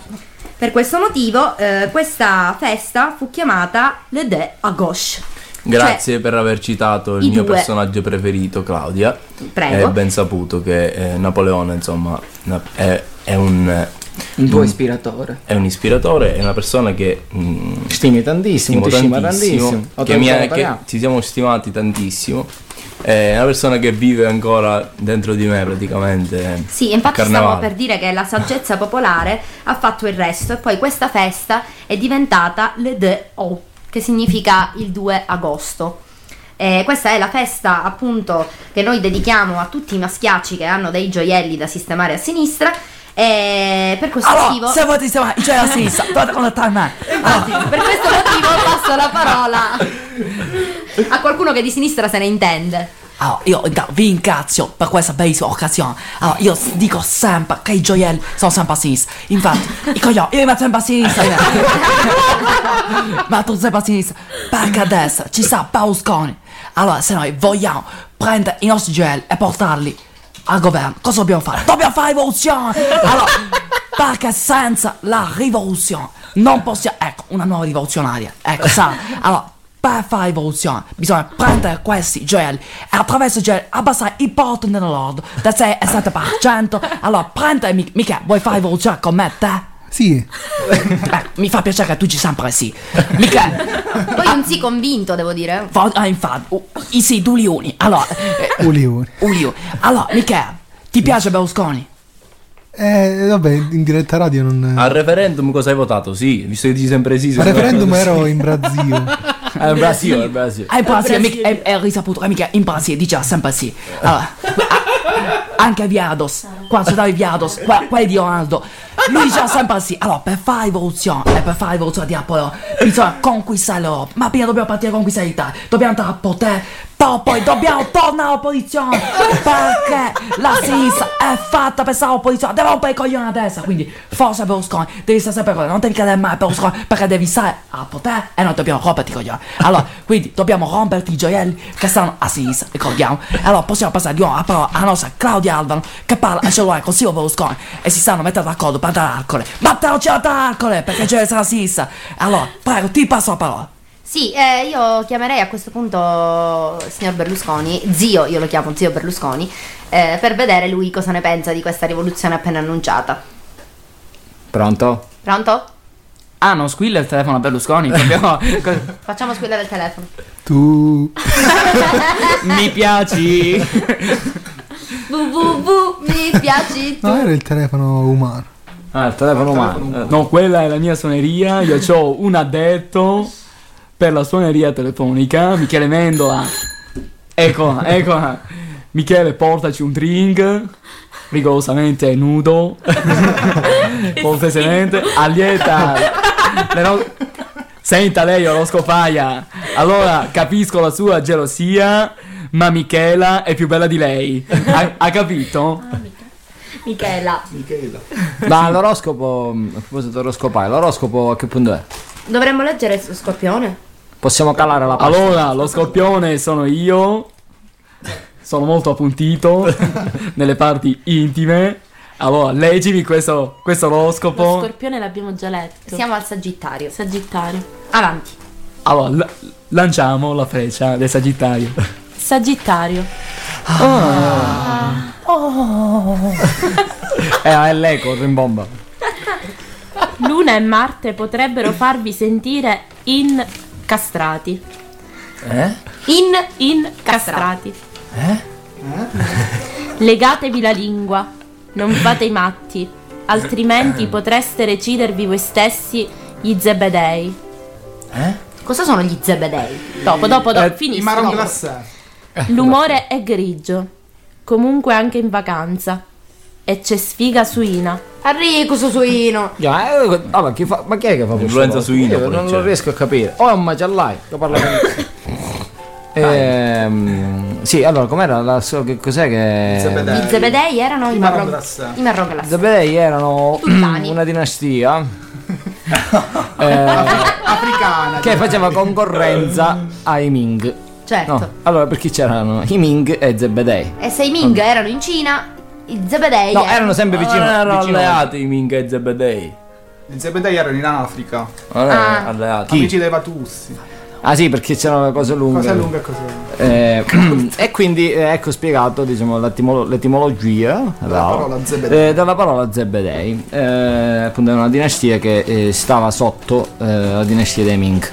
[SPEAKER 2] Per questo motivo eh, questa festa fu chiamata Le Deux Cioè, à gauche.
[SPEAKER 15] <laughs> Grazie per aver citato il
[SPEAKER 2] i
[SPEAKER 15] mio
[SPEAKER 2] due.
[SPEAKER 15] personaggio preferito, Claudia.
[SPEAKER 2] Prego.
[SPEAKER 15] È ben saputo che eh, Napoleone, insomma, na- è, è un.
[SPEAKER 10] Un tuo ispiratore.
[SPEAKER 15] È un ispiratore, è una persona che. mm,
[SPEAKER 12] Stimi tantissimo,
[SPEAKER 15] stimo
[SPEAKER 12] ti stima
[SPEAKER 15] tantissimo,
[SPEAKER 12] tantissimo. Ho
[SPEAKER 15] Che mi ha-
[SPEAKER 12] tanto da
[SPEAKER 15] che
[SPEAKER 12] pagare.
[SPEAKER 15] ci siamo stimati tantissimo. È una persona che vive ancora dentro di me, praticamente.
[SPEAKER 2] Sì, infatti
[SPEAKER 15] Carnevale.
[SPEAKER 2] stavo per dire che la saggezza popolare ha fatto il resto e poi questa festa è diventata le De O, che significa il 2 agosto. Eh, questa è la festa appunto che noi dedichiamo a tutti i maschiacci che hanno dei gioielli da sistemare a sinistra e per questo
[SPEAKER 10] Allora,
[SPEAKER 2] motivo...
[SPEAKER 10] se volete sistemare i gioielli a
[SPEAKER 2] <laughs>
[SPEAKER 10] sinistra, dovete contattare me. Ah.
[SPEAKER 2] Per questo motivo passo la
[SPEAKER 10] <laughs>
[SPEAKER 2] parola a qualcuno che di sinistra se ne intende.
[SPEAKER 10] Allora, io intanto vi incazio per questa bellissima occasione. Allora, io s- dico sempre che i gioielli sono sempre a sinistra. Infatti, i coglioni, io li metto sempre a <laughs> sinistra. io. Ma tu sempre a sinistra. Perché a destra ci sta Pausconi. Allora, se noi vogliamo prendere i nostri gioielli e portarli al governo, cosa dobbiamo fare? Dobbiamo fare rivoluzione! Allora, perché senza la rivoluzione non possiamo... Ecco, una nuova rivoluzionaria. Ecco, sa. Allora, per fare rivoluzione bisogna prendere questi gel e attraverso i gel abbassare i porti nel nord del 6 e 7%. Allora prendere mi- mica, vuoi fare rivoluzione con me te? Eh,
[SPEAKER 3] Sì.
[SPEAKER 10] mi fa piacere che tu ci sempre sì. Mica,
[SPEAKER 2] Poi un sì convinto, devo dire.
[SPEAKER 10] fa- ah, infatti,
[SPEAKER 12] oh,
[SPEAKER 10] u- i sì, tu li uni. Allora, eh,
[SPEAKER 3] Uli, uli.
[SPEAKER 10] uli uni. Allora, Michele, ti piace Berlusconi?
[SPEAKER 3] Eh, vabbè, in diretta radio non.
[SPEAKER 15] Al referendum cosa hai votato? Sì, visto che dici sempre sì.
[SPEAKER 3] Al
[SPEAKER 15] sempre
[SPEAKER 3] referendum
[SPEAKER 15] sì.
[SPEAKER 3] ero in Brasile.
[SPEAKER 15] Ah, in Brasile, in Brasile.
[SPEAKER 10] Ah, in Brasile, mica- è, è risaputo che mica in Brasile dice sempre sì. Allora, a- anche Viados, qua sono dai Viados, qua, qua è di Ronaldo. Lui dice sempre sì. Allora, per fare rivoluzione e per fare rivoluzione di Apollo, bisogna conquistare l'Europa. Ma prima dobbiamo partire a conquistare l'Italia, dobbiamo andare a potere, però poi dobbiamo tornare all'opposizione. Perché la sinistra è fatta per stare all'opposizione, deve rompere i coglioni a destra. Quindi, forza Berlusconi, devi stare sempre con non devi cadere mai Berlusconi, perché devi stare a potere e noi dobbiamo romperti i coglioni. Allora, <laughs> quindi dobbiamo romperti i gioielli che stanno a sinistra, ricordiamo. Allora possiamo passare di nuovo la parola alla nostra Claudia Alvaro che parla al cellulare con Silvio Berlusconi e si stanno mettendo d'accordo per andare ad Arcole. Matteoci ad Arcole, perché c'è la sinistra. Allora, prego, ti passo la parola.
[SPEAKER 2] Sì, eh, io chiamerei a questo punto signor Berlusconi, zio, io lo chiamo zio Berlusconi, eh, per vedere lui cosa ne pensa di questa rivoluzione appena annunciata.
[SPEAKER 12] Pronto?
[SPEAKER 2] Pronto?
[SPEAKER 10] Ah, non squilla il telefono a
[SPEAKER 12] <laughs>
[SPEAKER 10] Berlusconi. Dobbiamo...
[SPEAKER 2] Facciamo squillare il telefono.
[SPEAKER 3] Tu.
[SPEAKER 10] Mi piaci.
[SPEAKER 2] www, mi piaci tu.
[SPEAKER 3] No, era il telefono umano.
[SPEAKER 12] Ah, il telefono
[SPEAKER 3] umano.
[SPEAKER 17] No, quella è la mia suoneria. Io ho un addetto per la suoneria telefonica, Michele Mendola. Eccola, eccola. Michele, portaci un drink. Rigorosamente
[SPEAKER 12] <laughs>
[SPEAKER 17] nudo. Cortesemente. Allieta. Però. Senta lei, Orosco Faia. Allora, capisco la sua gelosia. Ma Michela è più bella di lei. Ha, ha capito?
[SPEAKER 2] Michela.
[SPEAKER 12] Ma l'oroscopo, mm, a proposito oroscopare, l'oroscopo a che punto è?
[SPEAKER 2] Dovremmo leggere su Scorpione?
[SPEAKER 12] Possiamo calare la pasta?
[SPEAKER 17] Allora, lo scorpione sono io. Sono molto
[SPEAKER 10] <laughs>
[SPEAKER 17] appuntito nelle parti intime. Allora, leggimi questo, questo
[SPEAKER 5] Lo
[SPEAKER 17] oroscopo.
[SPEAKER 5] scorpione l'abbiamo già letto.
[SPEAKER 2] Siamo al Sagittario.
[SPEAKER 5] Sagittario.
[SPEAKER 2] Avanti.
[SPEAKER 17] Allora, la- lanciamo la freccia del Sagittario.
[SPEAKER 5] Sagittario.
[SPEAKER 10] Oh.
[SPEAKER 12] Eh, è l'eco, rimbomba.
[SPEAKER 5] Luna e Marte potrebbero farvi sentire incastrati.
[SPEAKER 12] Eh?
[SPEAKER 5] In incastrati.
[SPEAKER 6] Eh?
[SPEAKER 5] Legatevi la lingua, non fate i matti,
[SPEAKER 6] Eh.
[SPEAKER 5] altrimenti potreste recidervi voi stessi gli zebedei.
[SPEAKER 2] Cosa sono gli zebedei?
[SPEAKER 5] Dopo, dopo, dopo,
[SPEAKER 6] Eh,
[SPEAKER 5] finisco.
[SPEAKER 6] I marron
[SPEAKER 5] dopo.
[SPEAKER 6] glacé.
[SPEAKER 5] L'umore è grigio, comunque anche in vacanza. E c'è sfiga suina.
[SPEAKER 2] Arrico suino.
[SPEAKER 12] Già, eh, allora, chi fa, ma chi è che fa questo?
[SPEAKER 15] Influenza
[SPEAKER 12] oroscopo?
[SPEAKER 15] suina
[SPEAKER 12] Io
[SPEAKER 15] pure
[SPEAKER 12] non
[SPEAKER 15] c'è.
[SPEAKER 12] lo riesco a capire. O è un macellai, che parla con... Ehm, sì, allora, com'era la so- che cos'è che...
[SPEAKER 2] Gli zebedei erano i
[SPEAKER 12] marron
[SPEAKER 2] marron
[SPEAKER 12] glacé.
[SPEAKER 2] I marron
[SPEAKER 12] <clears throat>
[SPEAKER 2] glacé.
[SPEAKER 12] Zebedei erano <laughs>
[SPEAKER 2] Tulipani.
[SPEAKER 12] una dinastia africana che faceva concorrenza ai Ming.
[SPEAKER 2] Certo.
[SPEAKER 12] No, allora per chi c'erano i Ming e Zebedei.
[SPEAKER 2] E se i Ming erano in Cina, i Zebedei
[SPEAKER 12] No, erano sempre vicini.
[SPEAKER 15] non erano
[SPEAKER 12] vicino-
[SPEAKER 15] alleati i Ming e Zebedei. Ah, eh,
[SPEAKER 6] I Zebedei erano in Africa.
[SPEAKER 15] Non
[SPEAKER 2] Ah.
[SPEAKER 15] erano alleati.
[SPEAKER 6] Amici dei Vatussi.
[SPEAKER 12] Ah sì, perché c'erano le cose lunghe.
[SPEAKER 6] Cosa lunga e cosa
[SPEAKER 12] Eh, <clears throat> e quindi eh, ecco spiegato diciamo, l'etimolo- l'etimologia
[SPEAKER 6] Dalla
[SPEAKER 12] no,
[SPEAKER 6] parola Zebedei.
[SPEAKER 12] eh, dalla parola Zebedei. Eh, appunto è una dinastia che eh, stava sotto eh, la dinastia dei Ming.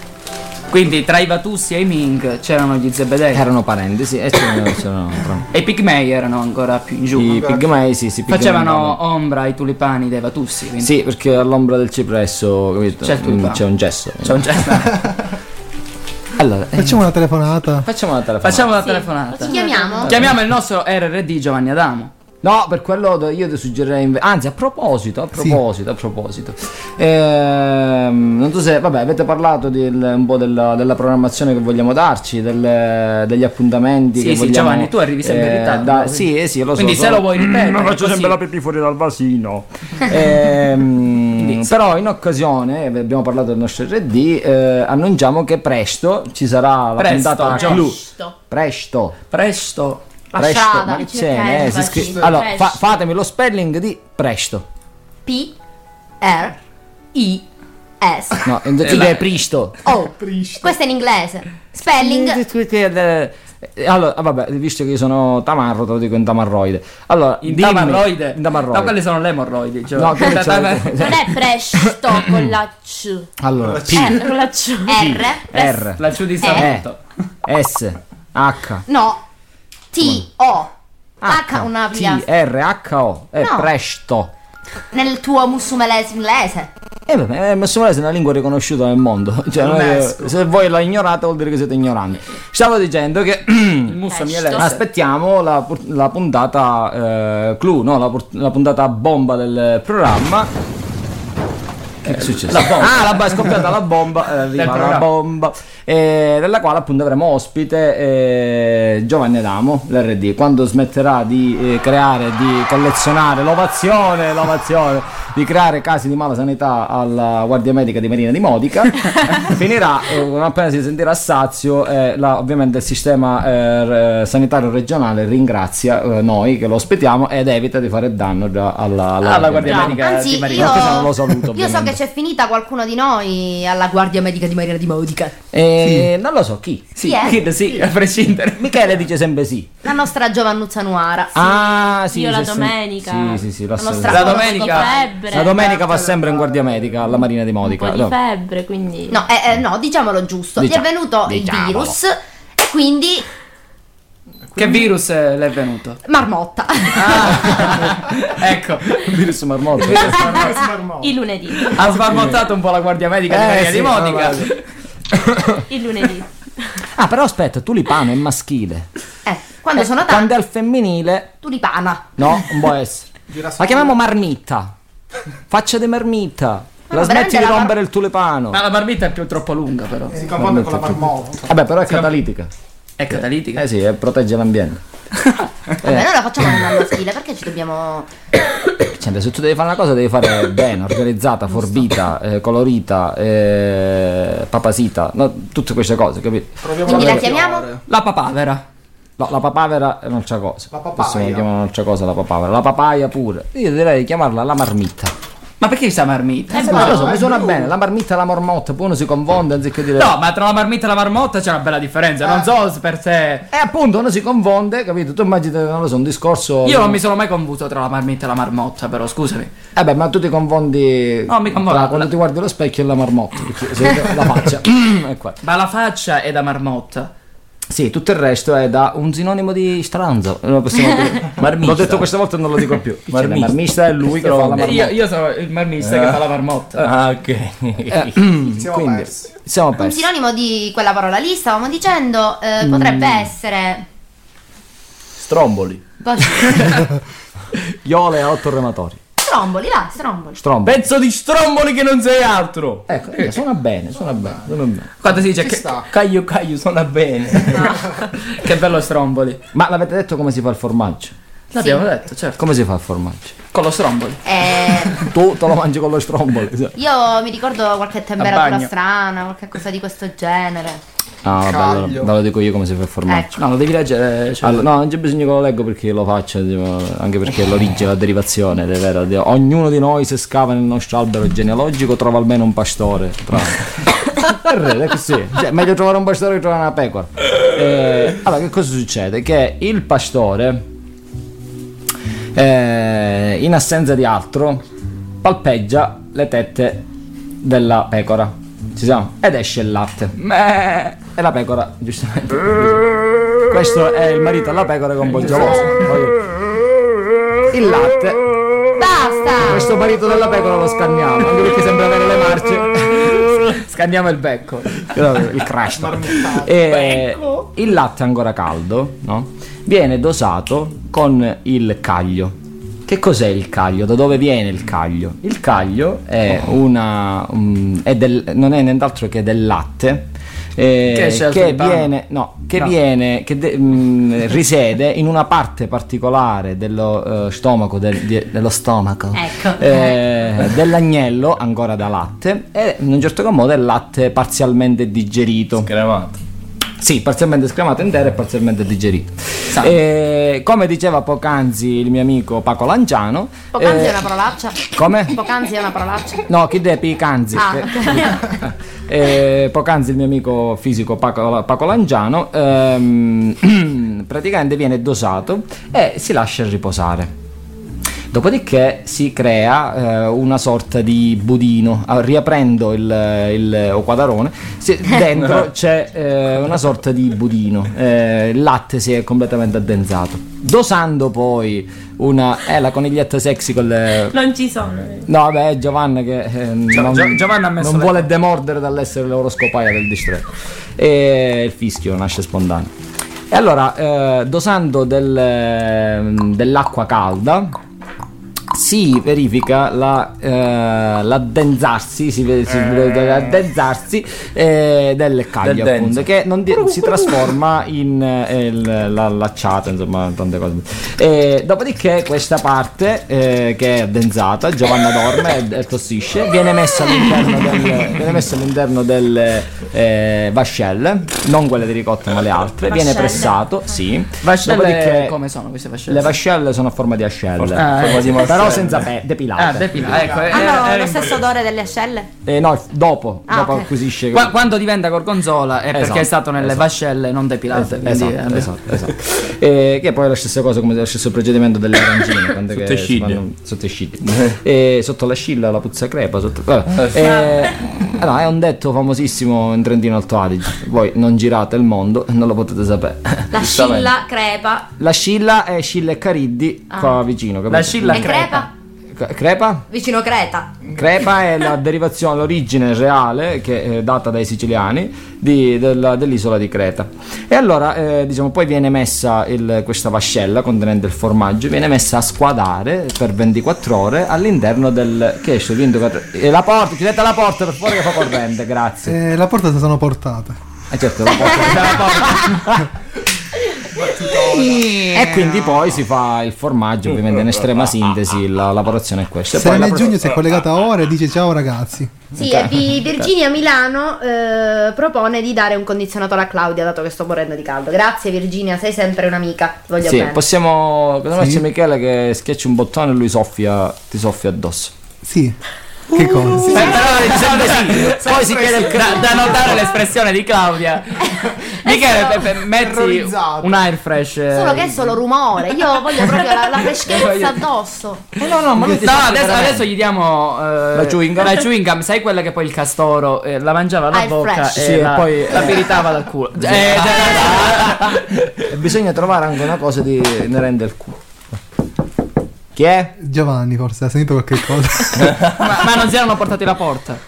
[SPEAKER 10] Quindi tra i Vatussi e i Ming c'erano gli Zebedei.
[SPEAKER 12] Erano parenti, sì, e c'erano,
[SPEAKER 10] <clears throat>
[SPEAKER 12] c'erano
[SPEAKER 10] E i Pigmei erano ancora più in giù.
[SPEAKER 12] i pigmei, sì, sì, pigmei erano-
[SPEAKER 10] Facevano ombra ai tulipani dei Vatussi. Quindi.
[SPEAKER 12] Sì, perché all'ombra del cipresso capito?
[SPEAKER 10] C'è il
[SPEAKER 12] Mm,
[SPEAKER 10] tulipano.
[SPEAKER 12] c'è un gesso.
[SPEAKER 10] C'è un gesto.
[SPEAKER 12] <laughs>
[SPEAKER 10] <laughs>
[SPEAKER 12] Allora, eh,
[SPEAKER 3] Facciamo una telefonata.
[SPEAKER 12] facciamo una telefonata.
[SPEAKER 10] Facciamo una telefonata.
[SPEAKER 2] Ci chiamiamo?
[SPEAKER 10] Chiamiamo il nostro RRD Giovanni Adamo.
[SPEAKER 12] No, per quello do- io ti suggerirei. inve- Anzi, a proposito, a proposito, a proposito. Ehm, non so se. Vabbè, avete parlato del- un po' della, della programmazione che vogliamo darci, del- degli appuntamenti
[SPEAKER 10] Sì,
[SPEAKER 12] che
[SPEAKER 10] sì,
[SPEAKER 12] vogliamo.
[SPEAKER 10] Giovanni, tu arrivi sempre in
[SPEAKER 12] eh,
[SPEAKER 10] ritardo,
[SPEAKER 12] da-
[SPEAKER 10] quindi-
[SPEAKER 12] sì, eh, sì, lo so.
[SPEAKER 10] quindi
[SPEAKER 12] lo
[SPEAKER 10] se
[SPEAKER 12] so.
[SPEAKER 10] lo vuoi
[SPEAKER 12] <clears throat>
[SPEAKER 10] ripetere,
[SPEAKER 12] Ma
[SPEAKER 10] così.
[SPEAKER 12] pipì fuori dal
[SPEAKER 10] <laughs>
[SPEAKER 12] vasino. Ehm, però, in occasione, eh, abbiamo parlato del nostro RD, eh, annunciamo che presto ci sarà la
[SPEAKER 10] Presto,
[SPEAKER 12] puntata
[SPEAKER 10] Gio.
[SPEAKER 12] blu.
[SPEAKER 10] Presto.
[SPEAKER 12] Presto.
[SPEAKER 10] Presto.
[SPEAKER 2] La
[SPEAKER 12] presto,
[SPEAKER 2] strada,
[SPEAKER 12] ma
[SPEAKER 2] che
[SPEAKER 12] che
[SPEAKER 2] c'è,
[SPEAKER 12] c'è? eh, si
[SPEAKER 2] facile.
[SPEAKER 12] scrive- Allora, fa-
[SPEAKER 2] Presto.
[SPEAKER 12] fatemi lo spelling di presto.
[SPEAKER 2] P R I S
[SPEAKER 12] No, in-
[SPEAKER 2] Eh,
[SPEAKER 12] sì,
[SPEAKER 2] la-
[SPEAKER 12] che è presto.
[SPEAKER 2] O. Questo è in inglese. Spelling
[SPEAKER 12] Eh, Allora, ah, vabbè, visto che io sono tamarro, te lo dico in tamarroide. Allora,
[SPEAKER 10] In
[SPEAKER 12] dimmi-
[SPEAKER 10] tamarroide.
[SPEAKER 12] In tamarroide.
[SPEAKER 10] Ma quelle sono le emorroidi. Gio.
[SPEAKER 12] No, <laughs> che
[SPEAKER 5] Non è presto con la C.
[SPEAKER 12] Allora, P,
[SPEAKER 5] Eh, con la C.
[SPEAKER 12] R,
[SPEAKER 10] La ciù di
[SPEAKER 12] E,
[SPEAKER 10] Salento.
[SPEAKER 12] S, H,
[SPEAKER 2] No. T O
[SPEAKER 12] Ah,
[SPEAKER 2] H una
[SPEAKER 12] T,
[SPEAKER 2] piastra.
[SPEAKER 12] R, H, O. È
[SPEAKER 2] No.
[SPEAKER 12] presto.
[SPEAKER 2] Nel tuo mussumelese inglese.
[SPEAKER 12] Eh, vabbè, eh, ma secondo me è una lingua riconosciuta nel mondo. <laughs> Cioè, non è che- se voi la ignorate vuol dire che siete ignoranti. Stavo dicendo che <clears throat>
[SPEAKER 10] musso mi è lesso.
[SPEAKER 12] aspettiamo la, pur- la puntata eh, clou, no? La, pur- la puntata bomba del programma. Che è successo?
[SPEAKER 10] la bomba.
[SPEAKER 12] Ah, la bo- è scoppiata la bomba. eh, arriva
[SPEAKER 10] Del
[SPEAKER 12] la
[SPEAKER 10] programma.
[SPEAKER 12] bomba. eh, della quale appunto avremo ospite eh, Giovanni Adamo, l'RD. Quando smetterà di eh, creare, di collezionare l'ovazione, l'ovazione, di creare casi di mala sanità alla Guardia Medica di Marina di
[SPEAKER 10] <laughs>
[SPEAKER 12] Modica, finirà, eh, non appena si sentirà sazio, eh, la- ovviamente il sistema eh, re- sanitario regionale ringrazia eh, noi che lo ospitiamo ed evita di fare danno già alla, alla,
[SPEAKER 10] Alla Guardia
[SPEAKER 12] Medica.
[SPEAKER 10] Medica
[SPEAKER 2] Anzi,
[SPEAKER 10] di Marina.
[SPEAKER 2] io-
[SPEAKER 12] Ma questo non lo <laughs> saluto,
[SPEAKER 2] Io so
[SPEAKER 12] ovviamente.
[SPEAKER 2] che c'è finita qualcuno di noi alla guardia medica di Marina di Modica.
[SPEAKER 12] Eh, Non lo so chi.
[SPEAKER 2] Sì, eh.
[SPEAKER 10] Kid, sì, a <laughs> prescindere.
[SPEAKER 12] Michele dice sempre sì.
[SPEAKER 2] La nostra Giovannuzza Nuara.
[SPEAKER 12] Ah, sì.
[SPEAKER 5] Io la
[SPEAKER 12] sì, sì.
[SPEAKER 5] domenica.
[SPEAKER 12] Sì, sì, sì,
[SPEAKER 5] La
[SPEAKER 12] la,
[SPEAKER 5] nostra
[SPEAKER 12] la,
[SPEAKER 5] foto
[SPEAKER 10] domenica- Certo.
[SPEAKER 5] con febbre.
[SPEAKER 12] la domenica va sempre in guardia medica alla Marina di
[SPEAKER 5] Un po'
[SPEAKER 12] Modica.
[SPEAKER 5] di
[SPEAKER 12] No.
[SPEAKER 5] febbre, quindi.
[SPEAKER 2] No, eh, eh, no, diciamolo giusto.
[SPEAKER 12] Diciamo-
[SPEAKER 2] Gli è venuto il
[SPEAKER 12] diciamolo.
[SPEAKER 2] virus e quindi
[SPEAKER 10] Che virus eh, le è venuto?
[SPEAKER 2] marmotta.
[SPEAKER 12] Eh. <laughs>
[SPEAKER 10] Ecco,
[SPEAKER 12] Il virus marmotto.
[SPEAKER 5] <laughs> Il lunedì.
[SPEAKER 12] Ah,
[SPEAKER 10] ha smarmottato un po' la guardia medica di
[SPEAKER 12] Eh,
[SPEAKER 10] Marina
[SPEAKER 12] sì,
[SPEAKER 10] di Modica.
[SPEAKER 12] no,
[SPEAKER 5] Il lunedì.
[SPEAKER 12] ah, però aspetta, tulipano è maschile.
[SPEAKER 2] Eh, quando
[SPEAKER 12] Eh,
[SPEAKER 2] sono tante
[SPEAKER 12] Quando è al femminile,
[SPEAKER 2] tulipana.
[SPEAKER 12] no, non può essere. La chiamiamo marmitta. Faccia di marmitta.
[SPEAKER 2] Ma
[SPEAKER 12] la
[SPEAKER 2] no,
[SPEAKER 12] smetti
[SPEAKER 2] veramente
[SPEAKER 12] di
[SPEAKER 2] la mar-
[SPEAKER 12] rompere il tulipano.
[SPEAKER 10] Ma la marmita è più troppo lunga, però.
[SPEAKER 6] Si confonde con la marmotta.
[SPEAKER 12] Vabbè, però è catalitica.
[SPEAKER 10] È catalitica.
[SPEAKER 12] Eh sì, eh, protegge l'ambiente.
[SPEAKER 2] Vabbè, noi la facciamo con una maschile, perché ci dobbiamo.
[SPEAKER 12] Senti, se tu devi fare una cosa, devi
[SPEAKER 10] <coughs>
[SPEAKER 12] fare bene, organizzata, forbita, eh, colorita, eh, papasita, no, tutte queste cose, capito?
[SPEAKER 6] Proviamo
[SPEAKER 2] Quindi
[SPEAKER 12] Vabbè.
[SPEAKER 2] la chiamiamo?
[SPEAKER 10] La papavera.
[SPEAKER 12] No, la papavera è un'altra cosa.
[SPEAKER 6] La papaya.
[SPEAKER 12] Possiamo chiamare un'altra cosa la papavera. La papaya pure. Io direi di chiamarla la marmitta.
[SPEAKER 10] Ma perché sta boh, marmita?
[SPEAKER 12] Eh, ma lo so, mi suona bene. La marmitta e la mormotta. Poi uno si confonde anziché dire.
[SPEAKER 10] No, ma tra la marmita e la marmotta c'è una bella differenza. Non so se per te.
[SPEAKER 12] E appunto uno si confonde, capito? Tu immagini, non lo so, un discorso.
[SPEAKER 10] Io non mi sono mai confuso tra la marmita e la marmotta, però scusami.
[SPEAKER 12] Eh beh, ma tu ti confondi.
[SPEAKER 10] No, mi confondo.
[SPEAKER 12] tra quando ti guardi allo specchio e la marmotta. perché
[SPEAKER 10] <laughs>
[SPEAKER 12] se- la faccia. <clears throat> è qua.
[SPEAKER 10] Ma la faccia è da marmotta.
[SPEAKER 12] Sì, tutto il resto è da un sinonimo di stranzo. Lo possiamo <laughs> dire.
[SPEAKER 15] Marmista.
[SPEAKER 12] L'ho detto questa volta e non lo dico più. Cioè,
[SPEAKER 15] Marmista.
[SPEAKER 12] marmista è lui che fa
[SPEAKER 15] Stronzo.
[SPEAKER 12] la Eh. marmotta.
[SPEAKER 10] Io, io sono il marmista che fa la marmotta.
[SPEAKER 15] Ah, ok.
[SPEAKER 6] Siamo
[SPEAKER 12] Ah, Quindi,
[SPEAKER 6] persi.
[SPEAKER 12] siamo
[SPEAKER 2] Un
[SPEAKER 12] persi.
[SPEAKER 2] sinonimo di quella parola lì, stavamo dicendo, eh, potrebbe essere.
[SPEAKER 15] Stromboli.
[SPEAKER 12] Iole a otto rematori.
[SPEAKER 2] <laughs> Stromboli, là, stromboli.
[SPEAKER 12] Strombo.
[SPEAKER 15] Pezzo di stromboli che non sei altro.
[SPEAKER 12] Ecco, eh, suona bene, suona bene. suona bene.
[SPEAKER 10] Quando si dice che,
[SPEAKER 15] Caio Caio suona bene.
[SPEAKER 10] che bello stromboli.
[SPEAKER 12] Ma l'avete detto come si fa il formaggio?
[SPEAKER 10] L'abbiamo
[SPEAKER 2] Sì.
[SPEAKER 10] detto, certo.
[SPEAKER 12] Come si fa il formaggio?
[SPEAKER 10] Con lo stromboli.
[SPEAKER 2] Eh,
[SPEAKER 12] Tu te lo mangi con lo strombolo.
[SPEAKER 2] io mi ricordo qualche temperatura
[SPEAKER 12] bagno.
[SPEAKER 2] strana, qualche cosa di questo genere.
[SPEAKER 12] Ah, vabbè, allora,
[SPEAKER 2] Caglio.
[SPEAKER 12] ve lo dico io come si fa il formaggio.
[SPEAKER 10] No, lo devi leggere. cioè-
[SPEAKER 12] Allora, no, non c'è bisogno che lo leggo perché lo faccio, tipo, anche perché l'origine, la derivazione, ed è vero. di- Ognuno di noi se scava nel nostro albero genealogico trova almeno un pastore. Tra... è vero, è così. Cioè, meglio trovare un pastore che trovare una pecora. Eh, allora, che cosa succede? Che il pastore, eh, in assenza di altro, palpeggia le tette della pecora. Ci siamo? Ed esce il latte. Meh. E la pecora, giustamente. Questo è il marito alla pecora con Boggiavosa. Il latte.
[SPEAKER 2] Basta!
[SPEAKER 12] Questo marito della pecora lo scanniamo, anche perché sembra avere le marce. <laughs> scanniamo il becco. Il crash. E il latte ancora caldo, no? Viene dosato con il caglio. Che cos'è il caglio? Da dove viene il caglio? Il caglio è una. um, è del- non è nient'altro che del latte. eh,
[SPEAKER 10] Che esce dal
[SPEAKER 12] che
[SPEAKER 10] tulipano.
[SPEAKER 12] viene, no, che
[SPEAKER 10] No.
[SPEAKER 12] viene, che de- mm, risiede in una parte particolare dello eh, stomaco, del- di- dello stomaco
[SPEAKER 2] Ecco.
[SPEAKER 12] eh, dell'agnello ancora da latte e in un certo modo è latte parzialmente digerito. Scremato. Sì, parzialmente scremato intero e parzialmente digerito. Eh, come diceva poc'anzi il mio amico Paco Lanciano,
[SPEAKER 2] Poc'anzi
[SPEAKER 12] eh,
[SPEAKER 2] è una parolaccia.
[SPEAKER 12] come?
[SPEAKER 2] Poc'anzi è una parolaccia.
[SPEAKER 12] No, chi è Picanzi?
[SPEAKER 2] Ah,
[SPEAKER 12] Eh,
[SPEAKER 2] ok.
[SPEAKER 12] eh, poc'anzi il mio amico fisico Paco, Paco Langiano ehm, <clears throat> praticamente viene dosato e si lascia riposare. Dopodiché si crea eh, una sorta di budino, Ah, riaprendo il, il o quadarone, si- dentro c'è eh, una sorta di budino, Eh, il latte si è completamente addensato. Dosando poi una... eh, la coniglietta sexy con le...
[SPEAKER 5] Non ci sono.
[SPEAKER 12] No, vabbè, è Giovanna che eh,
[SPEAKER 5] Gio-
[SPEAKER 12] non,
[SPEAKER 5] Gio- Giovanna ha messo
[SPEAKER 12] non
[SPEAKER 5] le-
[SPEAKER 12] vuole demordere dall'essere l'oroscopaia del distretto. E il fischio nasce spontaneo. E allora, eh, dosando del, ehm, dell'acqua calda, si verifica la, eh, l'addensarsi, si, ve- si
[SPEAKER 5] Eh.
[SPEAKER 12] vede l'addensarsi, eh, del caglio,
[SPEAKER 15] denso.
[SPEAKER 12] appunto, che non di- si trasforma in eh, il- la lacciata, insomma, tante cose. E dopodiché questa parte eh, che è addensata, Giovanna dorme e, e tossisce, viene messa all'interno del, viene messa all'interno delle, eh, vascelle, non quelle di ricotta ma le altre, viene
[SPEAKER 10] Vascelle?
[SPEAKER 12] pressato, sì.
[SPEAKER 10] Vascelle,
[SPEAKER 12] Dopodiché-
[SPEAKER 10] come sono queste vascelle?
[SPEAKER 12] le vascelle sono a forma di ascelle,
[SPEAKER 10] Ah,
[SPEAKER 12] Forma di
[SPEAKER 10] ecco.
[SPEAKER 12] eh. però senza pe- depilate.
[SPEAKER 10] Ah, depilate, ecco, eh.
[SPEAKER 2] Hanno
[SPEAKER 10] era
[SPEAKER 2] lo
[SPEAKER 10] in-
[SPEAKER 2] stesso odore delle ascelle?
[SPEAKER 12] Eh, no, dopo,
[SPEAKER 2] Ah,
[SPEAKER 12] dopo
[SPEAKER 2] ok.
[SPEAKER 12] acquisisce
[SPEAKER 10] Qua- quando diventa gorgonzola è perché
[SPEAKER 12] Esatto,
[SPEAKER 10] è stato nelle
[SPEAKER 12] esatto.
[SPEAKER 10] vascelle non depilate.
[SPEAKER 12] Esatto,
[SPEAKER 10] quindi,
[SPEAKER 12] esatto,
[SPEAKER 10] eh,
[SPEAKER 12] esatto, <laughs> Eh, che poi è la stessa cosa come lo stesso procedimento delle
[SPEAKER 10] <laughs>
[SPEAKER 12] arancine quando
[SPEAKER 15] Sotto
[SPEAKER 12] che
[SPEAKER 15] i ciglia.
[SPEAKER 12] si fanno- sotto i ciglia. Eh, sotto la scilla la puzza crepa sotto- vabbè.
[SPEAKER 15] Eh.
[SPEAKER 12] Eh, allora, è un detto famosissimo in Trentino Alto Adige voi non girate il mondo e non lo potete sapere
[SPEAKER 2] La scilla crepa.
[SPEAKER 12] la scilla è scilla e cariddi qua
[SPEAKER 2] Ah.
[SPEAKER 12] vicino capito?
[SPEAKER 10] La scilla
[SPEAKER 2] e crepa?
[SPEAKER 12] Cre- crepa?
[SPEAKER 2] Vicino Creta.
[SPEAKER 12] Crepa è la derivazione, l'origine reale che è data dai siciliani di- della- dell'isola di Creta. E allora, eh, diciamo, poi viene messa il- questa vascella contenente il formaggio, viene messa a squadare per 24 ore all'interno del. Che esce 24 e la porta, chiudete la porta per fuori che fa corrente, grazie.
[SPEAKER 3] Eh, la porta se sono portata.
[SPEAKER 12] Eh, certo, la porta- e quindi poi si fa il formaggio, ovviamente in estrema sintesi la lavorazione è questa. E Cioè, poi la
[SPEAKER 3] Serena
[SPEAKER 12] pro-
[SPEAKER 3] Giugno si è collegata ora e dice ciao ragazzi.
[SPEAKER 2] Sì, e vi- Virginia Milano eh, propone di dare un condizionatore a Claudia, dato che sto morendo di caldo. Grazie Virginia, sei sempre un'amica. Ti voglio
[SPEAKER 12] Sì,
[SPEAKER 2] bene.
[SPEAKER 12] possiamo. Cosa
[SPEAKER 2] Sì.
[SPEAKER 12] c'è Michele che schiacci un bottone e lui soffia, ti soffia addosso.
[SPEAKER 3] Sì. Che
[SPEAKER 4] Uh.
[SPEAKER 3] cosa?
[SPEAKER 2] Esatto.
[SPEAKER 10] Poi si chiede il cra- da notare l'espressione
[SPEAKER 2] <laughs>
[SPEAKER 10] di Claudia. Michele, pe- pe- metti un air fresh. eh,
[SPEAKER 2] Solo che è solo rumore. Io voglio proprio
[SPEAKER 12] <laughs>
[SPEAKER 2] la, la freschezza addosso.
[SPEAKER 12] Eh, no, no,
[SPEAKER 10] No,
[SPEAKER 12] ma lui ti soffia
[SPEAKER 10] adesso,
[SPEAKER 12] veramente.
[SPEAKER 10] adesso gli diamo eh,
[SPEAKER 12] La chewing gum?
[SPEAKER 10] la chewing gum, sai quella che poi il castoro eh, la mangiava alla
[SPEAKER 12] Ah, il
[SPEAKER 10] bocca
[SPEAKER 12] fresh.
[SPEAKER 10] e,
[SPEAKER 12] Sì, e
[SPEAKER 10] la,
[SPEAKER 12] poi,
[SPEAKER 10] la
[SPEAKER 12] eh.
[SPEAKER 10] piritava
[SPEAKER 12] <laughs>
[SPEAKER 10] dal culo.
[SPEAKER 12] Sì.
[SPEAKER 10] Eh,
[SPEAKER 12] E bisogna trovare anche una cosa di inerente al culo. Chi è?
[SPEAKER 3] Giovanni forse ha sentito qualche cosa.
[SPEAKER 10] ma, ma non si erano portati la porta.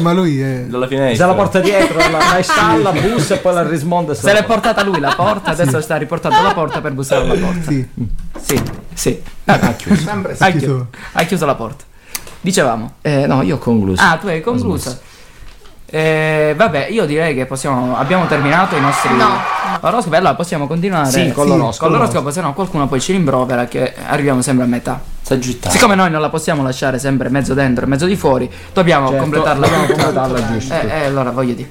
[SPEAKER 3] Ma lui è.
[SPEAKER 15] Dalla finestra.
[SPEAKER 12] Se la porta dietro, la, la
[SPEAKER 10] <laughs>
[SPEAKER 12] installa, bussa e poi la rismonda. e
[SPEAKER 10] Se l'è
[SPEAKER 12] la-
[SPEAKER 10] portata lui la porta, adesso sta riportando la porta per bussare alla porta.
[SPEAKER 3] Sì.
[SPEAKER 10] Sì, sì. No, no, ha chiuso. Ha chiuso. Ha chiuso la porta. Dicevamo.
[SPEAKER 4] Ah,
[SPEAKER 12] Eh, no, io ho concluso.
[SPEAKER 10] Ah, tu hai concluso.
[SPEAKER 4] Eh, vabbè, io direi che possiamo. Abbiamo terminato i nostri. Oroscopi, allora possiamo continuare
[SPEAKER 12] Sì,
[SPEAKER 4] con
[SPEAKER 12] sì,
[SPEAKER 4] l'oroscopo.
[SPEAKER 12] con
[SPEAKER 4] Con l'oroscopo, se no qualcuno poi ci rimprovera che arriviamo sempre a metà. Siccome noi non la possiamo lasciare sempre mezzo dentro e mezzo di fuori, dobbiamo
[SPEAKER 12] Certo,
[SPEAKER 4] completarla.
[SPEAKER 12] dobbiamo
[SPEAKER 4] tutta.
[SPEAKER 12] completarla, giusto.
[SPEAKER 4] Eh, eh, allora voglio dire.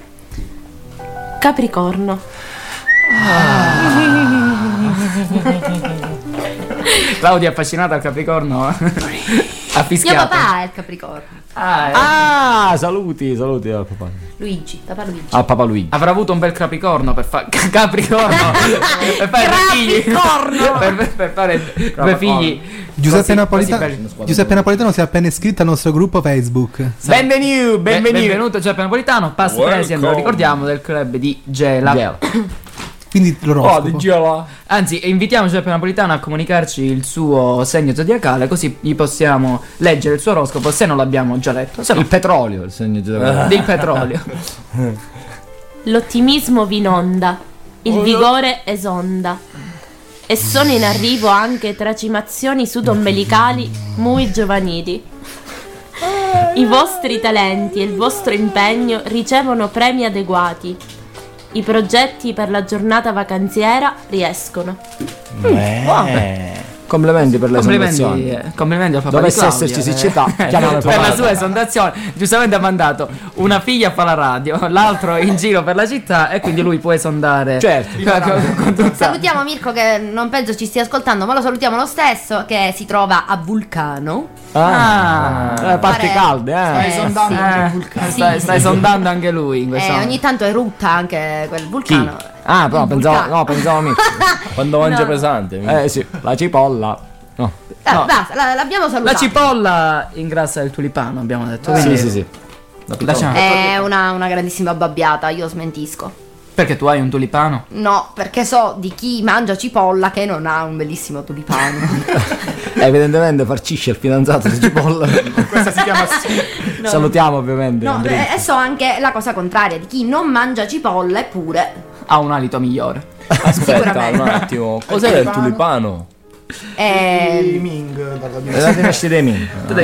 [SPEAKER 5] Capricorno. <laughs>
[SPEAKER 4] Claudia è affascinata al
[SPEAKER 12] <laughs>
[SPEAKER 4] Capricorno. ha
[SPEAKER 2] Mio
[SPEAKER 4] fischiato.
[SPEAKER 2] papà è il Capricorno.
[SPEAKER 12] Ah, saluti, saluti al papà.
[SPEAKER 2] Luigi, papà Luigi.
[SPEAKER 12] Al papà Luigi.
[SPEAKER 4] Avrà avuto un bel Capricorno per fare. Capricorno! per fare due figli. per, per- per fare due figli.
[SPEAKER 3] Giuseppe,
[SPEAKER 4] Così-
[SPEAKER 3] Napolita-
[SPEAKER 4] così belli.
[SPEAKER 3] Giuseppe Napolitano si è appena iscritto al nostro gruppo Facebook.
[SPEAKER 4] Benvenuto, benvenuto Giuseppe Napolitano, past
[SPEAKER 3] Welcome.
[SPEAKER 4] president, lo ricordiamo, del club di Gela.
[SPEAKER 3] Quindi l'oroscopo.
[SPEAKER 4] Anzi, invitiamo Giuseppe Napolitano a comunicarci il suo segno zodiacale, così gli possiamo leggere il suo oroscopo se non l'abbiamo già letto. Se no-
[SPEAKER 12] Il petrolio, il segno Eh. zodiacale.
[SPEAKER 4] Del
[SPEAKER 12] <laughs>
[SPEAKER 4] petrolio.
[SPEAKER 5] L'ottimismo vi inonda,
[SPEAKER 6] Oh,
[SPEAKER 5] il vigore esonda. E sono in arrivo anche tracimazioni sudombelicali muy giovanili. I vostri talenti e il vostro impegno ricevono premi adeguati. I progetti per la giornata vacanziera riescono.
[SPEAKER 12] Eh. Complimenti per le
[SPEAKER 4] Mm, Complimenti,
[SPEAKER 12] esaltazioni.
[SPEAKER 4] eh, complimenti al papà
[SPEAKER 12] Dovesse
[SPEAKER 4] di Claudia,
[SPEAKER 12] esserci
[SPEAKER 4] eh. <laughs>
[SPEAKER 12] siccità, chiamare
[SPEAKER 4] per
[SPEAKER 12] papà.
[SPEAKER 4] la sua esondazione. Giustamente ha mandato una figlia a fare la radio, l'altro in giro per la città e quindi lui può esondare. <laughs>
[SPEAKER 12] Certo.
[SPEAKER 2] Salutiamo Mirko che non penso ci stia ascoltando, ma lo salutiamo lo stesso che si trova a Vulcano.
[SPEAKER 12] Ah, eh, parti
[SPEAKER 2] Pare-
[SPEAKER 12] calde, eh.
[SPEAKER 2] Stai sondando Eh, anche il vulcano.
[SPEAKER 4] Stai,
[SPEAKER 2] Sì.
[SPEAKER 4] stai sondando anche lui in
[SPEAKER 2] E
[SPEAKER 12] diciamo.
[SPEAKER 4] questo
[SPEAKER 2] ogni tanto erutta anche quel vulcano.
[SPEAKER 12] Ah, però pensavo, no, pensavo a
[SPEAKER 4] <laughs>
[SPEAKER 12] me.
[SPEAKER 1] Quando
[SPEAKER 2] mangia No.
[SPEAKER 1] pesante.
[SPEAKER 12] Eh sì, la cipolla. No.
[SPEAKER 2] Ah,
[SPEAKER 4] No.
[SPEAKER 2] basta, la- l'abbiamo
[SPEAKER 4] La
[SPEAKER 2] salutato.
[SPEAKER 4] cipolla ingrassa il tulipano, abbiamo detto.
[SPEAKER 12] Sì,
[SPEAKER 4] quindi-
[SPEAKER 12] sì, sì.
[SPEAKER 4] Lasciamo.
[SPEAKER 2] È una, una grandissima babbiata, io smentisco.
[SPEAKER 4] Perché tu hai un tulipano?
[SPEAKER 2] No, perché so di chi mangia cipolla che non ha un bellissimo tulipano.
[SPEAKER 12] Evidentemente farcisce il fidanzato di cipolla.
[SPEAKER 2] <laughs> Questa si chiama <laughs> No.
[SPEAKER 12] Salutiamo ovviamente.
[SPEAKER 2] No,
[SPEAKER 12] Andrea.
[SPEAKER 4] eh,
[SPEAKER 2] e e so anche la cosa contraria di chi non mangia cipolla eppure
[SPEAKER 4] Ha un alito
[SPEAKER 12] <laughs>
[SPEAKER 4] migliore.
[SPEAKER 1] Aspetta un
[SPEAKER 4] <laughs>
[SPEAKER 1] attimo, cos'è il tulipano?
[SPEAKER 2] è...
[SPEAKER 12] Eh, dei Ming.
[SPEAKER 4] Tu devi
[SPEAKER 1] Ah,
[SPEAKER 4] pensare alla
[SPEAKER 1] nasce dei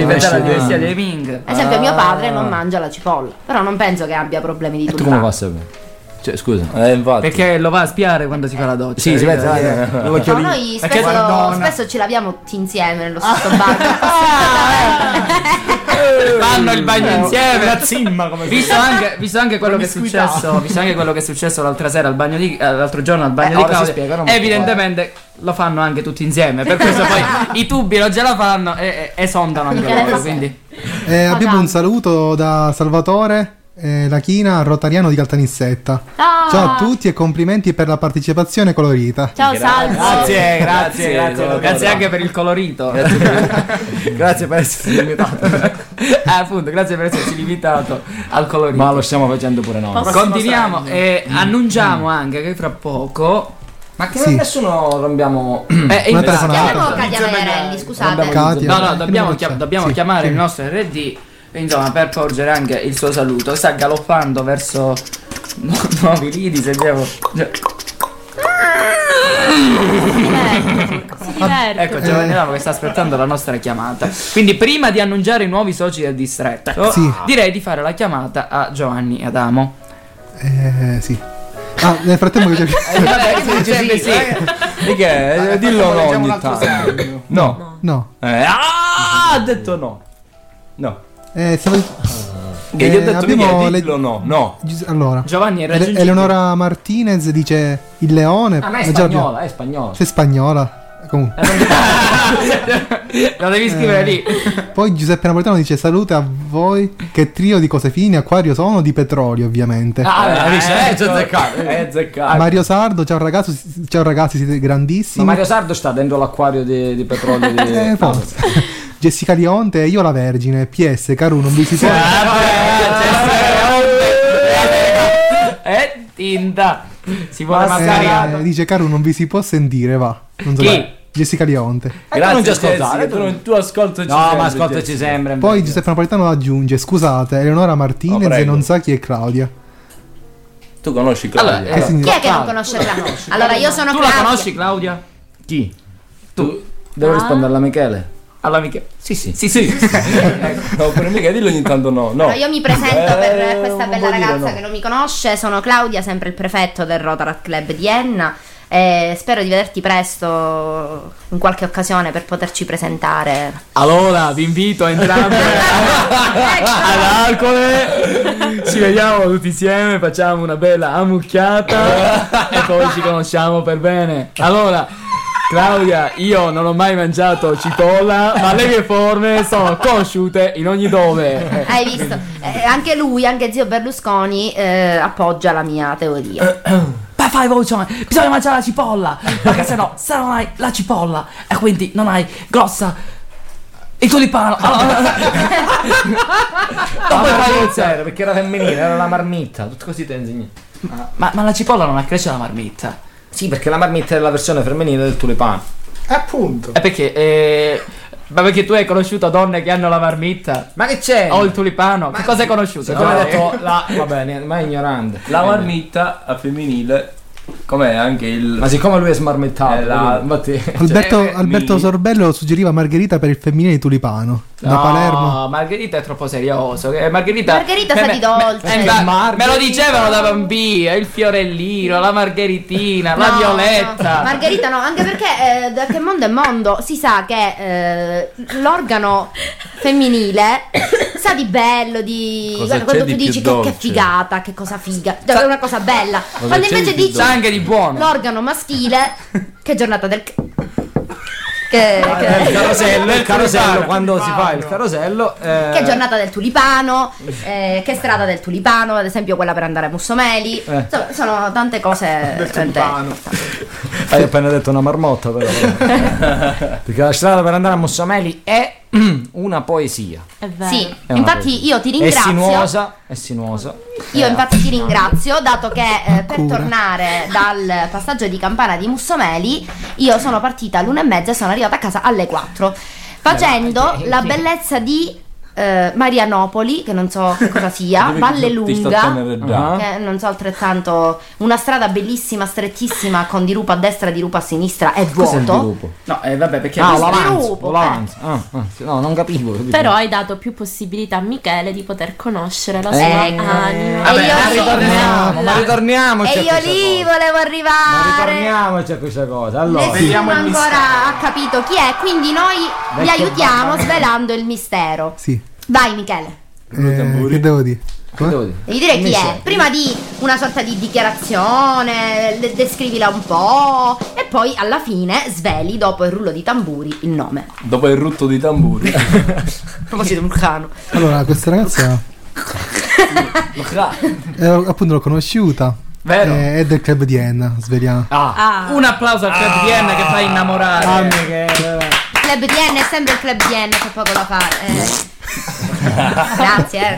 [SPEAKER 4] dinastia
[SPEAKER 1] Ming.
[SPEAKER 4] dei Ming.
[SPEAKER 2] Ad esempio, mio padre non mangia la cipolla, però non penso che abbia problemi di
[SPEAKER 12] Ah. Tu come
[SPEAKER 2] tulipano.
[SPEAKER 12] va a sapere? Cioè, scusa.
[SPEAKER 4] Perché lo va a spiare quando si fa la doccia.
[SPEAKER 12] Sì, si mette-
[SPEAKER 4] capito?
[SPEAKER 12] eh, eh,
[SPEAKER 4] Eh.
[SPEAKER 2] No, Ah. noi spesso, spesso ce laviamo tutti insieme nello stesso
[SPEAKER 4] Fanno il bagno insieme.
[SPEAKER 17] Eh, La zimma, come si
[SPEAKER 4] Visto
[SPEAKER 17] dice.
[SPEAKER 4] anche, visto anche quello che è
[SPEAKER 17] Promiscuità.
[SPEAKER 4] successo, visto anche quello che è successo l'altra sera al bagno di, eh, l'altro giorno al bagno
[SPEAKER 12] Eh,
[SPEAKER 4] di
[SPEAKER 12] ora si
[SPEAKER 4] Claudia,
[SPEAKER 12] spiega, non mi
[SPEAKER 4] evidentemente lo fanno anche tutti insieme. Per questo
[SPEAKER 2] <laughs>
[SPEAKER 4] poi i tubi non ce la fanno e, e, esondano anche loro. Quindi
[SPEAKER 3] Eh, abbiamo un saluto da Salvatore eh, Lachina, Rotariano di Caltanissetta.
[SPEAKER 5] Ah!
[SPEAKER 3] Ciao a tutti e complimenti per la partecipazione colorita.
[SPEAKER 5] Ciao Salvo.
[SPEAKER 4] Grazie, grazie,
[SPEAKER 12] grazie,
[SPEAKER 4] grazie,
[SPEAKER 12] grazie
[SPEAKER 4] anche per il colorito. <laughs>
[SPEAKER 12] Grazie per essersi limitato. Eh,
[SPEAKER 4] Ah, appunto, grazie per esserci limitato al colorito.
[SPEAKER 12] Ma lo stiamo facendo pure noi.
[SPEAKER 4] Prossimo Continuiamo e annunciamo anche che fra poco.
[SPEAKER 12] Ma che
[SPEAKER 4] Sì.
[SPEAKER 12] nessuno rompiamo.
[SPEAKER 4] Eh, infatti-
[SPEAKER 2] Chiamiamo Katia Merelli, scusate.
[SPEAKER 4] No, no, dobbiamo, chiam- dobbiamo chiamare il nostro RD. Insomma, per porgere anche il suo saluto, sta galoppando verso <laughs> nu- nuovi lidi. Sentiamo. Cioè, Già-
[SPEAKER 2] Certo.
[SPEAKER 4] Ecco, Giovanni Lavo che sta aspettando la nostra chiamata. Quindi, prima di annunciare i nuovi soci del distretto,
[SPEAKER 3] Sì.
[SPEAKER 4] direi di fare la chiamata a Giovanni e
[SPEAKER 2] <laughs>
[SPEAKER 4] Adamo.
[SPEAKER 3] Eh, sì. Ah, nel frattempo che
[SPEAKER 4] Eh, sì, sì, sì.
[SPEAKER 1] Di che? Eh, Dillo no ogni tanto. <laughs> No.
[SPEAKER 3] No.
[SPEAKER 1] Eh, <laughs> ah, ha detto no. No.
[SPEAKER 3] Eh, stavo...
[SPEAKER 1] Che gli ho
[SPEAKER 3] Eh,
[SPEAKER 1] detto
[SPEAKER 3] abbiamo
[SPEAKER 1] Michele,
[SPEAKER 3] le-
[SPEAKER 1] dillo no. No.
[SPEAKER 3] Gius- Allora,
[SPEAKER 4] Giovanni è
[SPEAKER 3] Ele-
[SPEAKER 4] raggiungibile.
[SPEAKER 3] Eleonora Martinez dice il leone.
[SPEAKER 4] Ah, ma è
[SPEAKER 3] Eh, già
[SPEAKER 4] spagnola,
[SPEAKER 3] abbiamo-
[SPEAKER 4] è spagnola. Eh,
[SPEAKER 3] Sei spagnola. Comunque.
[SPEAKER 4] Lo devi scrivere lì.
[SPEAKER 3] Poi Giuseppe Napolitano dice salute a voi. Che trio di cose fini, acquario sono di petrolio, ovviamente.
[SPEAKER 12] Ah, eh, eh,
[SPEAKER 1] eh,
[SPEAKER 12] ci ho
[SPEAKER 4] certo.
[SPEAKER 12] azzeccato.
[SPEAKER 1] Hai azzeccato.
[SPEAKER 3] Mario Sardo, ciao ragazzo, si- ciao ragazzi, siete
[SPEAKER 12] Ma
[SPEAKER 3] grandissimi.
[SPEAKER 12] Mario Sardo sta dentro l'acquario di, di petrolio
[SPEAKER 10] <laughs>
[SPEAKER 12] di...
[SPEAKER 3] Eh, forse. Jessica Lionte, io la vergine. PS, caro, non vi si può.
[SPEAKER 4] Eh, tinta. Si vuole
[SPEAKER 3] Eh,
[SPEAKER 4] mascherare.
[SPEAKER 3] dice Caru non vi si può sentire, va. Non so
[SPEAKER 4] Chi? Ecco,
[SPEAKER 3] come. Jessica Lionte.
[SPEAKER 1] Grazie,
[SPEAKER 12] non ci ascoltare,
[SPEAKER 1] Jessica,
[SPEAKER 12] tu
[SPEAKER 1] tu, non- tu ascoltaci
[SPEAKER 12] No,
[SPEAKER 1] sempre,
[SPEAKER 12] ma ascoltaci
[SPEAKER 1] Jessica.
[SPEAKER 12] sempre.
[SPEAKER 3] Poi Giuseppe Napolitano aggiunge: Scusate, Eleonora Martinez e non sa chi è Claudia.
[SPEAKER 10] Eh,
[SPEAKER 1] Tu conosci Claudia?
[SPEAKER 3] Allora, Che eh, significa?
[SPEAKER 2] Chi è che non conosce Claudia? Allora, io sono
[SPEAKER 4] Tu la
[SPEAKER 2] Claudia.
[SPEAKER 4] conosci Claudia?
[SPEAKER 2] Ah.
[SPEAKER 12] Chi? Tu. Devo risponderla a Michele.
[SPEAKER 10] Allora Michele.
[SPEAKER 15] Sì, sì. Sì, sì.
[SPEAKER 12] <laughs>
[SPEAKER 1] <laughs>
[SPEAKER 15] no, pure mica dillo ogni tanto no. No.
[SPEAKER 2] Allora, io mi presento
[SPEAKER 15] Eh,
[SPEAKER 2] per questa bella
[SPEAKER 15] vuol dire
[SPEAKER 2] ragazza
[SPEAKER 15] no.
[SPEAKER 2] che non mi conosce, sono Claudia, sempre il prefetto del Rotaract Club di Enna. E spero di vederti presto in qualche occasione per poterci presentare.
[SPEAKER 17] Allora, vi invito a entrambe ad Alcole. Ci vediamo tutti insieme, facciamo una bella ammucchiata e poi ci conosciamo per bene. Allora, Claudia, io non ho mai mangiato cipolla, ma le mie forme sono conosciute in ogni dove.
[SPEAKER 2] Hai visto? Eh, anche lui, anche zio Berlusconi, eh, appoggia la mia
[SPEAKER 15] <coughs>
[SPEAKER 2] teoria.
[SPEAKER 10] Beh, fai
[SPEAKER 15] oh
[SPEAKER 10] vocione, bisogna mangiare la cipolla. Perché se no, se non hai la cipolla e quindi non hai grossa il tulipano. Allora,
[SPEAKER 12] Ma perché era femminile, era la marmitta, tutto così te insegni.
[SPEAKER 10] ma, ma la cipolla non accresce la marmitta.
[SPEAKER 12] Sì, perché la marmitta è la versione femminile del tulipano.
[SPEAKER 10] Appunto. E perché? eh, ma perché tu hai conosciuto donne che hanno la marmitta?
[SPEAKER 12] Ma che c'è?
[SPEAKER 10] O il tulipano? che cosa hai conosciuto?
[SPEAKER 12] Se tu hai
[SPEAKER 4] eh.
[SPEAKER 12] detto la. Vabbè, niente, ma è ignorante.
[SPEAKER 15] La marmitta a femminile, com'è anche il. Ma
[SPEAKER 12] siccome lui è Cioè, smarmettato,
[SPEAKER 15] la...
[SPEAKER 12] infatti.
[SPEAKER 10] cioè,
[SPEAKER 3] Alberto, Alberto Sorbello suggeriva Margherita per il femminile di Tulipano da Palermo.
[SPEAKER 10] No, Margherita è troppo serioso. eh, Margherita,
[SPEAKER 2] Margherita sa
[SPEAKER 10] me-
[SPEAKER 2] di
[SPEAKER 10] me-
[SPEAKER 2] dolce.
[SPEAKER 12] Cioè,
[SPEAKER 10] eh, ma- me lo dicevano da bambina, il fiorellino, la margheritina, la
[SPEAKER 2] No,
[SPEAKER 10] violetta.
[SPEAKER 2] no, Margherita no, anche perché eh, da che mondo è mondo si sa che eh, l'organo femminile sa di bello, di
[SPEAKER 10] Cosa
[SPEAKER 2] guarda, quando
[SPEAKER 10] c'è
[SPEAKER 2] tu
[SPEAKER 10] di
[SPEAKER 2] dici
[SPEAKER 10] più
[SPEAKER 2] che, che
[SPEAKER 10] dolce?
[SPEAKER 2] figata, che cosa figa, cioè, è una cosa bella.
[SPEAKER 10] Cosa
[SPEAKER 2] Quando
[SPEAKER 10] c'è
[SPEAKER 2] invece
[SPEAKER 10] di più
[SPEAKER 2] dici
[SPEAKER 10] dolce? C'è anche di buono.
[SPEAKER 2] L'organo maschile, che giornata
[SPEAKER 10] <laughs>
[SPEAKER 2] del c- che, che-
[SPEAKER 12] Il carosello, Eh, il carosello
[SPEAKER 10] tulipano.
[SPEAKER 12] quando si fa il carosello. eh,
[SPEAKER 2] che giornata del tulipano, eh, che strada del tulipano, ad esempio quella per andare a Mussomeli.
[SPEAKER 12] Eh.
[SPEAKER 2] Insomma, sono tante cose.
[SPEAKER 12] Del
[SPEAKER 2] tante-
[SPEAKER 12] tulipano. Hai appena detto una marmotta,
[SPEAKER 10] <laughs>
[SPEAKER 12] però. perché la strada per andare a Mossameli è <clears throat> una poesia.
[SPEAKER 2] Sì,
[SPEAKER 12] È una
[SPEAKER 2] infatti
[SPEAKER 12] poesia.
[SPEAKER 2] io ti
[SPEAKER 12] È
[SPEAKER 2] ringrazio.
[SPEAKER 12] sinuosa, è sinuosa.
[SPEAKER 2] Io infatti ti ringrazio, dato che eh, per tornare dal passaggio di campana di Mussomeli, io sono partita all'una e mezza e sono arrivata a casa alle 4. Facendo la bellezza di eh, Marianopoli, che non so che cosa sia,
[SPEAKER 15] Dove
[SPEAKER 2] Valle
[SPEAKER 15] ti sto- ti sto
[SPEAKER 12] Ah.
[SPEAKER 2] Lunga,
[SPEAKER 15] tenereggiando.
[SPEAKER 2] che non so altrettanto, una strada bellissima, strettissima, con dirupo a destra, dirupo a sinistra, è
[SPEAKER 12] Cos'è il
[SPEAKER 2] vuoto. eh.
[SPEAKER 12] dirupo?
[SPEAKER 10] No, eh, vabbè, perché
[SPEAKER 12] Ah,
[SPEAKER 2] lo
[SPEAKER 12] l'avanzo,
[SPEAKER 2] sviluppo,
[SPEAKER 12] l'avanzo. Ah, ah, sì, no, non capivo. capivo.
[SPEAKER 5] Però hai dato più possibilità a Michele di poter conoscere la sua
[SPEAKER 12] Eh,
[SPEAKER 5] anima.
[SPEAKER 12] vabbè, ma ritorniamo, ma ritorniamoci
[SPEAKER 2] E
[SPEAKER 12] a
[SPEAKER 2] io
[SPEAKER 12] questa cosa.
[SPEAKER 2] lì volevo
[SPEAKER 12] Ma
[SPEAKER 2] arrivare.
[SPEAKER 12] ritorniamoci a questa cosa. Allora,
[SPEAKER 2] Nessuno ancora ha capito chi è, quindi noi vi
[SPEAKER 12] Vecchio
[SPEAKER 2] aiutiamo
[SPEAKER 12] Batman.
[SPEAKER 2] svelando il mistero.
[SPEAKER 3] Sì.
[SPEAKER 2] Vai Michele,
[SPEAKER 3] Eh, che devo dire? Come?
[SPEAKER 2] devi dire chi
[SPEAKER 3] Michele.
[SPEAKER 2] è. Prima di una sorta di dichiarazione, de- descrivila un po' e poi alla fine sveli dopo il rullo di tamburi il nome. A
[SPEAKER 15] Dopo il rutto di tamburi.
[SPEAKER 2] proposito Vulcano.
[SPEAKER 3] Allora, questa ragazza eh, appunto l'ho conosciuta.
[SPEAKER 10] Vero?
[SPEAKER 3] Eh, è del club di Enna, sveliamo.
[SPEAKER 10] Ah, Un applauso al Club Vienna che fa innamorare.
[SPEAKER 3] Ah,
[SPEAKER 2] Club DN è sempre il Club DN, c'è poco da fare. eh. Grazie, eh.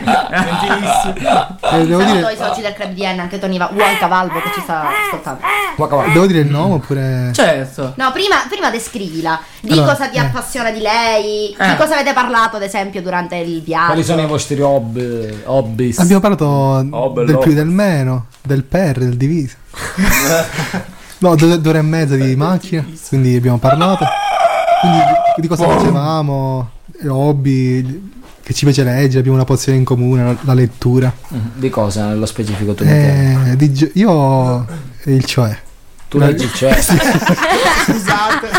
[SPEAKER 3] Eh, devo,
[SPEAKER 2] Saluto i
[SPEAKER 3] dire,
[SPEAKER 2] soci del Club DN, anche Tony Va- Juan Cavalvo che ci sta ascoltando.
[SPEAKER 3] devo dire il nome oppure.
[SPEAKER 10] Certo.
[SPEAKER 2] No, prima, prima descrivila. Di
[SPEAKER 3] Allora,
[SPEAKER 2] cosa ti appassiona di lei,
[SPEAKER 12] Eh.
[SPEAKER 2] di cosa avete parlato, ad esempio, durante il viaggio.
[SPEAKER 12] quali sono i vostri hobby, hobbies?
[SPEAKER 3] Abbiamo parlato
[SPEAKER 12] bello.
[SPEAKER 3] del più e del meno, del per, del diviso. No, due, due ore e mezza di macchina, quindi abbiamo parlato. Quindi di- di cosa facevamo, eh, hobby, che ci piace leggere, abbiamo una pozione in comune, la, la lettura.
[SPEAKER 12] Di cosa nello specifico tu? Michele?
[SPEAKER 3] Eh, di gio- io il cioè.
[SPEAKER 12] Tu leggi il cioè?
[SPEAKER 3] <laughs> Sì.
[SPEAKER 6] Scusate.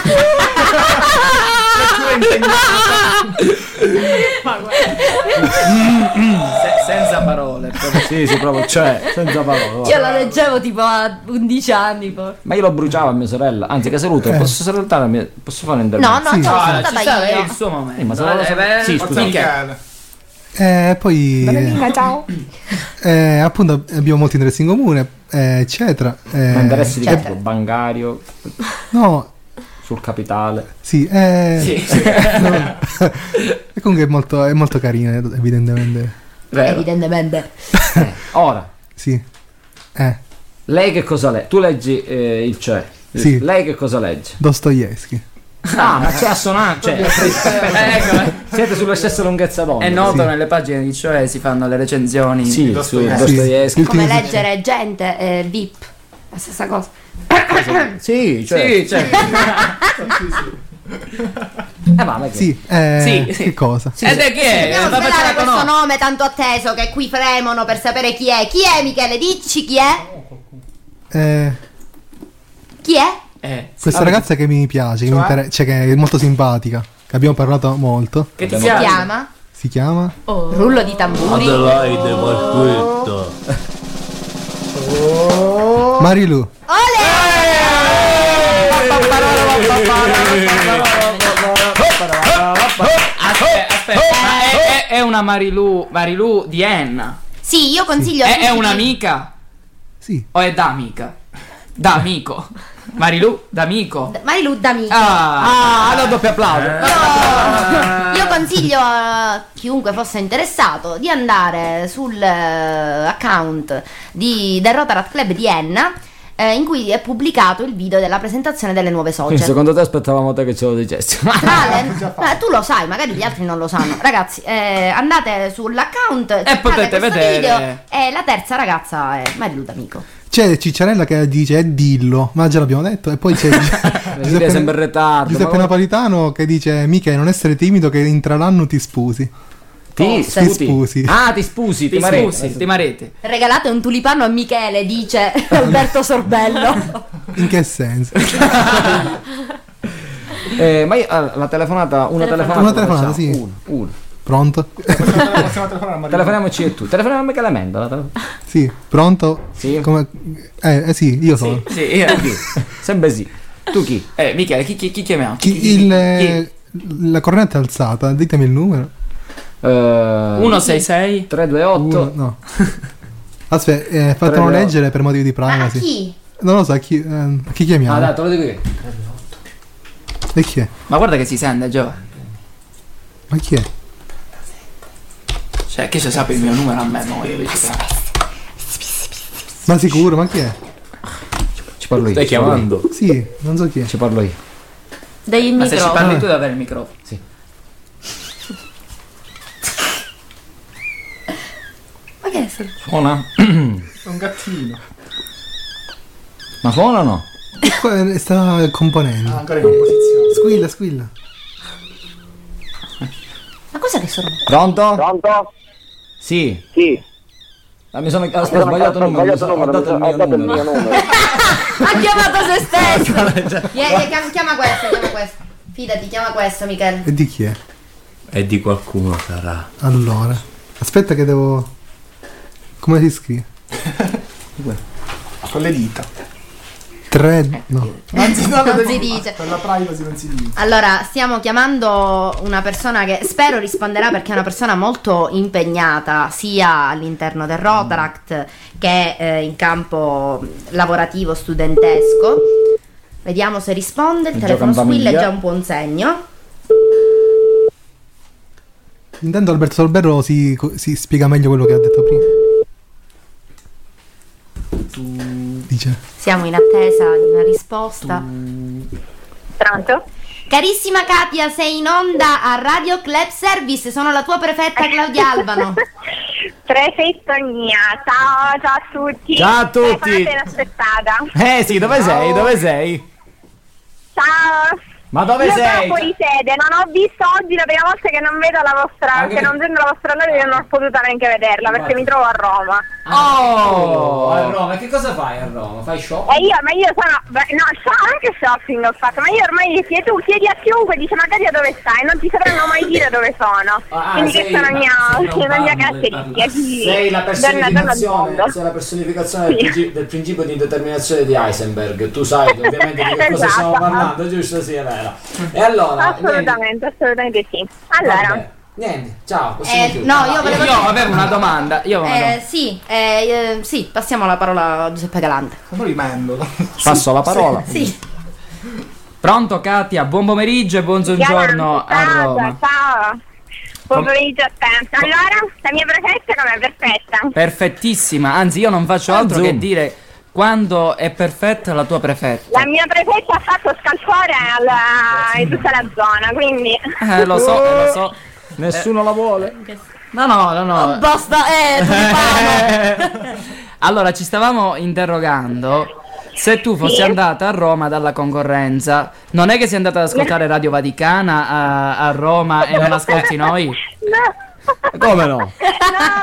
[SPEAKER 10] senza parole.
[SPEAKER 12] sì, sì, proprio cioè, senza parole. guarda.
[SPEAKER 9] Io la leggevo tipo a 11 anni poi.
[SPEAKER 12] Ma io lo bruciavo a mia sorella, anzi che saluto, posso salutare, la mia- posso fare un intervento?
[SPEAKER 9] No, no, Sì. no,
[SPEAKER 10] Ah,
[SPEAKER 9] Sono
[SPEAKER 10] ci
[SPEAKER 9] stata
[SPEAKER 10] sta,
[SPEAKER 9] io.
[SPEAKER 10] è il suo momento.
[SPEAKER 12] Eh, ma se la-
[SPEAKER 10] Eh, beh,
[SPEAKER 12] sì,
[SPEAKER 10] forza
[SPEAKER 12] scusa.
[SPEAKER 10] Michele.
[SPEAKER 3] Eh, poi.
[SPEAKER 9] ciao.
[SPEAKER 3] eh, appunto abbiamo molti interessi in comune, eh, eccetera. eh,
[SPEAKER 12] Ma interessi di
[SPEAKER 3] e-
[SPEAKER 12] tipo bancario, <laughs>
[SPEAKER 3] No,
[SPEAKER 12] sul capitale.
[SPEAKER 3] sì, eh,
[SPEAKER 12] Sì.
[SPEAKER 3] <laughs> no. E comunque è molto, è molto carina, evidentemente.
[SPEAKER 9] Eh.
[SPEAKER 2] Evidentemente.
[SPEAKER 12] Eh, Ora,
[SPEAKER 3] Sì. Eh,
[SPEAKER 12] lei che cosa legge? Tu leggi eh, il cioè.
[SPEAKER 3] Sì.
[SPEAKER 12] Lei che cosa legge?
[SPEAKER 3] Dostoevsky.
[SPEAKER 12] Ah, ma c'è assonante. Cioè, <laughs>
[SPEAKER 10] Eh, Ecco.
[SPEAKER 12] siete sulla stessa lunghezza d'onda.
[SPEAKER 10] È noto
[SPEAKER 12] Sì.
[SPEAKER 10] nelle pagine di cioè si fanno le recensioni
[SPEAKER 12] Sì,
[SPEAKER 10] di
[SPEAKER 12] su Dostoevsky.
[SPEAKER 2] Come leggere gente, eh, VIP. La stessa cosa.
[SPEAKER 12] Sì,
[SPEAKER 10] cioè.
[SPEAKER 12] cioè.
[SPEAKER 10] Sì, cioè.
[SPEAKER 12] Eh, ma ma che-
[SPEAKER 3] Sì, eh,
[SPEAKER 12] Sì, sì.
[SPEAKER 3] che cosa?
[SPEAKER 12] Sì, Ed è sì. chi è?
[SPEAKER 2] Dobbiamo
[SPEAKER 12] Fa
[SPEAKER 2] svelare
[SPEAKER 12] pensare
[SPEAKER 2] questo
[SPEAKER 12] a conoscere.
[SPEAKER 2] nome tanto atteso che qui fremono per sapere chi è. Chi è Michele? Dici chi è?
[SPEAKER 3] Eh,
[SPEAKER 2] Chi è?
[SPEAKER 3] questa ragazza Eh, che mi piace, che, mi
[SPEAKER 2] Cioè?
[SPEAKER 3] inter- cioè, che è molto simpatica, che abbiamo parlato molto.
[SPEAKER 2] Che si chiama?
[SPEAKER 3] Si chiama?
[SPEAKER 2] Rullo di tamburi.
[SPEAKER 3] Adelaide
[SPEAKER 18] Marquetta.
[SPEAKER 3] Marilu.
[SPEAKER 4] Aspetta, aspetta. Ma è, è- è una Marilu, Marilu di Enna.
[SPEAKER 2] Sì, io consiglio a
[SPEAKER 4] È, è
[SPEAKER 2] tutti-
[SPEAKER 4] un'amica?
[SPEAKER 3] Sì.
[SPEAKER 4] O è da amica? Da amico. Marilu, da amico.
[SPEAKER 2] Marilu D'Amico.
[SPEAKER 4] Ah, allora doppio applauso.
[SPEAKER 2] Io consiglio a chiunque fosse interessato di andare sul eh, account di, del Rotaract Club di Enna eh, in cui è pubblicato il video della presentazione delle nuove
[SPEAKER 12] Quindi
[SPEAKER 2] socie.
[SPEAKER 12] secondo te aspettavamo te che ce lo dicessi?
[SPEAKER 2] Ma Eh, tu lo sai, magari gli altri non lo sanno. Ragazzi, eh, andate sull'account e
[SPEAKER 12] potete vedere.
[SPEAKER 2] Video, e la terza ragazza è Marilu D'Amico.
[SPEAKER 3] C'è Cicciarella che dice "Eh, dillo, ma già l'abbiamo detto. E
[SPEAKER 12] <laughs>
[SPEAKER 3] poi c'è Gi-
[SPEAKER 12] Giuseppe
[SPEAKER 3] Giuseppe,
[SPEAKER 12] sembra in ritardo.
[SPEAKER 3] Giuseppe
[SPEAKER 12] ma-
[SPEAKER 3] Napolitano che dice Mica non essere timido che intra l'anno ti spusi.
[SPEAKER 12] Ti
[SPEAKER 3] ti
[SPEAKER 12] sputi.
[SPEAKER 3] spusi.
[SPEAKER 12] Ah, ti spusi, ti,
[SPEAKER 4] Ti
[SPEAKER 12] mareti.
[SPEAKER 4] spusi, ti marete.
[SPEAKER 2] Regalate un tulipano a Michele, <laughs> dice Alberto Sorbello.
[SPEAKER 3] In che senso?
[SPEAKER 12] Eh, ma io, allora, la telefonata, una telefonata.
[SPEAKER 3] Una telefonata, sì.
[SPEAKER 12] facciamo? Una, una.
[SPEAKER 3] Pronto?
[SPEAKER 12] <laughs> Telefoniamoci e tu. Telefoniamo a Michele Mendola. tele-
[SPEAKER 3] Sì, pronto? Sì. Come... Eh, eh sì, io sono.
[SPEAKER 12] Sì, io chi? Sempre sì. Tu chi?
[SPEAKER 4] Eh, Michele, chi, chi, chi chiamiamo?
[SPEAKER 3] Chi- il, eh, la cornetta è alzata, ditemi il numero.
[SPEAKER 12] Eh,
[SPEAKER 4] 166
[SPEAKER 12] 328
[SPEAKER 3] no. Aspetta, eh, fatemelo
[SPEAKER 12] Prego.
[SPEAKER 3] leggere per motivi di privacy.
[SPEAKER 2] chi?
[SPEAKER 3] Non lo so, a chi, eh, a chi chiamiamo?
[SPEAKER 4] Ah, dai, te lo dico
[SPEAKER 12] io.
[SPEAKER 3] E chi è?
[SPEAKER 4] Ma guarda che si sente, Gio.
[SPEAKER 3] Ma chi è?
[SPEAKER 4] Cioè, che ci sa il mio numero a memoria?
[SPEAKER 3] Ma sicuro, ma chi è?
[SPEAKER 12] Ci parlo io.
[SPEAKER 18] Stai
[SPEAKER 12] ci parlo io.
[SPEAKER 18] chiamando?
[SPEAKER 3] Sì, non so chi è.
[SPEAKER 12] Ci parlo io.
[SPEAKER 5] Dai il
[SPEAKER 4] Ma se ci
[SPEAKER 5] microfono.
[SPEAKER 4] parli tu devi avere il microfono.
[SPEAKER 12] Sì.
[SPEAKER 2] Ma che è stato?
[SPEAKER 12] Suona.
[SPEAKER 6] un gattino.
[SPEAKER 12] Ma suona o no?
[SPEAKER 3] Qua- Sta componendo.
[SPEAKER 6] Ah, ancora in composizione.
[SPEAKER 3] Squilla, squilla.
[SPEAKER 2] Ma cos'è che sono?
[SPEAKER 12] Pronto? Pronto? Sì. Sì. Ah, mi sono ah, aspetta, ho sbagliato numero. mi sono- Ho dato il mio numero.
[SPEAKER 2] ha chiamato se
[SPEAKER 3] cioè,
[SPEAKER 2] stesso. Yeah, yeah, chiama, chiama questo, chiama questo. Fidati, chiama questo, Michele.
[SPEAKER 3] E di chi è?
[SPEAKER 18] E di qualcuno sarà.
[SPEAKER 3] Allora. Aspetta che devo... Come si scrive?
[SPEAKER 6] Con le dita.
[SPEAKER 3] Tre... No.
[SPEAKER 6] Anzi,
[SPEAKER 5] <laughs>
[SPEAKER 6] no,
[SPEAKER 2] Non
[SPEAKER 6] devi-
[SPEAKER 2] si dice.
[SPEAKER 6] Per la privacy non si dice.
[SPEAKER 2] Allora, stiamo chiamando una persona che spero risponderà perché è una persona molto impegnata sia all'interno del Rotaract che eh, in campo lavorativo studentesco. Vediamo se risponde, il
[SPEAKER 3] Gioca
[SPEAKER 2] telefono
[SPEAKER 3] in famiglia.
[SPEAKER 2] squilla è già un buon segno.
[SPEAKER 3] Intanto Alberto Solberro si, co- si spiega meglio quello che ha detto prima. Dice...
[SPEAKER 2] Siamo in attesa di una risposta. Pronto? Carissima Katia, sei in onda a Radio Club Service, sono la tua prefetta Claudia Albano.
[SPEAKER 19] <laughs> Prefetto mia, ciao, ciao a tutti.
[SPEAKER 12] Ciao a tutti.
[SPEAKER 19] Telefonata inaspettata.
[SPEAKER 12] Eh sì, dove sei? Dove sei?
[SPEAKER 19] Ciao.
[SPEAKER 12] Ma dove
[SPEAKER 19] Io
[SPEAKER 12] sei?
[SPEAKER 19] sono fuori sede, non ho visto oggi la prima volta che non vedo la vostra, che non vedo la vostra radio, io non ho potuto neanche vederla perché mi trovo a Roma.
[SPEAKER 12] Oh, a Roma, che cosa fai a Roma? Fai shopping?
[SPEAKER 19] E io, ma io sono, beh, no, so anche shopping ho fatto, ma io ormai se tu chiedi a chiunque, dice ma Katia dove stai, non ti sapranno mai dire dove sono. Quindi che
[SPEAKER 12] Ah, sei
[SPEAKER 19] sono
[SPEAKER 12] una-
[SPEAKER 19] mia, <laughs> una
[SPEAKER 12] sei una
[SPEAKER 19] mia
[SPEAKER 12] banda del
[SPEAKER 19] caratteristica. sì.
[SPEAKER 12] Sei la
[SPEAKER 19] Donna- donna del mondo.
[SPEAKER 12] personificazione, sei la personificazione del, princi- del principio di indeterminazione di Heisenberg. Tu
[SPEAKER 19] <laughs>
[SPEAKER 12] sai che ovviamente di che cosa stiamo
[SPEAKER 19] Esatto.
[SPEAKER 12] parlando, giusto? Sì, è vero. E allora, niente,
[SPEAKER 19] Assolutamente, assolutamente sì. Allora,
[SPEAKER 12] vabbè, niente, ciao, possiamo
[SPEAKER 2] Eh,
[SPEAKER 12] chiudere.
[SPEAKER 2] no, io volevo
[SPEAKER 4] Io avevo una domanda. Io avevo una
[SPEAKER 2] Eh, sì, eh, eh, sì, passiamo la parola a Giuseppe Galante.
[SPEAKER 12] Passo la
[SPEAKER 4] parola.
[SPEAKER 2] Sì. sì.
[SPEAKER 4] Pronto Katia, buon pomeriggio e buon soggiorno a Roma.
[SPEAKER 19] ciao. Buon
[SPEAKER 4] Com-
[SPEAKER 19] pomeriggio a te. Allora, la mia presenza com'è perfetta?
[SPEAKER 4] Perfettissima, anzi io non faccio altro che dire quando è perfetta la tua prefetta.
[SPEAKER 19] La mia prefetta ha fatto scalpore alla- in tutta la zona, quindi...
[SPEAKER 4] Eh, lo so, eh, lo so.
[SPEAKER 12] <laughs> Nessuno la vuole.
[SPEAKER 4] No, no, no, no.
[SPEAKER 19] <laughs>
[SPEAKER 2] Basta, eh,
[SPEAKER 4] allora, ci stavamo interrogando Se tu fossi
[SPEAKER 19] Sì.
[SPEAKER 4] andata a Roma dalla concorrenza, non è che sei andata ad ascoltare Radio Vaticana a, a Roma e non ascolti noi?
[SPEAKER 12] Come no?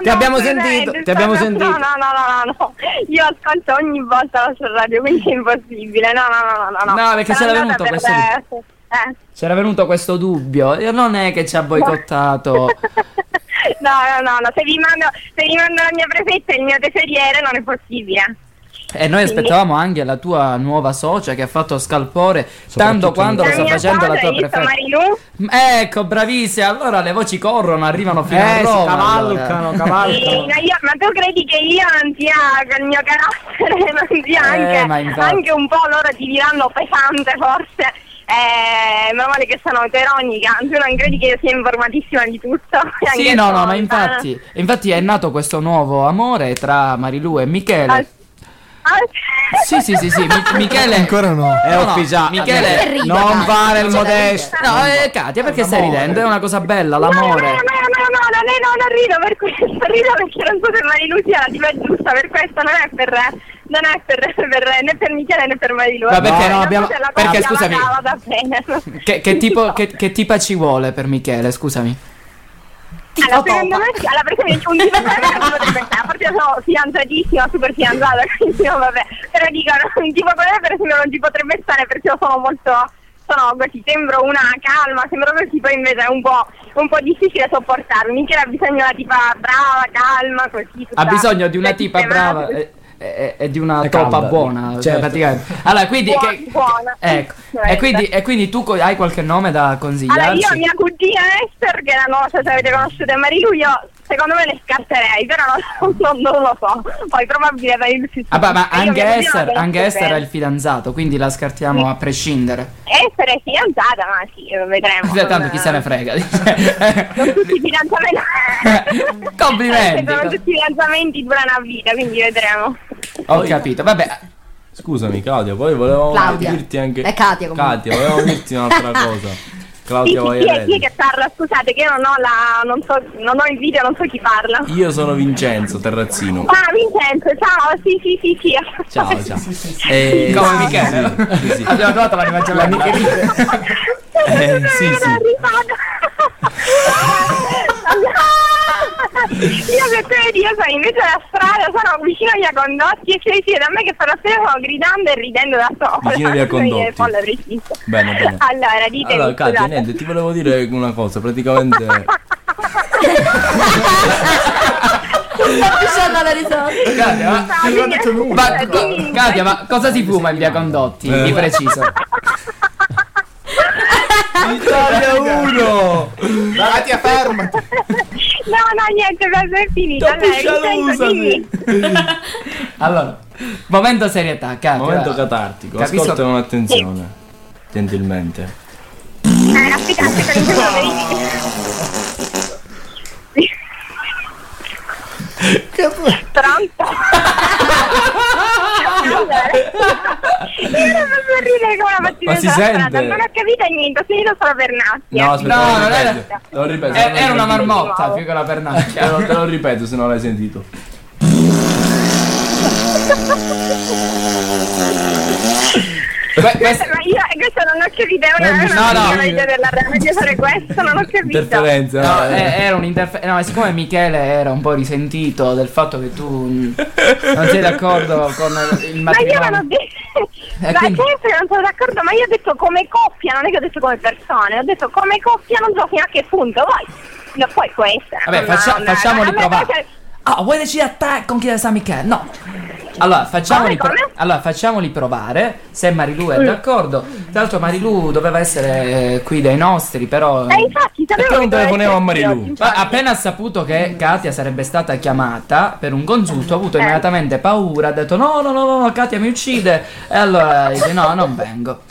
[SPEAKER 19] Ti
[SPEAKER 12] abbiamo sentito, ti abbiamo sentito.
[SPEAKER 19] No, no, no, no, no. Io ascolto ogni volta la sua radio, quindi è impossibile. No, no, no, no, no.
[SPEAKER 4] No, perché
[SPEAKER 19] Sono
[SPEAKER 4] se l'è
[SPEAKER 19] andata
[SPEAKER 4] venuto
[SPEAKER 19] per- Eh.
[SPEAKER 4] C'era venuto questo dubbio, e non è che ci ha boicottato.
[SPEAKER 19] No, no, no, no. Se vi mando, se vi mando la mia prefetta e il mio tesoriere non è possibile.
[SPEAKER 4] E noi
[SPEAKER 19] Sì.
[SPEAKER 4] aspettavamo anche la tua nuova socia che ha fatto scalpore, tanto quando lo
[SPEAKER 19] La
[SPEAKER 4] sta
[SPEAKER 19] mia
[SPEAKER 4] facendo la
[SPEAKER 19] padre,
[SPEAKER 4] tua
[SPEAKER 19] io sono
[SPEAKER 4] prefetta.
[SPEAKER 19] Marilu.
[SPEAKER 4] Ecco, bravissima, allora le voci corrono, arrivano fino a
[SPEAKER 12] Eh, si
[SPEAKER 4] Roma.
[SPEAKER 12] cavalcano,
[SPEAKER 4] allora.
[SPEAKER 19] Sì, ma, io- ma tu credi che io non sia con il mio carattere, <laughs> non sia
[SPEAKER 4] Eh,
[SPEAKER 19] anche,
[SPEAKER 4] ma infatti.
[SPEAKER 19] anche un po' loro ti diranno pesante forse. Eh, ma male che sono autoironica, tu non credi che io sia informatissima di tutto? <laughs>
[SPEAKER 4] Sì,
[SPEAKER 19] Anche
[SPEAKER 4] no, no,
[SPEAKER 19] tonta.
[SPEAKER 4] ma
[SPEAKER 19] <laughs>
[SPEAKER 4] infatti, infatti è nato questo nuovo amore tra Marilu e
[SPEAKER 19] Ah,
[SPEAKER 4] Michele. Sì, sì, sì,
[SPEAKER 19] <laughs>
[SPEAKER 4] sì, Mi- Michele...
[SPEAKER 20] Ancora no.
[SPEAKER 4] È
[SPEAKER 12] ufficiale.
[SPEAKER 4] Michele,
[SPEAKER 12] Perché ride, Non Katia? fare il C'è da modesto. ridere.
[SPEAKER 4] No, eh, Katia, perché stai
[SPEAKER 12] L'amore.
[SPEAKER 4] ridendo? È una cosa bella, l'amore.
[SPEAKER 19] No, no, no, no, non rido per questo, rido perché non so se Marilu sia la tipa giusta per questo, non è per, non è per, per- né per Michele né per Marilu.
[SPEAKER 4] Ma perché no,
[SPEAKER 19] Non so
[SPEAKER 4] abbiamo-
[SPEAKER 19] se la
[SPEAKER 4] perché,
[SPEAKER 19] coppia
[SPEAKER 4] scusami.
[SPEAKER 19] vada- vada
[SPEAKER 4] <laughs>
[SPEAKER 19] bene. <laughs>
[SPEAKER 4] Che, che tipo, che, che tipa ci vuole per Michele, scusami?
[SPEAKER 19] Allora, secondo me, sì, allora, per esempio, un tipo potrebbe essere, a parte sono fidanzatissima, super fidanzata, <laughs> quindi no, vabbè, però dico, <laughs> no, un tipo come me per esempio non ci potrebbe stare perché io sono molto, sono così, sembro una calma, sembro così, poi invece è un po', un po' difficile sopportarmi, che ha bisogno di una tipa brava, calma, così. tutta-
[SPEAKER 4] Ha bisogno di una tipa
[SPEAKER 19] sistemata,
[SPEAKER 4] brava
[SPEAKER 19] così.
[SPEAKER 4] e, e- e di una
[SPEAKER 21] È
[SPEAKER 4] toppa
[SPEAKER 21] calda,
[SPEAKER 4] buona,
[SPEAKER 21] certo.
[SPEAKER 4] cioè, praticamente. Allora, quindi,
[SPEAKER 19] Buona,
[SPEAKER 4] che-
[SPEAKER 19] buona.
[SPEAKER 4] ecco. e, quindi, e quindi tu co- hai qualche nome da
[SPEAKER 19] Allora,
[SPEAKER 4] consigliarci?
[SPEAKER 19] io mia cugina Esther, che la non so se avete conosciuto è Marilu, io secondo me le scarterei, però non, non- non lo so. Poi probabile per il
[SPEAKER 4] Ah, beh, ma
[SPEAKER 19] Io
[SPEAKER 4] anche
[SPEAKER 19] mia cugina
[SPEAKER 4] Esther,
[SPEAKER 19] la conosco
[SPEAKER 4] anche Esther
[SPEAKER 19] bene.
[SPEAKER 4] è il fidanzato, quindi la scartiamo a prescindere.
[SPEAKER 19] Esther è fidanzata, ma sì, vedremo.
[SPEAKER 4] Tanto chi se ne frega.
[SPEAKER 19] <laughs> Non tutti i fidanzamenti,
[SPEAKER 4] Complimenti.
[SPEAKER 19] non tutti i fidanzamenti durano a vita, quindi vedremo.
[SPEAKER 4] Ho capito, vabbè.
[SPEAKER 1] Scusami Claudia, poi volevamo
[SPEAKER 19] Claudia.
[SPEAKER 1] dirti anche...
[SPEAKER 19] È Katia, comunque.
[SPEAKER 1] Katia, volevamo dirti
[SPEAKER 19] <laughs>
[SPEAKER 1] un'altra cosa. Claudia
[SPEAKER 19] sì, sì, chi, è, chi è
[SPEAKER 1] Vaiarelli.
[SPEAKER 19] che parla? Scusate, che io non ho la. non so, non ho il video, non so chi parla.
[SPEAKER 1] Io sono Vincenzo Terrazzino.
[SPEAKER 19] Ah, Vincenzo, ciao, sì, sì, sì, sì. <laughs>
[SPEAKER 1] Ciao, ciao. Eh,
[SPEAKER 4] Come
[SPEAKER 1] sì,
[SPEAKER 4] Michele.
[SPEAKER 1] sì, sì, sì.
[SPEAKER 4] Abbiamo trovato la rimangiata. La
[SPEAKER 1] Eh, sì, sì.
[SPEAKER 19] Ah! Io per te io sono invece alla strada, sono vicino agli Acondotti e c'è sì, da me che per la strada sono gridando e ridendo da sola. <laughs>
[SPEAKER 1] Vicino agli Acondotti.
[SPEAKER 19] Poi l'ho preciso.
[SPEAKER 1] Bene, bene.
[SPEAKER 19] Allora, ditemi,
[SPEAKER 1] Allora, Katia,
[SPEAKER 19] scusate. <laughs>
[SPEAKER 1] niente, ti volevo dire una cosa, praticamente...
[SPEAKER 9] Sta pisciando la risata.
[SPEAKER 4] Katia, ma, ma- co- Katia, ma cosa si fuma in via Condotti?
[SPEAKER 21] Eh,
[SPEAKER 4] Di preciso.
[SPEAKER 1] Italia 1!
[SPEAKER 22] Katia, fermati!
[SPEAKER 19] No, no, niente, adesso è finita. Allora, Vincenzo, dimmi.
[SPEAKER 4] Allora, momento serietà, Katia.
[SPEAKER 1] Momento
[SPEAKER 4] va.
[SPEAKER 1] catartico,
[SPEAKER 4] Cioè, Capisco-
[SPEAKER 1] ascolta con attenzione, gentilmente.
[SPEAKER 19] Eh, aspetta, aspetta, mi sono Pronto? Allora, <laughs> Io non posso ridere come una mattina
[SPEAKER 1] Ma si
[SPEAKER 19] sulla strada,
[SPEAKER 1] sente?
[SPEAKER 19] non ho capito niente, ho finito solo per nassi.
[SPEAKER 1] No, aspetta,
[SPEAKER 4] No, non
[SPEAKER 1] lo
[SPEAKER 4] era-
[SPEAKER 1] ripeto. Lo ripeto.
[SPEAKER 4] Eh, era una marmotta,
[SPEAKER 1] più
[SPEAKER 4] che una pernacchia.
[SPEAKER 1] Te lo, te lo ripeto se non l'hai sentito.
[SPEAKER 19] Questo, ma io eh, questo non ho capito, è una, è una
[SPEAKER 4] No, no.
[SPEAKER 19] mia idea della radio fare questo, non ho capito.
[SPEAKER 4] No, eh, era un'interferenza. No, ma siccome Michele era un po' risentito del fatto che tu mm, non sei d'accordo con eh, il
[SPEAKER 19] Ma io non ho
[SPEAKER 4] matrimonio.
[SPEAKER 19] detto.
[SPEAKER 4] Eh,
[SPEAKER 19] Ma
[SPEAKER 4] quindi-
[SPEAKER 19] certo che non sono d'accordo, ma io ho detto come coppia, non è che ho detto come persone, ho detto come coppia non so fino a che punto, poi. No, poi può essere.
[SPEAKER 4] Vabbè, faccia-
[SPEAKER 19] Ma- ma-
[SPEAKER 4] facciamoli
[SPEAKER 19] ma- ma-
[SPEAKER 4] provare.
[SPEAKER 19] perché-
[SPEAKER 4] Ah, vuoi decidere a te con chi deve stare Michele? No. Allora facciamoli,
[SPEAKER 19] Come,
[SPEAKER 4] pro- allora, facciamoli provare se Marilu è
[SPEAKER 19] Mm.
[SPEAKER 4] d'accordo. Tra l'altro Marilu doveva essere eh, qui dai nostri, però...
[SPEAKER 19] Eh, infatti, sapevo che doveva essere io,
[SPEAKER 4] Ma appena ha saputo che Katia sarebbe stata chiamata per un consulto, ha
[SPEAKER 19] Eh.
[SPEAKER 4] avuto immediatamente paura, ha detto no, no, no, no, Katia mi uccide. E allora dice no, non vengo.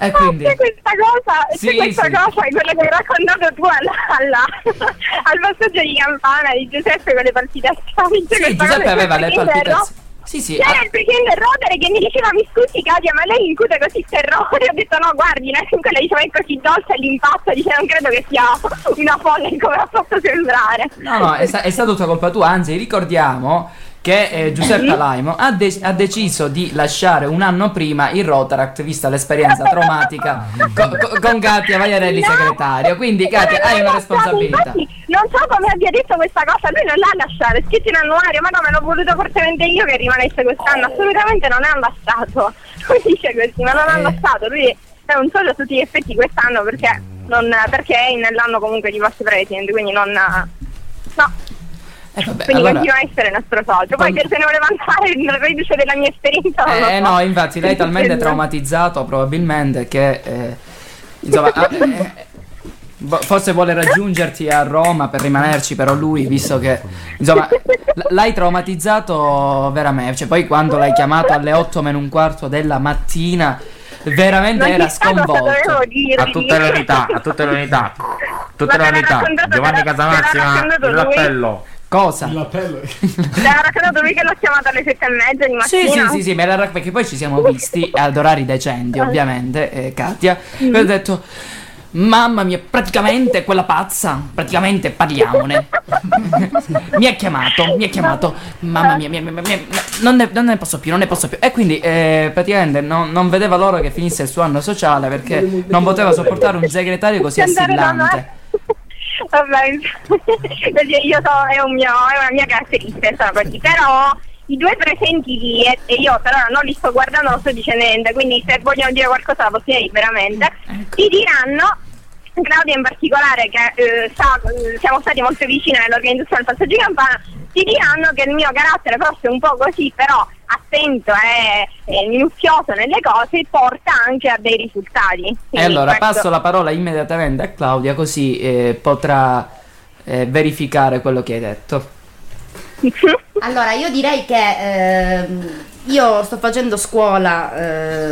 [SPEAKER 4] E Eh, quindi...
[SPEAKER 19] C'è questa cosa, c'è
[SPEAKER 4] Sì,
[SPEAKER 19] questa
[SPEAKER 4] sì.
[SPEAKER 19] cosa, è quella che hai raccontato tu alla, <laughs> alla- al passaggio di campana di Giuseppe con le partite a schiaffi. C'è
[SPEAKER 4] Sì,
[SPEAKER 19] questa
[SPEAKER 4] Giuseppe
[SPEAKER 19] cosa che
[SPEAKER 4] aveva le
[SPEAKER 19] Pretender
[SPEAKER 4] palpite.
[SPEAKER 19] ro-
[SPEAKER 4] Sì, sì.
[SPEAKER 19] C'era
[SPEAKER 4] ah,
[SPEAKER 19] Cioè, il presidente Rodere che mi diceva mi scusi Katia ma lei incute così terrore ho detto no guardi lei in quella diceva è così dolce l'impatto dice non credo che sia una folle come ha fatto sembrare
[SPEAKER 4] No, no, è, sta- è stata tutta colpa tua, anzi ricordiamo che eh, Giuseppe Laimo ha, de- ha deciso di lasciare un anno prima il Rotaract vista l'esperienza traumatica co- co- con Katia Vagliarelli segretario. Quindi Katia hai una responsabilità.
[SPEAKER 19] Infatti, non so come abbia detto questa cosa, lui non l'ha lasciata, è scritto in annuario, ma no, me l'ho voluto fortemente io che rimanesse quest'anno, assolutamente non è ammassato. <laughs> Lui dice così, ma
[SPEAKER 4] Eh.
[SPEAKER 19] non è ammassato, lui è un socio a tutti gli effetti quest'anno perché, non, perché è nell'anno comunque di post president, quindi non... No. Quindi
[SPEAKER 4] allora-
[SPEAKER 19] continua a essere nostro socio. Poi che se ne voleva andare il reduce della mia esperienza. non lo
[SPEAKER 4] Eh
[SPEAKER 19] so.
[SPEAKER 4] no, infatti lei è
[SPEAKER 19] <laughs>
[SPEAKER 4] talmente traumatizzato probabilmente che eh, insomma ah, eh, bo- forse vuole raggiungerti a Roma per rimanerci però lui visto che insomma l- l'hai traumatizzato veramente, cioè poi quando l'hai chiamato alle 8 meno un quarto della mattina veramente
[SPEAKER 19] Non
[SPEAKER 4] era
[SPEAKER 19] ti sa cosa
[SPEAKER 4] sconvolto.
[SPEAKER 19] dovevo dirvi.
[SPEAKER 9] A tutte le unità, a tutte le unità. Tutte
[SPEAKER 19] Ma
[SPEAKER 9] le
[SPEAKER 19] te l'ha
[SPEAKER 9] unità.
[SPEAKER 19] raccontato-
[SPEAKER 9] Giovanni
[SPEAKER 19] te l'ha- te l'ha
[SPEAKER 9] Casamassima,
[SPEAKER 19] raccontato
[SPEAKER 9] il
[SPEAKER 19] lui?
[SPEAKER 9] l'appello.
[SPEAKER 4] Cosa?
[SPEAKER 19] Te l'ha raccontato lui che l'ho chiamato alle sette e mezza di
[SPEAKER 4] Sì,
[SPEAKER 19] mattina.
[SPEAKER 4] sì, sì, sì, me la rac- perché poi ci siamo visti ad orari decenti, ovviamente, eh, Katia.
[SPEAKER 19] Mm.
[SPEAKER 4] E ho detto, mamma mia, praticamente quella pazza, praticamente parliamone. mi ha chiamato, mi ha chiamato, mamma mia, mia, mia, mia, mia, non, ne, non ne posso più, non ne posso più. E quindi eh, praticamente non, non vedeva l'ora che finisse il suo anno sociale perché non poteva sopportare un segretario così
[SPEAKER 19] Andare da
[SPEAKER 4] assillante.
[SPEAKER 19] <laughs> Vabbè, perché io so, è, un mio, è una mia caratteristica, insomma, così. Però i due presenti lì, e, e io però non li sto guardando, non sto dicendo niente, quindi se vogliono dire qualcosa la possiamo dire veramente,
[SPEAKER 4] Mm, ecco.
[SPEAKER 19] ti diranno, Claudia in particolare, che eh, sa- eh, siamo stati molto vicini nell'organizzazione del passaggio campana, ti diranno che il mio carattere forse un po' così, però attento e e minuzioso nelle cose, porta anche a dei risultati.
[SPEAKER 4] E allora
[SPEAKER 19] ecco.
[SPEAKER 4] passo la parola immediatamente a Claudia così eh, potrà eh, verificare quello che hai detto.
[SPEAKER 2] Allora, io direi che ehm, io sto facendo scuola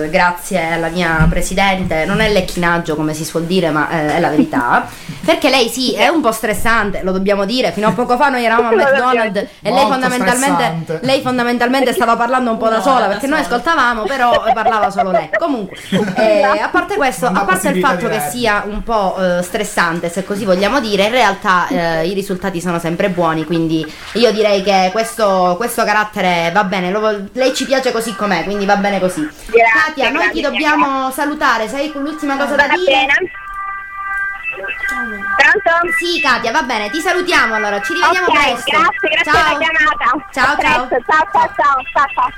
[SPEAKER 2] eh, grazie alla mia presidente, non è lecchinaggio come si suol dire, ma eh, è la
[SPEAKER 23] <laughs>
[SPEAKER 2] verità, perché lei sì, è un po' stressante, lo dobbiamo dire, fino a poco fa noi eravamo a
[SPEAKER 23] Lo dobbiamo-
[SPEAKER 2] McDonald's e lei
[SPEAKER 23] Molto
[SPEAKER 2] fondamentalmente,
[SPEAKER 23] stressante.
[SPEAKER 2] lei fondamentalmente stava parlando un po' da
[SPEAKER 23] No,
[SPEAKER 2] sola,
[SPEAKER 23] da
[SPEAKER 2] perché noi
[SPEAKER 23] sola.
[SPEAKER 2] ascoltavamo,
[SPEAKER 23] <laughs>
[SPEAKER 2] però parlava solo lei. Comunque, eh, a parte questo, a parte il
[SPEAKER 23] possibilità
[SPEAKER 2] fatto che
[SPEAKER 23] diversa.
[SPEAKER 2] sia un po' eh, stressante, se così vogliamo dire, in realtà eh, i risultati sono sempre buoni, quindi io direi che questo, questo carattere va bene, lo vol- lei ci piace così com'è, quindi va bene così. Katia, noi ti
[SPEAKER 19] grazie,
[SPEAKER 2] dobbiamo salutare, sai l'ultima cosa da
[SPEAKER 19] Va
[SPEAKER 2] dire?
[SPEAKER 19] bene. Pronto?
[SPEAKER 2] Sì, Katia, va bene, ti salutiamo allora, ci rivediamo
[SPEAKER 19] Ok,
[SPEAKER 2] presto.
[SPEAKER 19] grazie, grazie
[SPEAKER 2] ciao.
[SPEAKER 19] della chiamata.
[SPEAKER 2] Ciao,
[SPEAKER 19] A
[SPEAKER 2] ciao.
[SPEAKER 19] presto, ciao, ciao, ciao, ciao, ciao.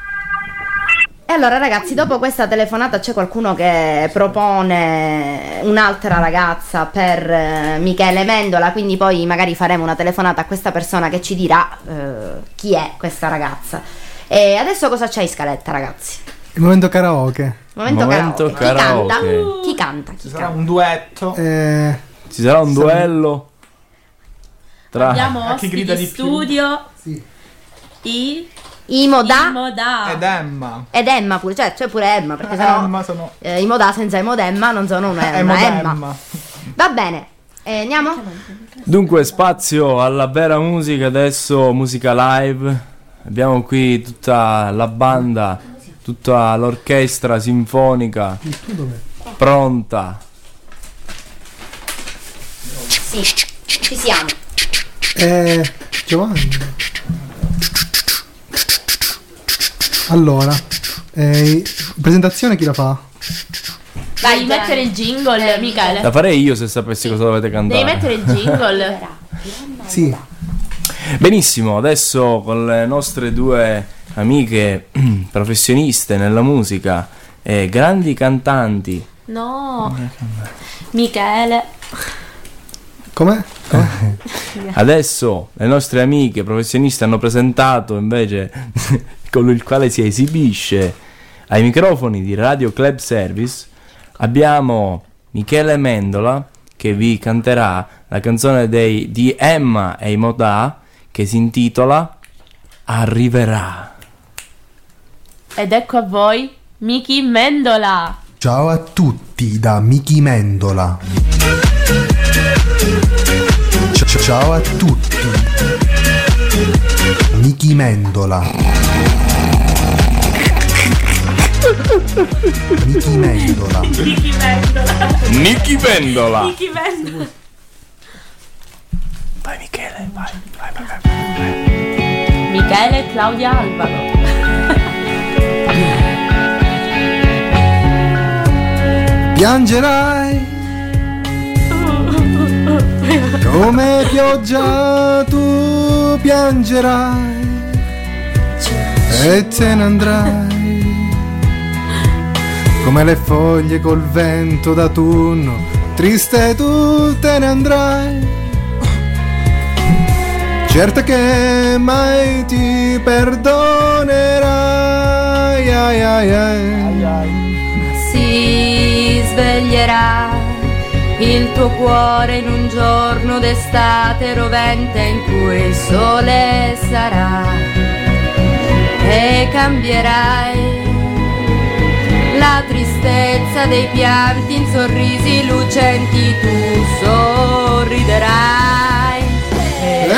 [SPEAKER 2] E allora ragazzi, dopo questa telefonata c'è qualcuno che propone un'altra ragazza per eh, Michele Mendola, quindi poi magari faremo una telefonata a questa persona che ci dirà eh, chi è questa ragazza. E adesso cosa c'è in scaletta ragazzi?
[SPEAKER 3] Il momento karaoke.
[SPEAKER 2] Momento,
[SPEAKER 1] Momento
[SPEAKER 2] karaoke.
[SPEAKER 1] karaoke.
[SPEAKER 2] Chi canta? Chi canta? Chi canta?
[SPEAKER 3] un duetto. Eh,
[SPEAKER 1] Ci sarà un duello tra
[SPEAKER 5] Abbiamo ospiti di studio. I.
[SPEAKER 2] Imo da.
[SPEAKER 5] Moda.
[SPEAKER 2] Emma. Ed Emma pure, cioè c'è pure Emma, perché sennò
[SPEAKER 24] Emma
[SPEAKER 2] sono... eh, Imodà senza Emodemma non sono un'Emma, Emma. Va bene, eh, andiamo?
[SPEAKER 1] Dunque, spazio alla vera musica, adesso musica live. Abbiamo qui tutta la banda, tutta l'orchestra sinfonica pronta.
[SPEAKER 2] Sì, ci siamo.
[SPEAKER 3] eh, Giovanni. Allora, eh, presentazione chi la fa?
[SPEAKER 5] Vai, devi mettere il jingle, Michele.
[SPEAKER 1] La farei io se sapessi cosa dovete cantare.
[SPEAKER 5] Devi mettere il jingle.
[SPEAKER 3] sì.
[SPEAKER 1] Benissimo, adesso con le nostre due amiche <clears throat> professioniste nella musica e grandi cantanti.
[SPEAKER 5] No. Michele.
[SPEAKER 3] Com'è?
[SPEAKER 1] Adesso le nostre amiche professioniste hanno presentato invece <laughs> con il quale si esibisce ai microfoni di Radio Club Service. Abbiamo Michele Mendola che vi canterà la canzone dei- di Emma e i Modà che si intitola Arriverà.
[SPEAKER 5] <laughs> Ed ecco a voi Miki Mendola.
[SPEAKER 25] Ciao a tutti da Miki Mendola. Ci- ci- Ciao a tutti. Miki Mendola. Miki Mendola.
[SPEAKER 5] Miki Mendola.
[SPEAKER 1] Nicky Vendola.
[SPEAKER 5] Miki Mendola. Vai Michele, vai, vai, vai, vai. Michele e Claudia Albano.
[SPEAKER 3] Piangerai come pioggia tu piangerai e te ne andrai come le foglie col vento d'autunno triste tu te ne andrai certa che mai ti perdonerai ai ai ai
[SPEAKER 9] si sveglierà il tuo cuore in un giorno d'estate rovente in cui il sole sarà e cambierai la tristezza dei pianti in sorrisi lucenti tu sorriderai e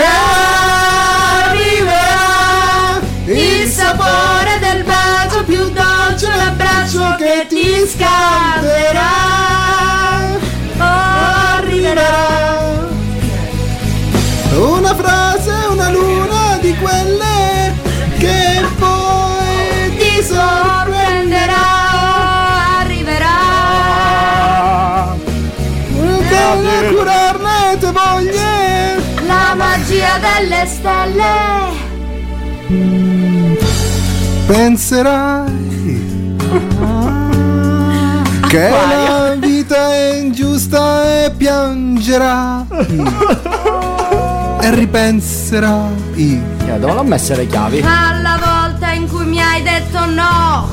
[SPEAKER 11] arriverà
[SPEAKER 9] il sapore del bacio più dolce l'abbraccio che ti scalderà arriverà
[SPEAKER 3] Una frase, una luna di quelle che poi
[SPEAKER 9] ti sorprenderà, arriverà.
[SPEAKER 3] Per curarne te voglie,
[SPEAKER 9] la magia delle stelle.
[SPEAKER 3] penserai che la vita è ingiusta e piangerai e ripenserai.
[SPEAKER 12] Eh, Dove l'ho messa le chiavi?
[SPEAKER 2] Ah,
[SPEAKER 9] Alla volta in cui mi hai detto no,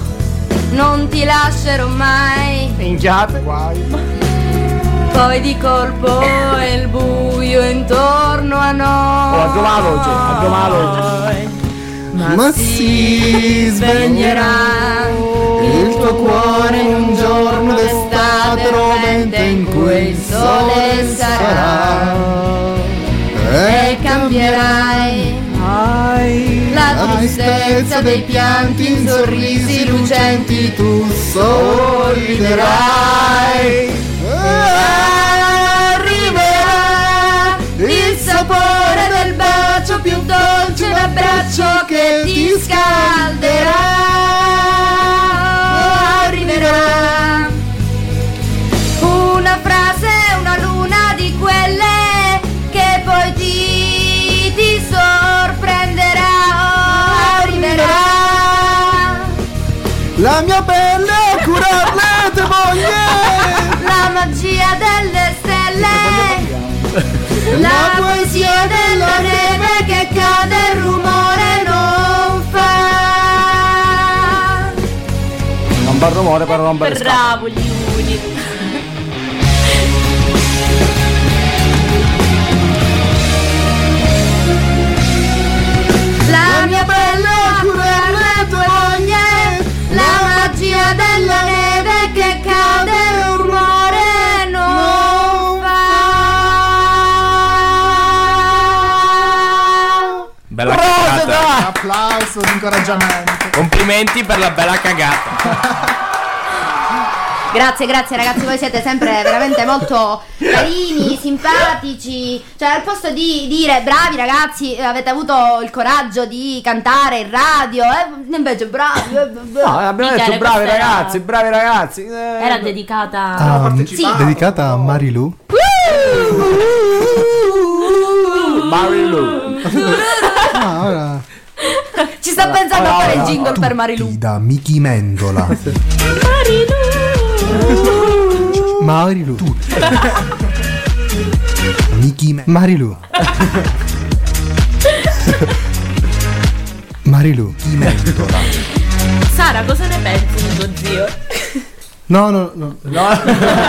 [SPEAKER 9] non ti lascerò mai.
[SPEAKER 12] Minchiate.
[SPEAKER 9] Poi di colpo è il buio intorno a noi.
[SPEAKER 3] Ma si
[SPEAKER 9] sveglierà il tuo cuore in un giorno d'estate rovente in cui il sole sarà e cambierai la tristezza dei pianti in sorrisi lucenti tu sorriderai Eh. arriverà il sapore del bacio più dolce l'abbraccio che ti scalderà arriverà una frase una luna di quelle che poi ti, ti
[SPEAKER 2] Oh,
[SPEAKER 9] sorprenderà arriverà
[SPEAKER 3] La mia pelle a curarne te voglie,
[SPEAKER 9] la magia delle stelle, la poesia della neve che cade il rumore non fa.
[SPEAKER 12] Non per rumore, per rompere le scatole.
[SPEAKER 5] Bravo Yuri.
[SPEAKER 9] La mia bella curella toglie la magia della neve che cade il rumore non fa.
[SPEAKER 15] Bella
[SPEAKER 9] <laughs>
[SPEAKER 15] cagata.
[SPEAKER 6] Un applauso, un incoraggiamento.
[SPEAKER 15] Complimenti per la bella cagata.
[SPEAKER 2] Grazie, grazie ragazzi, voi siete sempre veramente molto carini, simpatici. Cioè, al posto di dire bravi ragazzi, eh, avete avuto il coraggio di cantare in radio, eh, invece bravi. eh, eh, eh.
[SPEAKER 12] No, Ah, abbiamo
[SPEAKER 2] Michele,
[SPEAKER 12] detto bravi
[SPEAKER 2] questa era-
[SPEAKER 12] ragazzi, bravi ragazzi. eh,
[SPEAKER 5] Era dedicata
[SPEAKER 3] Ah, dedicata a Marilu.
[SPEAKER 12] Marilu.
[SPEAKER 3] Ah, ora
[SPEAKER 2] Ci sta pensando a fare il jingle per Marilu.
[SPEAKER 25] Tutti da Michi Mendola.
[SPEAKER 3] Marilu. Tutti. Michi Me- Marilu. Marilu. Michi Mendola.
[SPEAKER 5] Sara, cosa ne pensi di tuo zio?
[SPEAKER 3] No, no, no.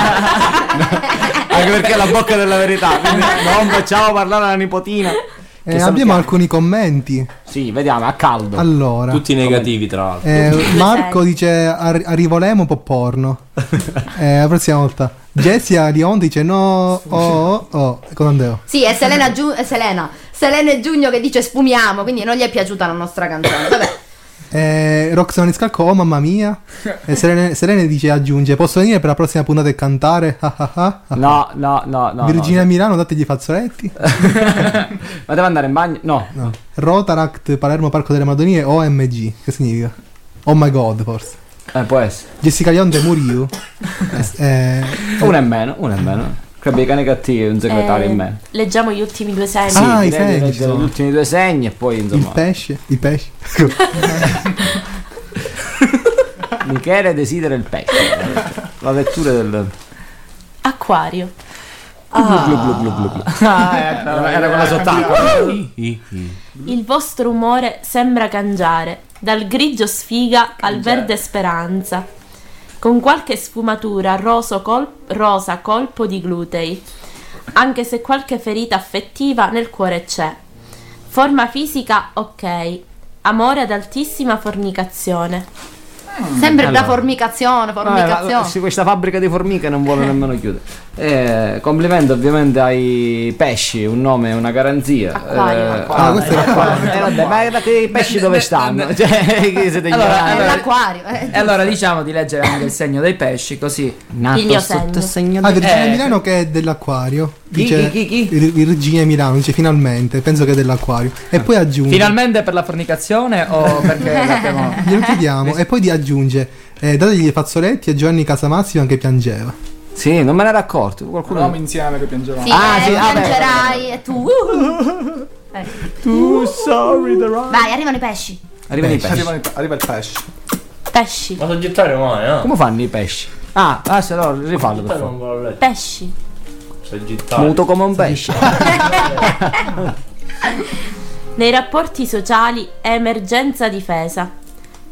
[SPEAKER 12] <laughs> Anche perché è la bocca della verità. Quindi non facciamo parlare alla nipotina.
[SPEAKER 3] Eh, abbiamo alcuni commenti.
[SPEAKER 12] Sì, vediamo, a caldo.
[SPEAKER 3] Allora.
[SPEAKER 1] Tutti negativi, tra l'altro.
[SPEAKER 3] Eh,
[SPEAKER 19] <laughs>
[SPEAKER 3] Marco dice "Ar- arrivolemo un po' porno. Eh, la prossima volta. Jessia Lion dice no, oh, oh, oh. Con Andeo.
[SPEAKER 2] Sì, è Selena, Giu- eh, Selena. Selena e Giugno che dice sfumiamo, quindi non gli è piaciuta la nostra canzone. Vabbè.
[SPEAKER 3] Eh, Roxanne Scalco, oh mamma mia. E Serene, Serene dice aggiunge, posso venire per la prossima puntata e cantare? <laughs> Ah, ah, ah, ah.
[SPEAKER 12] No, no, no, no.
[SPEAKER 3] Virginia
[SPEAKER 12] no.
[SPEAKER 3] Milano, dategli i fazzoletti.
[SPEAKER 12] Ma deve andare in bagno? No.
[SPEAKER 3] No. Rotaract, Palermo, Parco delle Madonie, OMG. Che significa? Oh my god, forse.
[SPEAKER 12] Eh, può essere.
[SPEAKER 3] Jessica Yonde <laughs> Muriu. eh,
[SPEAKER 12] Uno in meno, uno in meno. Credo i cani cattivi, un segretario
[SPEAKER 5] Eh,
[SPEAKER 12] in meno.
[SPEAKER 5] Leggiamo gli ultimi due segni.
[SPEAKER 3] Ah,
[SPEAKER 12] Direi
[SPEAKER 3] i
[SPEAKER 12] di
[SPEAKER 3] segni
[SPEAKER 12] leggere
[SPEAKER 3] ci sono.
[SPEAKER 12] Gli ultimi due segni e poi
[SPEAKER 3] il
[SPEAKER 12] insomma.
[SPEAKER 3] pesce, il pesce.
[SPEAKER 12] <laughs> Michele desidera il pesce. La lettura del.
[SPEAKER 5] Acquario. Ah.
[SPEAKER 12] Blu, blu, blu, blu, blu. Ah, ecco, era, era quella sott'acqua.
[SPEAKER 5] Il vostro umore sembra cangiare dal grigio sfiga al verde speranza, con qualche sfumatura roso col- rosa colpo di glutei, anche se qualche ferita affettiva nel cuore c'è. Forma fisica ok, amore ad altissima fornicazione.
[SPEAKER 2] Sempre
[SPEAKER 12] Allora.
[SPEAKER 2] da formicazione,
[SPEAKER 12] No, la- la-
[SPEAKER 2] formicazione.
[SPEAKER 12] sì, questa fabbrica di formiche non vuole nemmeno chiudere. Eh, complimenti ovviamente ai pesci, un nome, una garanzia.
[SPEAKER 5] Acquario.
[SPEAKER 12] Eh,
[SPEAKER 5] Acquario.
[SPEAKER 12] ah, questo era acquario. Eh, vabbè, ma era che i pesci dove stanno? Cioè, che siete
[SPEAKER 4] Allora,
[SPEAKER 12] ignoranti.
[SPEAKER 4] allora-
[SPEAKER 2] L'acquario. eh.
[SPEAKER 4] E allora diciamo di leggere anche il segno dei pesci, così
[SPEAKER 3] Il mio segno. Ah, Virginia Milano che è dell'acquario. Dice
[SPEAKER 4] Eh. chi,
[SPEAKER 3] Vir- Virginia Milano, dice finalmente, penso che è dell'acquario. E poi aggiunge.
[SPEAKER 4] Eh, Finalmente per la fornicazione o
[SPEAKER 3] <laughs>
[SPEAKER 4] perché l'abbiamo...
[SPEAKER 3] Glielo chiediamo e poi ti aggiunge eh, dategli i fazzoletti a Giovanni Casamassimo anche piangeva.
[SPEAKER 12] Sì, non me ne era accorto. Qualcuno
[SPEAKER 6] Eravamo insieme che piangevamo.
[SPEAKER 2] Sì,
[SPEAKER 12] Ah,
[SPEAKER 2] eh,
[SPEAKER 12] sì, vabbè.
[SPEAKER 2] piangerai e tu. uh. Eh.
[SPEAKER 12] Too sorry, the wrong-
[SPEAKER 2] Vai, arrivano i pesci.
[SPEAKER 12] Arrivano i pesci.
[SPEAKER 6] Arrivano i- Arriva il pesce.
[SPEAKER 5] Pesci.
[SPEAKER 26] Ma so gettare mai, eh?
[SPEAKER 12] Come fanno i pesci? Ah, adesso allora rifallo per
[SPEAKER 26] Gettare
[SPEAKER 12] favore.
[SPEAKER 26] non vado a letto.
[SPEAKER 5] Pesci.
[SPEAKER 26] So gettare.
[SPEAKER 12] Muto come un pesce.
[SPEAKER 4] Ah,
[SPEAKER 5] Nei rapporti sociali è emergenza difesa.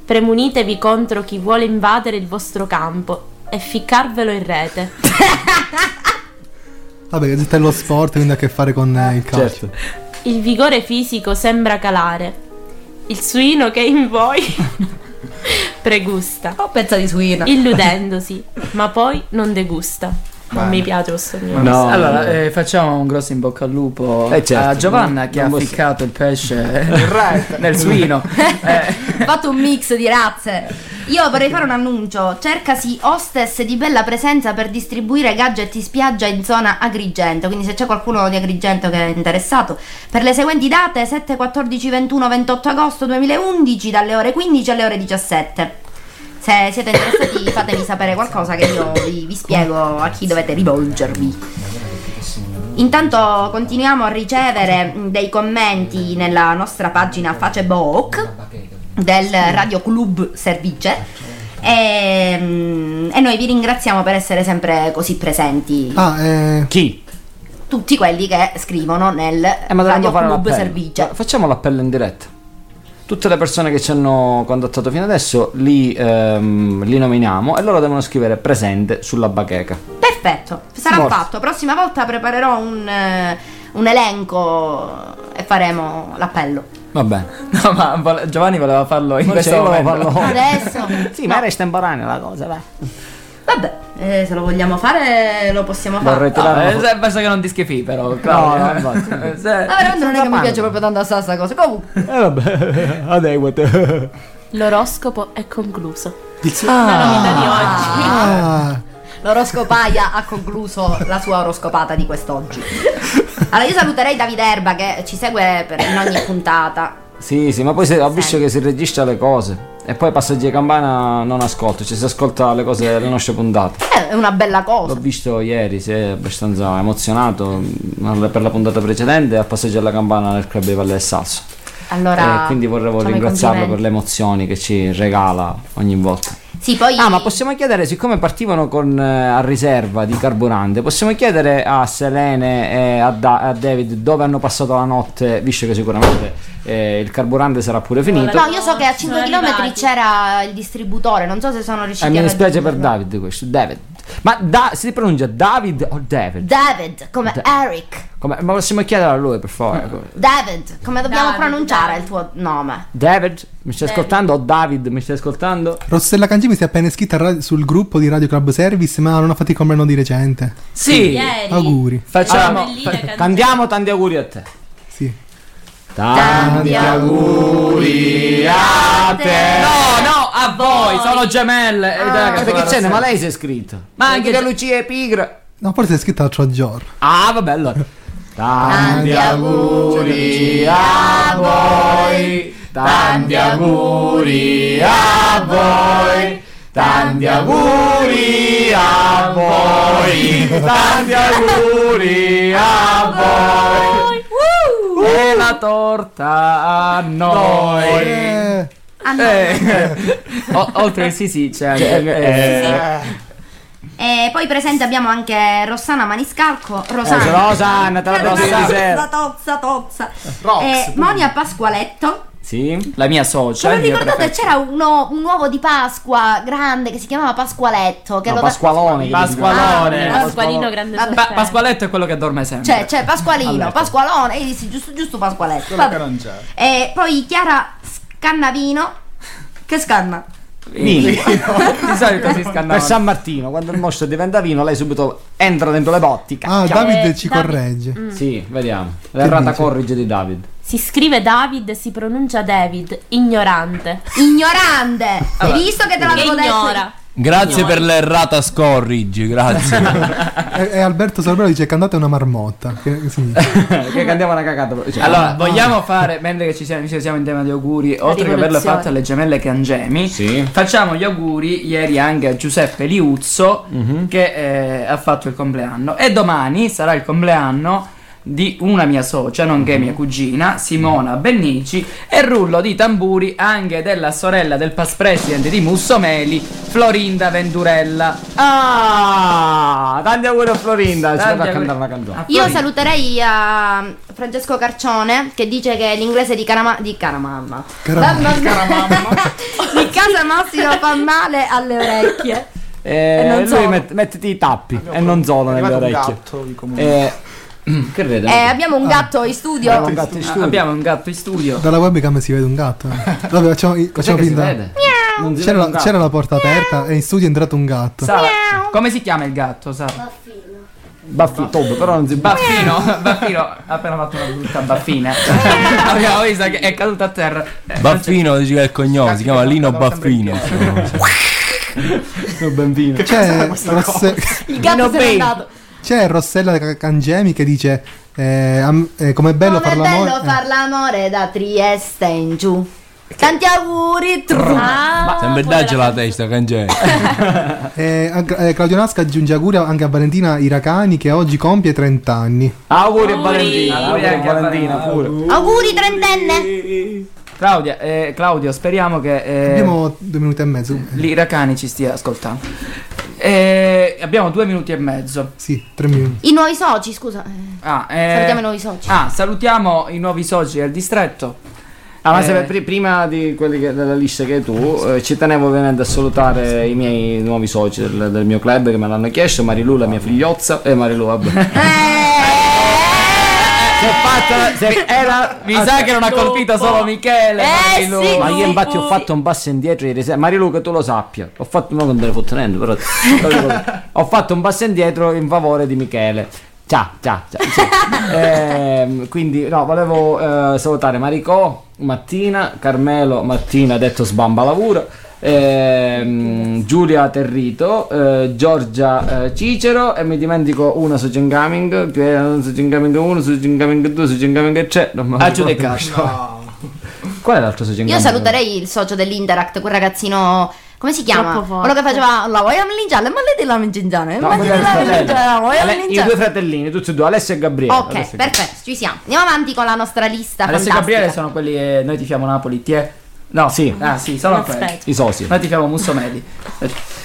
[SPEAKER 5] Premunitevi contro chi vuole invadere il vostro campo e ficcarvelo in rete.
[SPEAKER 3] Vabbè, questo è lo sport, quindi ha a che fare con eh, il
[SPEAKER 12] Certo.
[SPEAKER 3] calcio.
[SPEAKER 5] Il vigore fisico sembra calare. Il suino che è in voi <laughs> pregusta.
[SPEAKER 2] Oh, pezza di suina.
[SPEAKER 5] Illudendosi, ma poi non degusta. Non
[SPEAKER 4] Bene.
[SPEAKER 5] mi piace questo mio.
[SPEAKER 4] No, allora eh, facciamo un grosso in bocca al lupo
[SPEAKER 12] Eh, certo.
[SPEAKER 4] a Giovanna che
[SPEAKER 12] Non
[SPEAKER 4] ha
[SPEAKER 12] posso-
[SPEAKER 4] ficcato il pesce nel suino.
[SPEAKER 2] Ho <laughs> fatto un mix di razze. Io vorrei fare un annuncio. Cercasi hostess di bella presenza per distribuire gadget in spiaggia in zona Agrigento. Quindi se c'è qualcuno di Agrigento che è interessato, per le seguenti date 7, 14, 21, 28 agosto 2011 dalle ore 15 alle ore 17. Se siete interessati fatemi sapere qualcosa che io vi, vi spiego a chi dovete rivolgervi. Intanto continuiamo a ricevere mh, dei commenti nella nostra pagina Facebook del Radio Club Service. E, mm, e noi vi ringraziamo per essere sempre così presenti.
[SPEAKER 3] Ah, eh,
[SPEAKER 12] Chi?
[SPEAKER 2] Tutti quelli che scrivono nel
[SPEAKER 12] Eh, ma dovremmo
[SPEAKER 2] Radio
[SPEAKER 12] fare
[SPEAKER 2] Club
[SPEAKER 12] l'appello.
[SPEAKER 2] Service.
[SPEAKER 12] Ma Facciamo l'appello in diretta. Tutte le persone che ci hanno contattato fino adesso li, ehm, li nominiamo e loro devono scrivere presente sulla bacheca.
[SPEAKER 2] Perfetto, sarà
[SPEAKER 12] Forza.
[SPEAKER 2] fatto. Prossima volta preparerò un, eh, un elenco e faremo l'appello.
[SPEAKER 12] Va bene.
[SPEAKER 4] <laughs> No, ma vole- Giovanni voleva farlo in
[SPEAKER 12] Forse
[SPEAKER 4] questo
[SPEAKER 12] io volevo
[SPEAKER 4] momento.
[SPEAKER 12] farlo.
[SPEAKER 2] Adesso.
[SPEAKER 12] <laughs> Sì, ma era estemporanea la cosa, va.
[SPEAKER 2] Vabbè, eh, se lo vogliamo fare lo possiamo fare.
[SPEAKER 4] Vorrei
[SPEAKER 2] No,
[SPEAKER 4] tirare
[SPEAKER 2] eh,
[SPEAKER 4] una- basta che non ti schifi però. eh.
[SPEAKER 12] no,
[SPEAKER 4] Claudia.
[SPEAKER 12] infatti.
[SPEAKER 2] Ma veramente non è che mi
[SPEAKER 4] Fanno.
[SPEAKER 2] piace proprio tanto assai sta cosa. Comunque,
[SPEAKER 12] Eh vabbè, <laughs> adeguate.
[SPEAKER 5] L'oroscopo è concluso.
[SPEAKER 12] Ah.
[SPEAKER 3] Ah.
[SPEAKER 2] l'oroscopaia ha concluso la sua oroscopata di quest'oggi. Allora, io saluterei Davide Erba che ci segue per- in ogni puntata.
[SPEAKER 12] Sì, sì, ma poi se- ho visto che si registra le cose. E poi passaggi di campana non ascolto, cioè si ascolta le cose, le nostre puntate.
[SPEAKER 2] Eh, È una bella cosa.
[SPEAKER 12] L'ho visto ieri, si è abbastanza emozionato mh, per la puntata precedente a passaggio alla campana nel club di Valle del Sasso.
[SPEAKER 2] Allora,
[SPEAKER 12] Eh, quindi vorrei
[SPEAKER 2] facciamo i
[SPEAKER 12] ringraziarlo per
[SPEAKER 2] complimenti.
[SPEAKER 12] le emozioni che ci regala ogni volta.
[SPEAKER 2] Sì, poi.
[SPEAKER 12] Ah, ma possiamo chiedere, siccome partivano con, eh, a riserva di carburante, possiamo chiedere a Selene e a, Da- a David dove hanno passato la notte, visto che sicuramente eh, il carburante sarà pure finito.
[SPEAKER 2] No, io so che a 5
[SPEAKER 5] Sono
[SPEAKER 2] km
[SPEAKER 5] arrivati.
[SPEAKER 2] c'era il distributore, non so se sono
[SPEAKER 12] Eh,
[SPEAKER 2] riusciti
[SPEAKER 12] mi
[SPEAKER 2] a
[SPEAKER 12] dispiace per
[SPEAKER 2] raggiungerlo.
[SPEAKER 12] David questo, David. Ma da- si pronuncia David o David?
[SPEAKER 2] David, come Eric.
[SPEAKER 12] Come- ma possiamo chiedere a lui per
[SPEAKER 2] Mm.
[SPEAKER 12] favore?
[SPEAKER 2] David, come dobbiamo
[SPEAKER 5] David,
[SPEAKER 2] pronunciare il tuo nome?
[SPEAKER 12] David, mi stai ascoltando? O David, mi stai ascoltando?
[SPEAKER 3] Rossella Cangemi si è appena iscritta al ra- sul gruppo di Radio Club Service, ma non ha fatto il compleanno di recente.
[SPEAKER 4] Sì. Ah,
[SPEAKER 5] Ieri.
[SPEAKER 3] Auguri.
[SPEAKER 4] Facciamo
[SPEAKER 5] Bellina
[SPEAKER 12] Candiamo tanti auguri a te.
[SPEAKER 3] Sì.
[SPEAKER 4] Tanti auguri a
[SPEAKER 12] te.
[SPEAKER 4] No, no, a voi, sono gemelle. Ed è
[SPEAKER 12] Ah,
[SPEAKER 4] eh, che
[SPEAKER 12] perché
[SPEAKER 4] sono
[SPEAKER 12] c'è,
[SPEAKER 4] la-
[SPEAKER 12] ma lei si è scritta.
[SPEAKER 4] Ma anche
[SPEAKER 12] che Lucia è pigra.
[SPEAKER 3] No, forse è scritta a Cioggior.
[SPEAKER 12] Ah, vabbè,
[SPEAKER 3] <laughs>
[SPEAKER 12] allora. Tanti auguri
[SPEAKER 4] a voi,
[SPEAKER 12] tanti auguri
[SPEAKER 4] a voi,
[SPEAKER 12] tanti auguri a voi, tanti auguri a voi.
[SPEAKER 4] E
[SPEAKER 12] Eh,
[SPEAKER 4] la torta a Oh! noi. Eh. <laughs> O- oltre che sì sì c'è
[SPEAKER 12] Cioè,
[SPEAKER 4] anche...
[SPEAKER 12] Che-
[SPEAKER 4] Cioè, eh,
[SPEAKER 2] E poi presente abbiamo anche Rossana Maniscalco,
[SPEAKER 12] Eh,
[SPEAKER 2] Rosanna,
[SPEAKER 12] Rosanna, te la prossima sera.
[SPEAKER 2] Tozza, tozza, tozza. E Monia Pasqualetto.
[SPEAKER 12] Sì.
[SPEAKER 4] La mia
[SPEAKER 2] Ce
[SPEAKER 4] socia.
[SPEAKER 2] lo
[SPEAKER 4] il mio
[SPEAKER 2] ricordate?
[SPEAKER 4] prefetto.
[SPEAKER 2] C'era uno- un uovo di Pasqua grande che si chiamava Pasqualetto. Che
[SPEAKER 4] No,
[SPEAKER 2] lo da-
[SPEAKER 4] Pasqualone. Pasqualone.
[SPEAKER 2] Ah, Pasqualino grande
[SPEAKER 4] Pa-
[SPEAKER 2] sorpresa.
[SPEAKER 4] Pasqualetto è quello che dorme sempre.
[SPEAKER 2] Cioè, cioè, Pasqualino,
[SPEAKER 4] Allora.
[SPEAKER 2] Pasqualone, e dissi giusto, giusto Pasqualetto.
[SPEAKER 4] Quello
[SPEAKER 2] Vabbè. E poi Chiara Scannavino, che scanna.
[SPEAKER 12] Vino.
[SPEAKER 4] Di solito si scannava.
[SPEAKER 12] Per San Martino, quando il mosso diventa vino, lei subito entra dentro le botti.
[SPEAKER 3] Ah,
[SPEAKER 12] cacchia.
[SPEAKER 3] Davide ci corregge.
[SPEAKER 12] Sì, vediamo. L'errata
[SPEAKER 3] dice?
[SPEAKER 12] corrige di David.
[SPEAKER 5] Si scrive David, si pronuncia David, ignorante.
[SPEAKER 2] Ignorante! Hai visto che te l'avevo detto?
[SPEAKER 5] Ignora.
[SPEAKER 1] Grazie per l'errata scorrigi, grazie.
[SPEAKER 3] <laughs> E, e Alberto Sorbello dice cantate una marmotta. Che, che significa?
[SPEAKER 12] Eh, che cantiamo una cagata. però, cioè-
[SPEAKER 4] Allora, vogliamo fare, mentre che ci siamo, ci siamo in tema di auguri, oltre che averlo
[SPEAKER 12] rivoluzione.
[SPEAKER 4] fatto alle gemelle Cangemi, facciamo gli auguri ieri anche a Giuseppe Liuzzo
[SPEAKER 12] Mhm.
[SPEAKER 4] che eh, ha fatto il compleanno e domani sarà il compleanno di una mia socia, nonché
[SPEAKER 12] Mhm.
[SPEAKER 4] mia cugina, Simona Bennici e rullo di tamburi anche della sorella del past president di Mussomeli, Florinda Vendurella.
[SPEAKER 12] Ah, tanti auguri a Florinda. Ci
[SPEAKER 4] Tanti
[SPEAKER 12] vado a
[SPEAKER 4] auguri.
[SPEAKER 12] cantare una canzone.
[SPEAKER 2] Io saluterei a Francesco Carcione che dice che l'inglese di Carama- di Caramamma
[SPEAKER 12] Caramamma.
[SPEAKER 2] Mamma- <laughs> di casa Massimo fa male alle orecchie.
[SPEAKER 12] Eh,
[SPEAKER 2] E non
[SPEAKER 12] lui
[SPEAKER 2] solo.
[SPEAKER 12] met- mettiti i tappi e non solo nelle
[SPEAKER 27] arrivato un
[SPEAKER 12] orecchie.
[SPEAKER 27] gatto, vi
[SPEAKER 12] Eh, <clears throat> che vede?
[SPEAKER 2] Eh, abbiamo un gatto in studio.
[SPEAKER 12] Ah. Abbiamo un gatto in studio.
[SPEAKER 4] Ah, Abbiamo un gatto in studio.
[SPEAKER 3] Dalla webcam si vede un
[SPEAKER 4] <laughs>
[SPEAKER 3] gatto. eh. Vabbè, facciamo, facciamo
[SPEAKER 4] che si
[SPEAKER 3] finta.
[SPEAKER 4] vede? Non si vede
[SPEAKER 3] C'era,
[SPEAKER 4] un
[SPEAKER 3] la,
[SPEAKER 4] gatto.
[SPEAKER 3] c'era la porta aperta e in studio è entrato un gatto.
[SPEAKER 4] Sara, come si chiama il gatto, Sara?
[SPEAKER 12] Baffino, però non si
[SPEAKER 4] Baffino, <laughs> Baffino ha appena fatto una brutta baffina. Abbiamo visto che è caduta a terra. Eh,
[SPEAKER 1] Baffino dice che è il cognome, si chiama Lino Baffino.
[SPEAKER 12] Sono bambino.
[SPEAKER 3] C'è, Cioè,
[SPEAKER 17] Cioè,
[SPEAKER 3] Rosse- <laughs>
[SPEAKER 2] Il gatto se n'è andato.
[SPEAKER 3] c'è Rossella Ca- Cangemi che dice eh, am- eh, com'è bello
[SPEAKER 2] Com'è
[SPEAKER 3] farlo
[SPEAKER 2] bello
[SPEAKER 12] Eh.
[SPEAKER 2] far l'amore da Trieste in giù. Tanti auguri. tru- Ah,
[SPEAKER 1] Sembra il daggio la testa, Cangeli.
[SPEAKER 3] Eh, a- eh, Claudio Nasca aggiunge auguri anche a Valentina Iracani che oggi compie 30 anni.
[SPEAKER 4] Ah,
[SPEAKER 12] Auguri a
[SPEAKER 4] Auguri.
[SPEAKER 12] Valentina. Eh. Auguri a
[SPEAKER 4] Auguri anche a
[SPEAKER 12] Valentina pure.
[SPEAKER 2] Auguri trentenne.
[SPEAKER 4] eh, Claudia, eh, Claudio, speriamo che. eh,
[SPEAKER 3] Abbiamo due minuti e mezzo.
[SPEAKER 4] L'Iracani ci stia ascoltando. Eh, abbiamo due minuti e mezzo.
[SPEAKER 3] Sì, tre minuti.
[SPEAKER 2] I nuovi soci, scusa.
[SPEAKER 4] Ah, eh,
[SPEAKER 2] Salutiamo i nuovi soci.
[SPEAKER 4] Ah, salutiamo i nuovi soci del distretto.
[SPEAKER 12] Ah, ma
[SPEAKER 4] Eh,
[SPEAKER 12] se- pri- prima di quelli che- della lista che hai tu, eh, ci tenevo ovviamente a salutare i miei nuovi soci del, del mio club che me l'hanno chiesto, Marilu, la mia figliozza, e Marilu, vabbè.
[SPEAKER 2] <laughs>
[SPEAKER 12] Si è
[SPEAKER 9] Eh,
[SPEAKER 12] fatta, se era,
[SPEAKER 4] Mi sa che non ha colpito solo Michele. Marilu.
[SPEAKER 12] ma io infatti ho fatto un passo indietro ieri sera. Marilu che tu lo sappia, ho fatto no, non te ne fotto niente, però ho fatto un passo indietro in favore di Michele. Ciao, ciao, ciao. ciao. Ehm, quindi no, volevo eh, salutare Maricò, Mattina, Carmelo, Mattina detto sbambalavura. ehm, Giulia Territo, eh, Giorgia eh, Cicero e mi dimentico una su Gaming che era su Gaming 1, su Gaming 2, su Gaming 3. Non me lo
[SPEAKER 4] Ah, Giulia
[SPEAKER 12] ricordo.
[SPEAKER 4] Castro.
[SPEAKER 12] Qual è l'altro su
[SPEAKER 2] Io saluterei il socio dell'Interact, quel ragazzino. Come si chiama?
[SPEAKER 5] Troppo
[SPEAKER 2] Quello che faceva la vogliamo lingiare, ma lei della lingiare, eh, ma lei della lingiare, la vogliamo
[SPEAKER 12] I due
[SPEAKER 2] lingiare.
[SPEAKER 12] fratellini, tutti e due, Alessio e Gabriele. Alessio
[SPEAKER 2] Ok,
[SPEAKER 12] e Gabriele.
[SPEAKER 2] perfetto, ci siamo. Andiamo avanti con la nostra
[SPEAKER 4] Alessio
[SPEAKER 2] lista.
[SPEAKER 4] e
[SPEAKER 2] fantastica.
[SPEAKER 4] Gabriele sono quelli. eh, noi tifiamo Napoli, ti è? No, sì. Ah, sì, sono
[SPEAKER 2] Aspetta.
[SPEAKER 4] quelli.
[SPEAKER 12] I soci.
[SPEAKER 4] Noi tifiamo Mussomeli.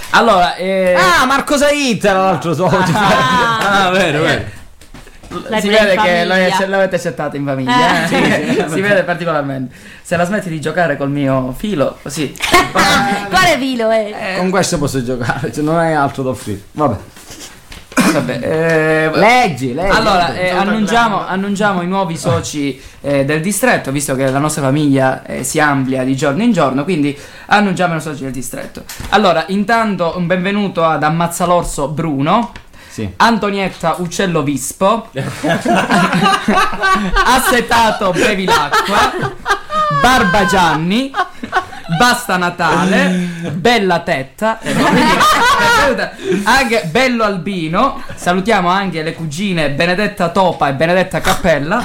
[SPEAKER 4] Allora, eh...
[SPEAKER 12] Ah, Marco Sait era l'altro socio. <laughs> eh.
[SPEAKER 4] Ah, vero, vero.
[SPEAKER 12] La
[SPEAKER 4] si
[SPEAKER 12] gran
[SPEAKER 4] vede che
[SPEAKER 12] famiglia.
[SPEAKER 4] l'avete- l'avete accettata in famiglia.
[SPEAKER 12] Eh.
[SPEAKER 4] eh.
[SPEAKER 12] Sì, <laughs> sì,
[SPEAKER 4] si vede particolarmente. Se la smetti di giocare col mio filo, così.
[SPEAKER 2] Quale vilo è?
[SPEAKER 4] Eh,
[SPEAKER 12] Con questo posso giocare, cioè non hai altro da offrire. Vabbè.
[SPEAKER 4] Vabbè, eh,
[SPEAKER 12] leggi, leggi.
[SPEAKER 4] Allora, eh, annunciamo, annunciamo i nuovi soci eh, del distretto, visto che la nostra famiglia eh, si amplia di giorno in giorno, quindi annunciamo i nuovi soci del distretto. Allora, intanto un benvenuto ad Ammazzalorso Bruno.
[SPEAKER 12] <laughs>
[SPEAKER 4] Antonietta Uccello <laughs> Vispo, Assetato Bevi l'acqua, Barba Gianni, Basta Natale, Bella Tetta, eh, no, <laughs> quindi, saluta anche Bello Albino, salutiamo anche le cugine Benedetta Topa e Benedetta Cappella.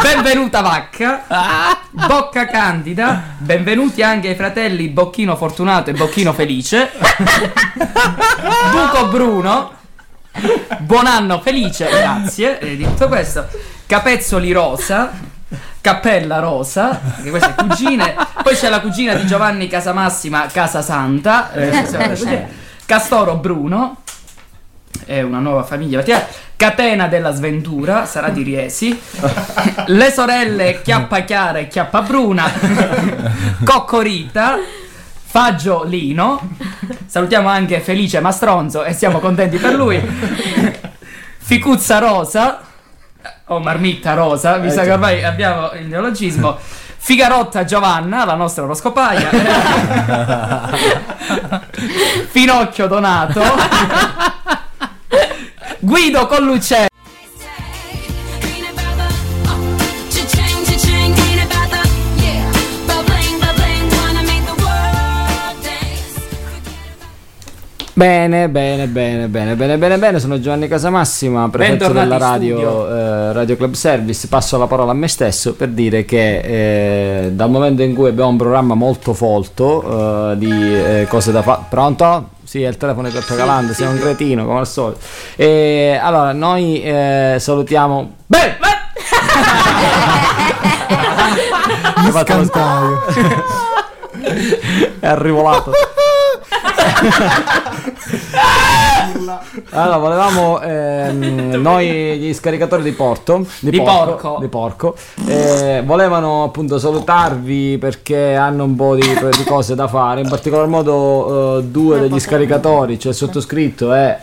[SPEAKER 4] Benvenuta vacca,
[SPEAKER 16] Ah.
[SPEAKER 4] bocca candida, benvenuti anche ai fratelli Bocchino Fortunato e Bocchino Felice, Buco Bruno, buon anno felice, grazie eh, di tutto questo, Capezzoli Rosa, Cappella Rosa, che queste cugine, poi c'è la cugina di Giovanni Casamassima, Casa Santa, eh,
[SPEAKER 16] Eh,
[SPEAKER 4] siamo le
[SPEAKER 16] eh,
[SPEAKER 4] cugine. Castoro Bruno, è una nuova famiglia, particolare. Catena della Sventura, sarà di Riesi, le sorelle Chiappa Chiara e Chiappa Bruna, Coccorita, Faggio Lino, salutiamo anche Felice Mastronzo e siamo contenti per lui, Ficuzza Rosa, o Marmitta Rosa, mi sa che ormai abbiamo il neologismo, Figarotta Giovanna, la nostra oroscopaia, Finocchio Donato, Guido Colluccelli.
[SPEAKER 12] Bene, bene, bene, bene, bene, bene, bene, sono Giovanni Casamassima, prefetto
[SPEAKER 4] Bentornati
[SPEAKER 12] della
[SPEAKER 4] in
[SPEAKER 12] radio,
[SPEAKER 4] studio.
[SPEAKER 12] eh, radio Club Service, passo la parola a me stesso per dire che eh, dal momento in cui abbiamo un programma molto folto eh, di eh, cose da fare... Pronto? Sì, è il telefono di Pietro Galante, sei un cretino come al solito. E, allora, noi eh, salutiamo... Beh!
[SPEAKER 4] Ah,
[SPEAKER 12] Mi fatto lo
[SPEAKER 4] <laughs>
[SPEAKER 12] <laughs> è arrivolato. Allora, volevamo
[SPEAKER 1] <laughs>
[SPEAKER 12] ehm, noi gli scaricatori di porto
[SPEAKER 4] Di porco.
[SPEAKER 12] di porco, eh, volevano appunto salutarvi perché hanno un po' di, di cose da fare, in particolar modo eh, due degli scaricatori, cioè il sottoscritto è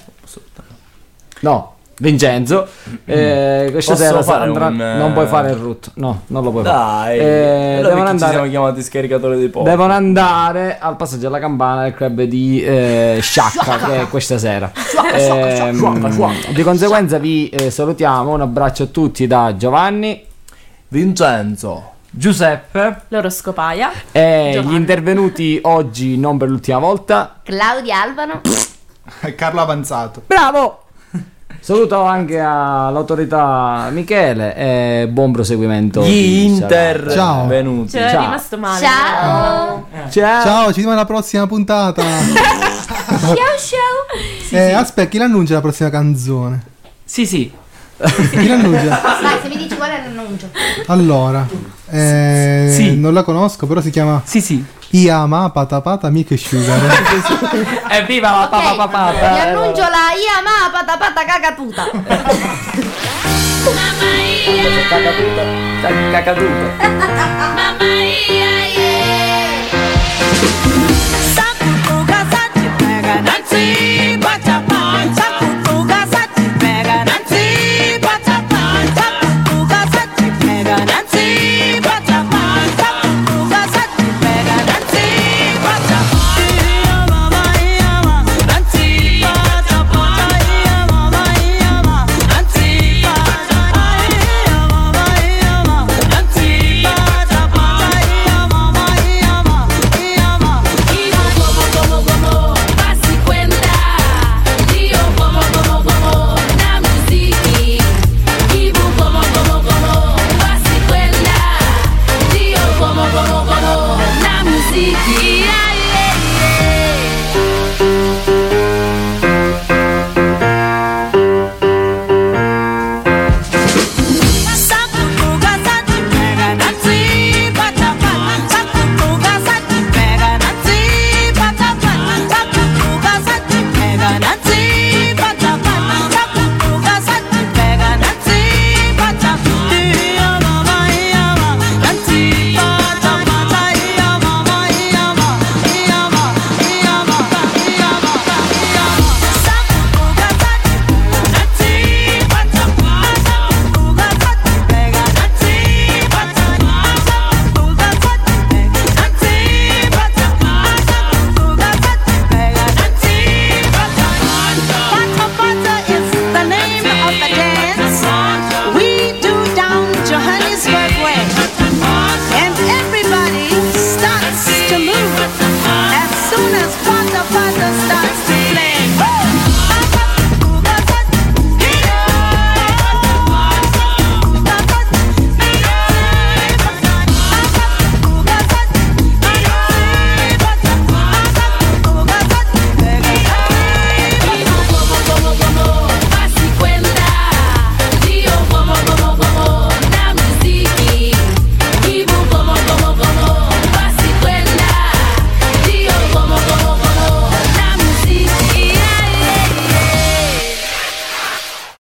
[SPEAKER 12] No, Vincenzo,
[SPEAKER 1] <laughs>
[SPEAKER 12] eh, questa
[SPEAKER 1] Posso
[SPEAKER 12] sera
[SPEAKER 1] fare
[SPEAKER 12] andrà-
[SPEAKER 1] un, eh,
[SPEAKER 12] non puoi fare il root, no, non lo puoi fare.
[SPEAKER 1] Dai,
[SPEAKER 12] Eh,
[SPEAKER 1] allora perché
[SPEAKER 12] devono
[SPEAKER 1] ci siamo
[SPEAKER 12] andare
[SPEAKER 1] chiamati scaricatore dei pop.
[SPEAKER 12] Devono andare al passaggio alla campana del club di eh, Sciacca, che è questa sera.
[SPEAKER 1] <laughs> Sciacca, sciacca,
[SPEAKER 12] Ehm,
[SPEAKER 1] sciacca, sciacca.
[SPEAKER 12] Di conseguenza vi eh, salutiamo, un abbraccio a tutti da Giovanni, Vincenzo, Giuseppe
[SPEAKER 5] L'oroscopaia.
[SPEAKER 12] e gli intervenuti oggi, non per l'ultima volta,
[SPEAKER 2] Claudia Albano.
[SPEAKER 12] Carlo Avanzato. Bravo!
[SPEAKER 1] <laughs>
[SPEAKER 12] Saluto anche all'autorità Michele e buon proseguimento.
[SPEAKER 1] Gli
[SPEAKER 12] di serata.
[SPEAKER 1] Inter Ciao. venuti.
[SPEAKER 5] Ci è rimasto male. Ciao.
[SPEAKER 12] Ciao.
[SPEAKER 3] Ciao, ci vediamo alla prossima
[SPEAKER 2] <laughs>
[SPEAKER 3] puntata.
[SPEAKER 5] Ciao, ciao.
[SPEAKER 3] eh, aspetta, chi l'annuncia la prossima canzone?
[SPEAKER 4] Sì, sì.
[SPEAKER 3] Chi l'annuncia?
[SPEAKER 4] <laughs>
[SPEAKER 2] Vai, se mi dici qual è l'annuncio.
[SPEAKER 3] Allora, eh, non la conosco, però si chiama
[SPEAKER 4] Sì, sì.
[SPEAKER 3] Iama Patapata
[SPEAKER 4] <laughs>
[SPEAKER 3] Mick Sugar.
[SPEAKER 12] <laughs>
[SPEAKER 4] Evviva la papa
[SPEAKER 2] Vi
[SPEAKER 4] papata!
[SPEAKER 2] annuncio la Iama patapata cacatuta.
[SPEAKER 4] Cacaduto. Cacaduto.
[SPEAKER 9] Mamma mia,